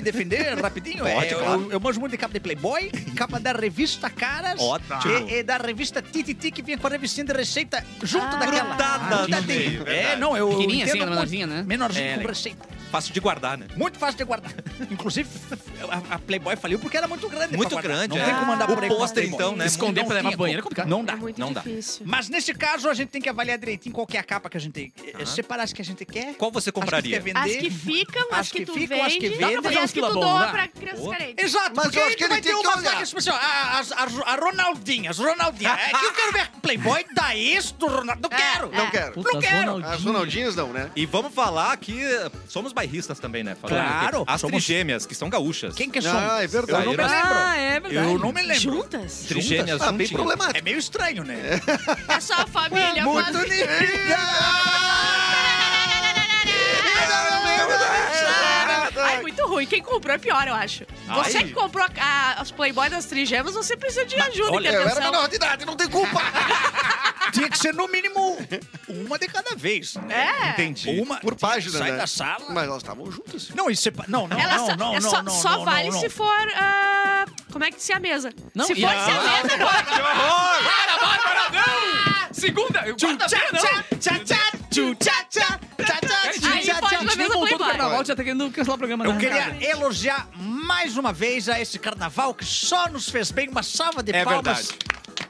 [SPEAKER 5] defender rapidinho?
[SPEAKER 1] Pode,
[SPEAKER 5] É, eu-
[SPEAKER 1] claro.
[SPEAKER 5] Eu, eu manjo muito de capa de Playboy, capa da revista Caras
[SPEAKER 1] Ótimo.
[SPEAKER 5] e, e da revista Tititi, que vinha com a revistinha de receita junto
[SPEAKER 3] Ah.
[SPEAKER 5] daquela.
[SPEAKER 1] Grudada no
[SPEAKER 5] Grudadinha.
[SPEAKER 1] meio,
[SPEAKER 5] É,
[SPEAKER 1] verdade.
[SPEAKER 5] não, eu eu
[SPEAKER 2] Pequenininha, assim,
[SPEAKER 5] entendo
[SPEAKER 2] era
[SPEAKER 5] muito.
[SPEAKER 2] menorzinha, né?
[SPEAKER 5] Menorzinha
[SPEAKER 1] É,
[SPEAKER 5] com
[SPEAKER 1] legal.
[SPEAKER 5] receita.
[SPEAKER 1] Fácil de guardar, né?
[SPEAKER 5] Muito fácil de guardar. Inclusive, a, a Playboy faliu porque era muito grande. pra
[SPEAKER 1] Muito
[SPEAKER 5] guardar.
[SPEAKER 1] grande,
[SPEAKER 5] Não
[SPEAKER 1] é.
[SPEAKER 5] tem como andar
[SPEAKER 1] O
[SPEAKER 5] por aí com uma
[SPEAKER 1] pôster,
[SPEAKER 5] Playboy.
[SPEAKER 1] então, né?
[SPEAKER 2] Esconder pra levar
[SPEAKER 5] tinha
[SPEAKER 2] banheiro é
[SPEAKER 5] como.
[SPEAKER 2] complicado.
[SPEAKER 5] ah, Não dá.
[SPEAKER 3] É muito
[SPEAKER 1] não dá.
[SPEAKER 3] difícil.
[SPEAKER 5] Mas nesse caso, a gente tem que avaliar direitinho qual que é a capa que a gente tem. que Separar as que a gente quer.
[SPEAKER 1] Qual você
[SPEAKER 5] As que
[SPEAKER 1] compraria?
[SPEAKER 5] tu quer
[SPEAKER 3] As
[SPEAKER 5] vender.
[SPEAKER 3] que ficam, as,
[SPEAKER 5] As
[SPEAKER 3] que,
[SPEAKER 5] que
[SPEAKER 3] tu
[SPEAKER 5] ficam, as que
[SPEAKER 3] vende,
[SPEAKER 5] vendem. Dá pra
[SPEAKER 2] fazer
[SPEAKER 3] e
[SPEAKER 2] uns
[SPEAKER 3] as que tu
[SPEAKER 2] quilabom,
[SPEAKER 3] doa
[SPEAKER 2] não dá?
[SPEAKER 3] pra crianças
[SPEAKER 1] Outra.
[SPEAKER 3] carentes.
[SPEAKER 5] Exato,
[SPEAKER 4] Mas
[SPEAKER 5] porque
[SPEAKER 4] eu
[SPEAKER 5] a
[SPEAKER 4] acho
[SPEAKER 5] gente
[SPEAKER 4] que ele
[SPEAKER 5] vai
[SPEAKER 4] tem
[SPEAKER 5] ter
[SPEAKER 4] que
[SPEAKER 5] umas
[SPEAKER 4] olhar.
[SPEAKER 5] lá que, tipo assim, ó, as- as- a Ronaldinha, as Ronaldinha. É que eu quero ver Playboy da ex do Ronaldo. Não
[SPEAKER 3] É,
[SPEAKER 5] quero!
[SPEAKER 3] é.
[SPEAKER 4] Não quero. Ah,
[SPEAKER 2] Puta,
[SPEAKER 5] Não quero.
[SPEAKER 2] Ronaldinho.
[SPEAKER 4] As Ronaldinhas não, né?
[SPEAKER 1] E vamos falar que eh, somos bairristas também, né? Falando
[SPEAKER 5] Claro,
[SPEAKER 1] aqui. As
[SPEAKER 5] somos-
[SPEAKER 1] trigêmeas, que são gaúchas.
[SPEAKER 5] Quem que é
[SPEAKER 4] Ah, é verdade.
[SPEAKER 5] Eu não me
[SPEAKER 1] Saíram.
[SPEAKER 5] lembro.
[SPEAKER 2] Ah, é verdade.
[SPEAKER 5] Eu não me lembro.
[SPEAKER 3] Juntas?
[SPEAKER 1] Trigêmeas
[SPEAKER 4] Ah, bem
[SPEAKER 1] juntinhas.
[SPEAKER 4] problemático.
[SPEAKER 5] É meio estranho, né?
[SPEAKER 3] É só a família.
[SPEAKER 4] Muito
[SPEAKER 3] a família. Ah, Ai, muito ruim. Quem comprou é pior, eu acho. Você
[SPEAKER 1] Ai.
[SPEAKER 3] que comprou a- as Playboy das Trigemas, você precisa de ajuda
[SPEAKER 4] Olha,
[SPEAKER 3] e
[SPEAKER 4] eu era
[SPEAKER 3] atenção.
[SPEAKER 4] menor de idade, não tem culpa.
[SPEAKER 5] Tinha que ser no mínimo uma de cada vez.
[SPEAKER 3] É.
[SPEAKER 1] Entendi.
[SPEAKER 5] Uma
[SPEAKER 4] Por
[SPEAKER 5] tinha que
[SPEAKER 4] página,
[SPEAKER 5] Sai
[SPEAKER 4] né?
[SPEAKER 5] da sala.
[SPEAKER 4] Mas elas estavam juntas.
[SPEAKER 5] Não, isso é... pa- Não, não,
[SPEAKER 3] Ela
[SPEAKER 5] não,
[SPEAKER 3] só,
[SPEAKER 5] não,
[SPEAKER 3] é
[SPEAKER 5] não,
[SPEAKER 3] só,
[SPEAKER 5] não,
[SPEAKER 3] só
[SPEAKER 5] não,
[SPEAKER 3] vale
[SPEAKER 5] não,
[SPEAKER 3] se
[SPEAKER 5] não.
[SPEAKER 3] for. ah, como é que se é a mesa?
[SPEAKER 2] Não,
[SPEAKER 3] se
[SPEAKER 2] e-
[SPEAKER 3] for se a mesa, é pode.
[SPEAKER 1] Que horror!
[SPEAKER 2] Para, vai, para, não! Segunda, eu
[SPEAKER 5] Tchum, tchá, tchá, tchá, tchá, tchum, tchá, tchá, tchá, tchá, tchum,
[SPEAKER 3] Aí
[SPEAKER 5] tchá,
[SPEAKER 3] pode
[SPEAKER 5] tchá.
[SPEAKER 3] na mesa
[SPEAKER 2] voltou do
[SPEAKER 3] Playboy.
[SPEAKER 2] carnaval, já tá querendo cancelar o programa.
[SPEAKER 5] Eu
[SPEAKER 2] né?
[SPEAKER 5] queria elogiar mais uma vez a esse carnaval que só nos fez bem uma salva de
[SPEAKER 1] É
[SPEAKER 5] palmas
[SPEAKER 1] verdade.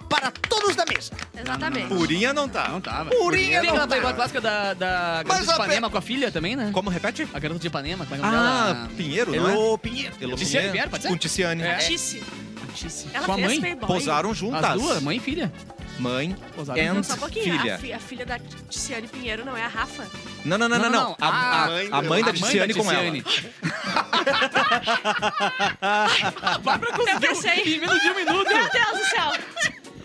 [SPEAKER 5] para todos da mesa.
[SPEAKER 3] Exatamente.
[SPEAKER 1] Purinha não tá.
[SPEAKER 2] Não tá, velho.
[SPEAKER 5] Purinha
[SPEAKER 2] Tem
[SPEAKER 5] não
[SPEAKER 2] aquela
[SPEAKER 5] tá.
[SPEAKER 2] Playboy clássica da, da
[SPEAKER 4] Mas
[SPEAKER 2] garota de
[SPEAKER 4] a
[SPEAKER 2] Ipanema com a filha também, né?
[SPEAKER 1] Como repete?
[SPEAKER 2] A garota de Ipanema, como é que é o nome
[SPEAKER 1] Ah,
[SPEAKER 2] dela?
[SPEAKER 1] Pinheiro, não é?
[SPEAKER 5] Elô Pinheiro.
[SPEAKER 1] Elô
[SPEAKER 2] Ticiane
[SPEAKER 1] Pinheiro.
[SPEAKER 2] Vieira, pode ser?
[SPEAKER 1] Com Ticiane.
[SPEAKER 2] É.
[SPEAKER 3] Tice.
[SPEAKER 2] Putz,
[SPEAKER 3] Ela
[SPEAKER 2] com a
[SPEAKER 3] fez
[SPEAKER 2] mãe?
[SPEAKER 3] Playboy.
[SPEAKER 1] Pousaram juntas.
[SPEAKER 2] As duas, mãe e filha.
[SPEAKER 1] Mãe
[SPEAKER 2] Pousaram
[SPEAKER 1] and
[SPEAKER 3] Não, só um pouquinho. A
[SPEAKER 1] filha.
[SPEAKER 3] fi- A, filha da Ticiane Pinheiro não é a Rafa.
[SPEAKER 1] Não, não, não, não.
[SPEAKER 2] Não,
[SPEAKER 1] não.
[SPEAKER 2] não.
[SPEAKER 1] A, a-
[SPEAKER 2] Ah,
[SPEAKER 1] a mãe da
[SPEAKER 2] A
[SPEAKER 1] Ticiane com ela.
[SPEAKER 2] Ticiane. a Bárbara
[SPEAKER 3] Eu pensei.
[SPEAKER 2] conseguiu em menos de um minuto.
[SPEAKER 3] Meu Deus do céu!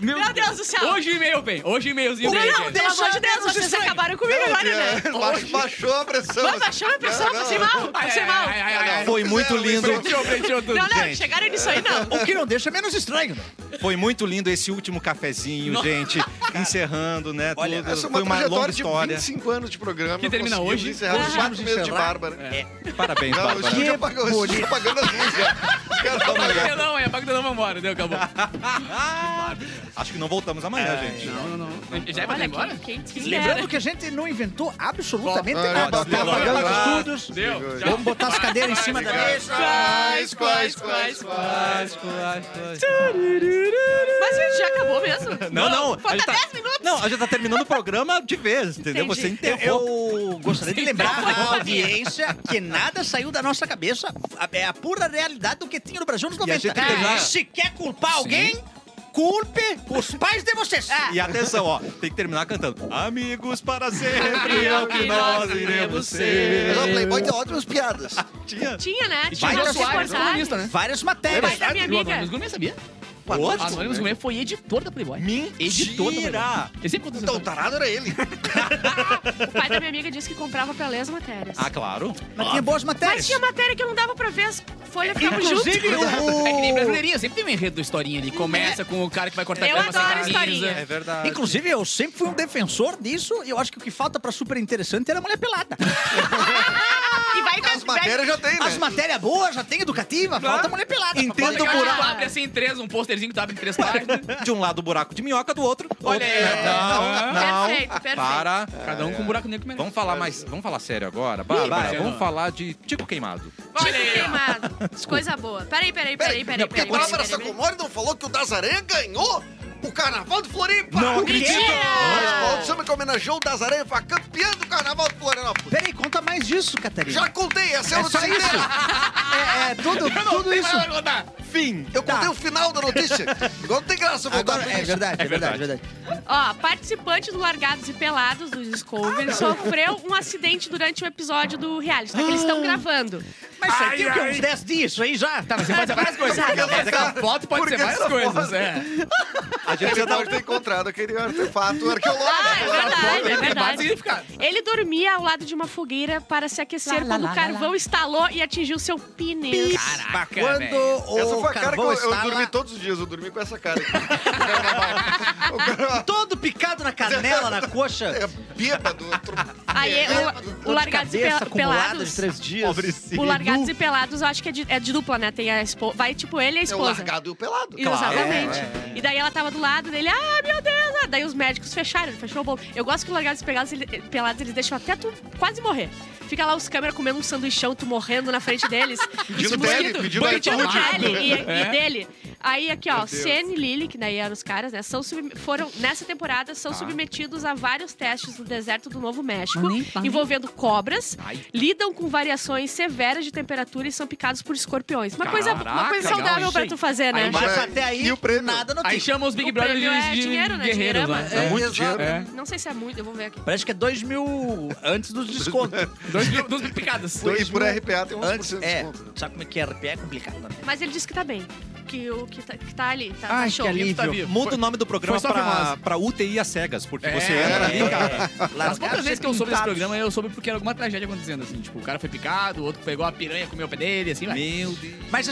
[SPEAKER 3] Meu Deus do céu!
[SPEAKER 2] Hoje o e-mail vem. Hoje o e-mailzinho
[SPEAKER 3] Não,
[SPEAKER 2] vem.
[SPEAKER 3] não,
[SPEAKER 2] gente.
[SPEAKER 3] pelo amor de Deus,
[SPEAKER 5] menos
[SPEAKER 3] vocês
[SPEAKER 5] estranho.
[SPEAKER 3] acabaram comigo agora, né?
[SPEAKER 4] Baixou- Baixou a pressão. assim.
[SPEAKER 3] Vai, baixou minha pessoa,
[SPEAKER 4] Não,
[SPEAKER 3] passei
[SPEAKER 4] não.
[SPEAKER 3] mal, passei mal.
[SPEAKER 2] ai, ai, ai.
[SPEAKER 1] Foi muito lindo.
[SPEAKER 2] Frenteou, frenteou tudo.
[SPEAKER 3] Não, não,
[SPEAKER 1] gente.
[SPEAKER 3] chegaram nisso aí, não.
[SPEAKER 5] O que não deixa menos estranho, né?
[SPEAKER 1] Foi muito lindo esse último cafezinho, gente. Encerrando, né?
[SPEAKER 5] Olha,
[SPEAKER 1] tudo.
[SPEAKER 4] Essa é uma
[SPEAKER 1] Foi uma longa
[SPEAKER 4] trajetória de
[SPEAKER 1] história.
[SPEAKER 4] 25 anos de programa.
[SPEAKER 2] Que termina
[SPEAKER 4] Conseguimos
[SPEAKER 2] hoje. É.
[SPEAKER 4] encerrar os
[SPEAKER 2] Hoje
[SPEAKER 4] quatro
[SPEAKER 2] vamos
[SPEAKER 4] meses de
[SPEAKER 2] encerrar.
[SPEAKER 4] Bárbara.
[SPEAKER 1] Parabéns,
[SPEAKER 4] Não, o
[SPEAKER 1] Bárbara.
[SPEAKER 4] estúdio apagou, o estúdio apagando as músicas. Os caras estão
[SPEAKER 2] Não,
[SPEAKER 4] apagando.
[SPEAKER 2] não, é. Apaga o telão, vambora. Deu, acabou.
[SPEAKER 1] Acho que não voltamos amanhã, gente.
[SPEAKER 2] Não, não, não. Já é pra ir
[SPEAKER 3] Olha,
[SPEAKER 2] embora?
[SPEAKER 3] quem, quem quis
[SPEAKER 5] Lembrando
[SPEAKER 3] era.
[SPEAKER 5] que a gente não inventou absolutamente
[SPEAKER 4] Ó,
[SPEAKER 5] nada.
[SPEAKER 4] ó,
[SPEAKER 5] Tá
[SPEAKER 4] desligou.
[SPEAKER 5] apagando os
[SPEAKER 1] Ah,
[SPEAKER 5] estúdios.
[SPEAKER 2] Deu.
[SPEAKER 4] né?
[SPEAKER 5] Vamos botar as cadeiras em cima da mesa.
[SPEAKER 4] Quais, quais, quais,
[SPEAKER 2] Quais, quais, quais.
[SPEAKER 3] Mas gente, já acabou mesmo?
[SPEAKER 1] Não, não. a
[SPEAKER 3] Falta
[SPEAKER 1] gente tá-
[SPEAKER 3] 10 minutos.
[SPEAKER 1] Não, a gente tá terminando o programa de vez, entendeu?
[SPEAKER 3] Entendi.
[SPEAKER 1] Você
[SPEAKER 5] Eu,
[SPEAKER 1] enterrou.
[SPEAKER 5] eu gostaria de lembrar a audiência que nada saiu da nossa cabeça. A- É a pura realidade do que tinha no Brasil nos
[SPEAKER 1] a
[SPEAKER 5] 90.
[SPEAKER 1] gente teve-
[SPEAKER 5] Ah, Se quer culpar alguém, culpe os pais de vocês.
[SPEAKER 3] É.
[SPEAKER 1] E atenção, ó, tem que terminar cantando. Amigos para sempre é o que nós iremos
[SPEAKER 4] Mas
[SPEAKER 2] é
[SPEAKER 1] ser.
[SPEAKER 4] a Playboy tem ótimas piadas.
[SPEAKER 1] Tinha.
[SPEAKER 3] Tinha, né?
[SPEAKER 2] E
[SPEAKER 3] Tinha
[SPEAKER 2] tinha
[SPEAKER 3] uma
[SPEAKER 2] o Soares,
[SPEAKER 3] reportagem.
[SPEAKER 2] comunista, né?
[SPEAKER 5] Várias
[SPEAKER 3] Vai
[SPEAKER 5] matérias.
[SPEAKER 3] da minha
[SPEAKER 2] O Anônimos
[SPEAKER 3] amiga.
[SPEAKER 2] Gourmet, sabia?
[SPEAKER 4] Ótimo,
[SPEAKER 2] O Anônimos
[SPEAKER 4] né?
[SPEAKER 2] Gourmet foi editor da Playboy. Editor da
[SPEAKER 1] Mentira!
[SPEAKER 2] Playboy. Ele sempre conta essa
[SPEAKER 4] Então, o
[SPEAKER 2] história.
[SPEAKER 4] tarado era ele.
[SPEAKER 3] Ah, O pai da minha amiga disse que comprava pra ler as matérias.
[SPEAKER 1] Ah, claro.
[SPEAKER 5] Mas tinha boas
[SPEAKER 3] Mas
[SPEAKER 5] matérias.
[SPEAKER 3] tinha matéria que eu não dava pra ver, as folhas ficavam juntas.
[SPEAKER 5] Inclusive,
[SPEAKER 2] É que nem
[SPEAKER 5] o...
[SPEAKER 2] brasileirinha, sempre tem um enredo da historinha ali. Começa com o cara que vai cortar
[SPEAKER 3] Eu
[SPEAKER 2] grama sem
[SPEAKER 3] adoro
[SPEAKER 2] camisa.
[SPEAKER 3] historinha.
[SPEAKER 1] É verdade.
[SPEAKER 5] Inclusive, eu sempre fui um defensor disso e eu acho que o que falta pra super interessante era a mulher pelada.
[SPEAKER 3] E vai
[SPEAKER 4] As matérias já tem, né?
[SPEAKER 5] As matérias boas já tem educativa, falta mulher pelada.
[SPEAKER 1] Entendo
[SPEAKER 2] Aquela que
[SPEAKER 3] buraco.
[SPEAKER 2] tu abre assim em três, um posterzinho que tu abre em três páginas.
[SPEAKER 1] de um lado o buraco de minhoca, do outro.
[SPEAKER 2] Olha aí.
[SPEAKER 1] Não,
[SPEAKER 3] Ah,
[SPEAKER 1] não.
[SPEAKER 3] Perfeito, perfeito.
[SPEAKER 1] Para.
[SPEAKER 2] Cada um com um buraco negro que merece.
[SPEAKER 1] Vamos falar mais. Vamos falar sério agora. Bárbara,
[SPEAKER 2] Ih,
[SPEAKER 1] vamos
[SPEAKER 2] Marcelo.
[SPEAKER 1] falar de Tico Queimado.
[SPEAKER 3] Tipo queimado. Coisa boa. Peraí, peraí, peraí, peraí.
[SPEAKER 4] Porque a
[SPEAKER 3] peraí,
[SPEAKER 4] Bárbara
[SPEAKER 3] peraí, peraí.
[SPEAKER 4] Sacomori não falou que o Dazaré ganhou o Carnaval de Floripa. Ah!
[SPEAKER 1] Não
[SPEAKER 4] O quê?
[SPEAKER 1] acredito.
[SPEAKER 2] é
[SPEAKER 4] Mas Paulo Samba que homenageou o Dazaré foi campeão do Carnaval de Florianópolis.
[SPEAKER 5] Peraí, conta mais disso, Catarina.
[SPEAKER 4] Já contei, essa é a
[SPEAKER 5] É só
[SPEAKER 4] notícia
[SPEAKER 5] isso?
[SPEAKER 4] inteira.
[SPEAKER 5] É, é tudo, tudo isso.
[SPEAKER 1] Fim.
[SPEAKER 4] Eu
[SPEAKER 3] Tá.
[SPEAKER 4] contei o final da notícia. Agora não tem graça voltar
[SPEAKER 5] Agora,
[SPEAKER 4] pro
[SPEAKER 5] é
[SPEAKER 4] início.
[SPEAKER 5] verdade, é verdade, é verdade.
[SPEAKER 3] Ó, participante do Largados e Pelados do Discovery sofreu um acidente durante o episódio do reality, tá? Que eles estão gravando.
[SPEAKER 5] Mas isso aí tem o quê? Uns 10 dias, isso aí já?
[SPEAKER 2] Tá, mas você pode ser várias coisas. Mas aquela foto pode ser
[SPEAKER 4] Porque
[SPEAKER 2] várias
[SPEAKER 4] essa
[SPEAKER 2] coisas,
[SPEAKER 4] foto-
[SPEAKER 2] é.
[SPEAKER 1] A gente já
[SPEAKER 4] Você
[SPEAKER 1] tá.
[SPEAKER 4] deve ter encontrado aquele artefato
[SPEAKER 3] Ah, é
[SPEAKER 4] arqueológico.
[SPEAKER 3] verdade, é
[SPEAKER 2] Tem vários
[SPEAKER 3] verdade.
[SPEAKER 2] significados.
[SPEAKER 3] Ele dormia ao lado de uma fogueira para se aquecer quando o carvão estalou e atingiu seu pneu.
[SPEAKER 2] Caraca,
[SPEAKER 5] Quando
[SPEAKER 2] velho.
[SPEAKER 5] o
[SPEAKER 4] Essa foi a cara que
[SPEAKER 5] carvão
[SPEAKER 4] eu, eu
[SPEAKER 5] estala,
[SPEAKER 4] dormi todos os dias, eu dormi com essa cara. aqui. O carnaval. O carnaval.
[SPEAKER 5] todo picado na canela, na coxa.
[SPEAKER 4] É bêbado. tro-
[SPEAKER 3] Aí
[SPEAKER 4] É,
[SPEAKER 3] o, o
[SPEAKER 5] Dor de
[SPEAKER 3] Largados e
[SPEAKER 5] cabeça
[SPEAKER 3] Pel-
[SPEAKER 5] acumulada
[SPEAKER 3] Pelados.
[SPEAKER 5] de três dias.
[SPEAKER 1] Pobrecinho.
[SPEAKER 3] O Largados Largados e Pelados, eu acho que é de, é de dupla, né? Tem a espo... Vai, tipo, ele e a
[SPEAKER 6] É o
[SPEAKER 3] esposa.
[SPEAKER 6] largado e o pelado. É,
[SPEAKER 3] Exatamente. E daí ela tava do lado dele, ah, meu Deus! ah, Daí os médicos fecharam, ele fechou o bolo. Eu gosto que o Largados e Pelados, ele- eh, Pelados, eles deixam até tu quase morrer. Fica lá os câmeras comendo um sanduichão, tu morrendo na frente deles.
[SPEAKER 6] Pedindo
[SPEAKER 3] Os
[SPEAKER 6] pele,
[SPEAKER 3] mosquitos,
[SPEAKER 6] pedindo iFood.
[SPEAKER 3] pele e, e
[SPEAKER 2] É.
[SPEAKER 3] dele. Aí aqui, ó, Cien e Lily, que daí eram os caras, né? São sub- foram, nessa temporada, são
[SPEAKER 2] Tá.
[SPEAKER 3] submetidos a vários testes no deserto do Novo México, envolvendo cobras, lidam com variações severas de temperatura e são picados por escorpiões. Uma coisa, uma
[SPEAKER 2] Caraca,
[SPEAKER 3] coisa
[SPEAKER 2] legal,
[SPEAKER 3] saudável
[SPEAKER 2] isso
[SPEAKER 3] pra
[SPEAKER 2] aí.
[SPEAKER 3] tu fazer, né?
[SPEAKER 5] Aí, mas até aí,
[SPEAKER 6] E o prêmio?
[SPEAKER 5] nada não
[SPEAKER 2] Aí
[SPEAKER 5] tem.
[SPEAKER 2] chama os Big
[SPEAKER 3] O
[SPEAKER 2] Brother de,
[SPEAKER 3] prêmio é
[SPEAKER 2] de
[SPEAKER 3] dinheiro, né?
[SPEAKER 2] guerreiros,
[SPEAKER 3] Dinheirama.
[SPEAKER 2] né?
[SPEAKER 6] É muito
[SPEAKER 5] exato.
[SPEAKER 6] dinheiro.
[SPEAKER 2] É.
[SPEAKER 3] Não sei se é muito, eu vou ver aqui.
[SPEAKER 5] Parece que é 2 mil antes dos descontos.
[SPEAKER 2] Dois, mil- duas mil picadas.
[SPEAKER 4] E por RPA tem 11%
[SPEAKER 5] antes,
[SPEAKER 4] de
[SPEAKER 5] é.
[SPEAKER 4] desconto.
[SPEAKER 5] Sabe como é que é? RP é complicado também.
[SPEAKER 3] Mas ele disse que tá bem. Que o que tá, que tá ali, tá,
[SPEAKER 5] Ai,
[SPEAKER 3] tá
[SPEAKER 5] que
[SPEAKER 3] show.
[SPEAKER 5] alívio.
[SPEAKER 2] Tá vivo.
[SPEAKER 1] Muda o nome do programa
[SPEAKER 2] Foi só
[SPEAKER 1] pra,
[SPEAKER 2] filmagem.
[SPEAKER 1] pra UTI às cegas, porque você
[SPEAKER 2] É,
[SPEAKER 1] entra ali, cara.
[SPEAKER 2] As poucas vezes que eu soube desse programa, eu soube porque era alguma tragédia acontecendo, assim. Tipo, o cara foi picado, o outro pegou a piranha, comeu o pé dele, assim, vai.
[SPEAKER 1] Meu Deus.
[SPEAKER 5] Mas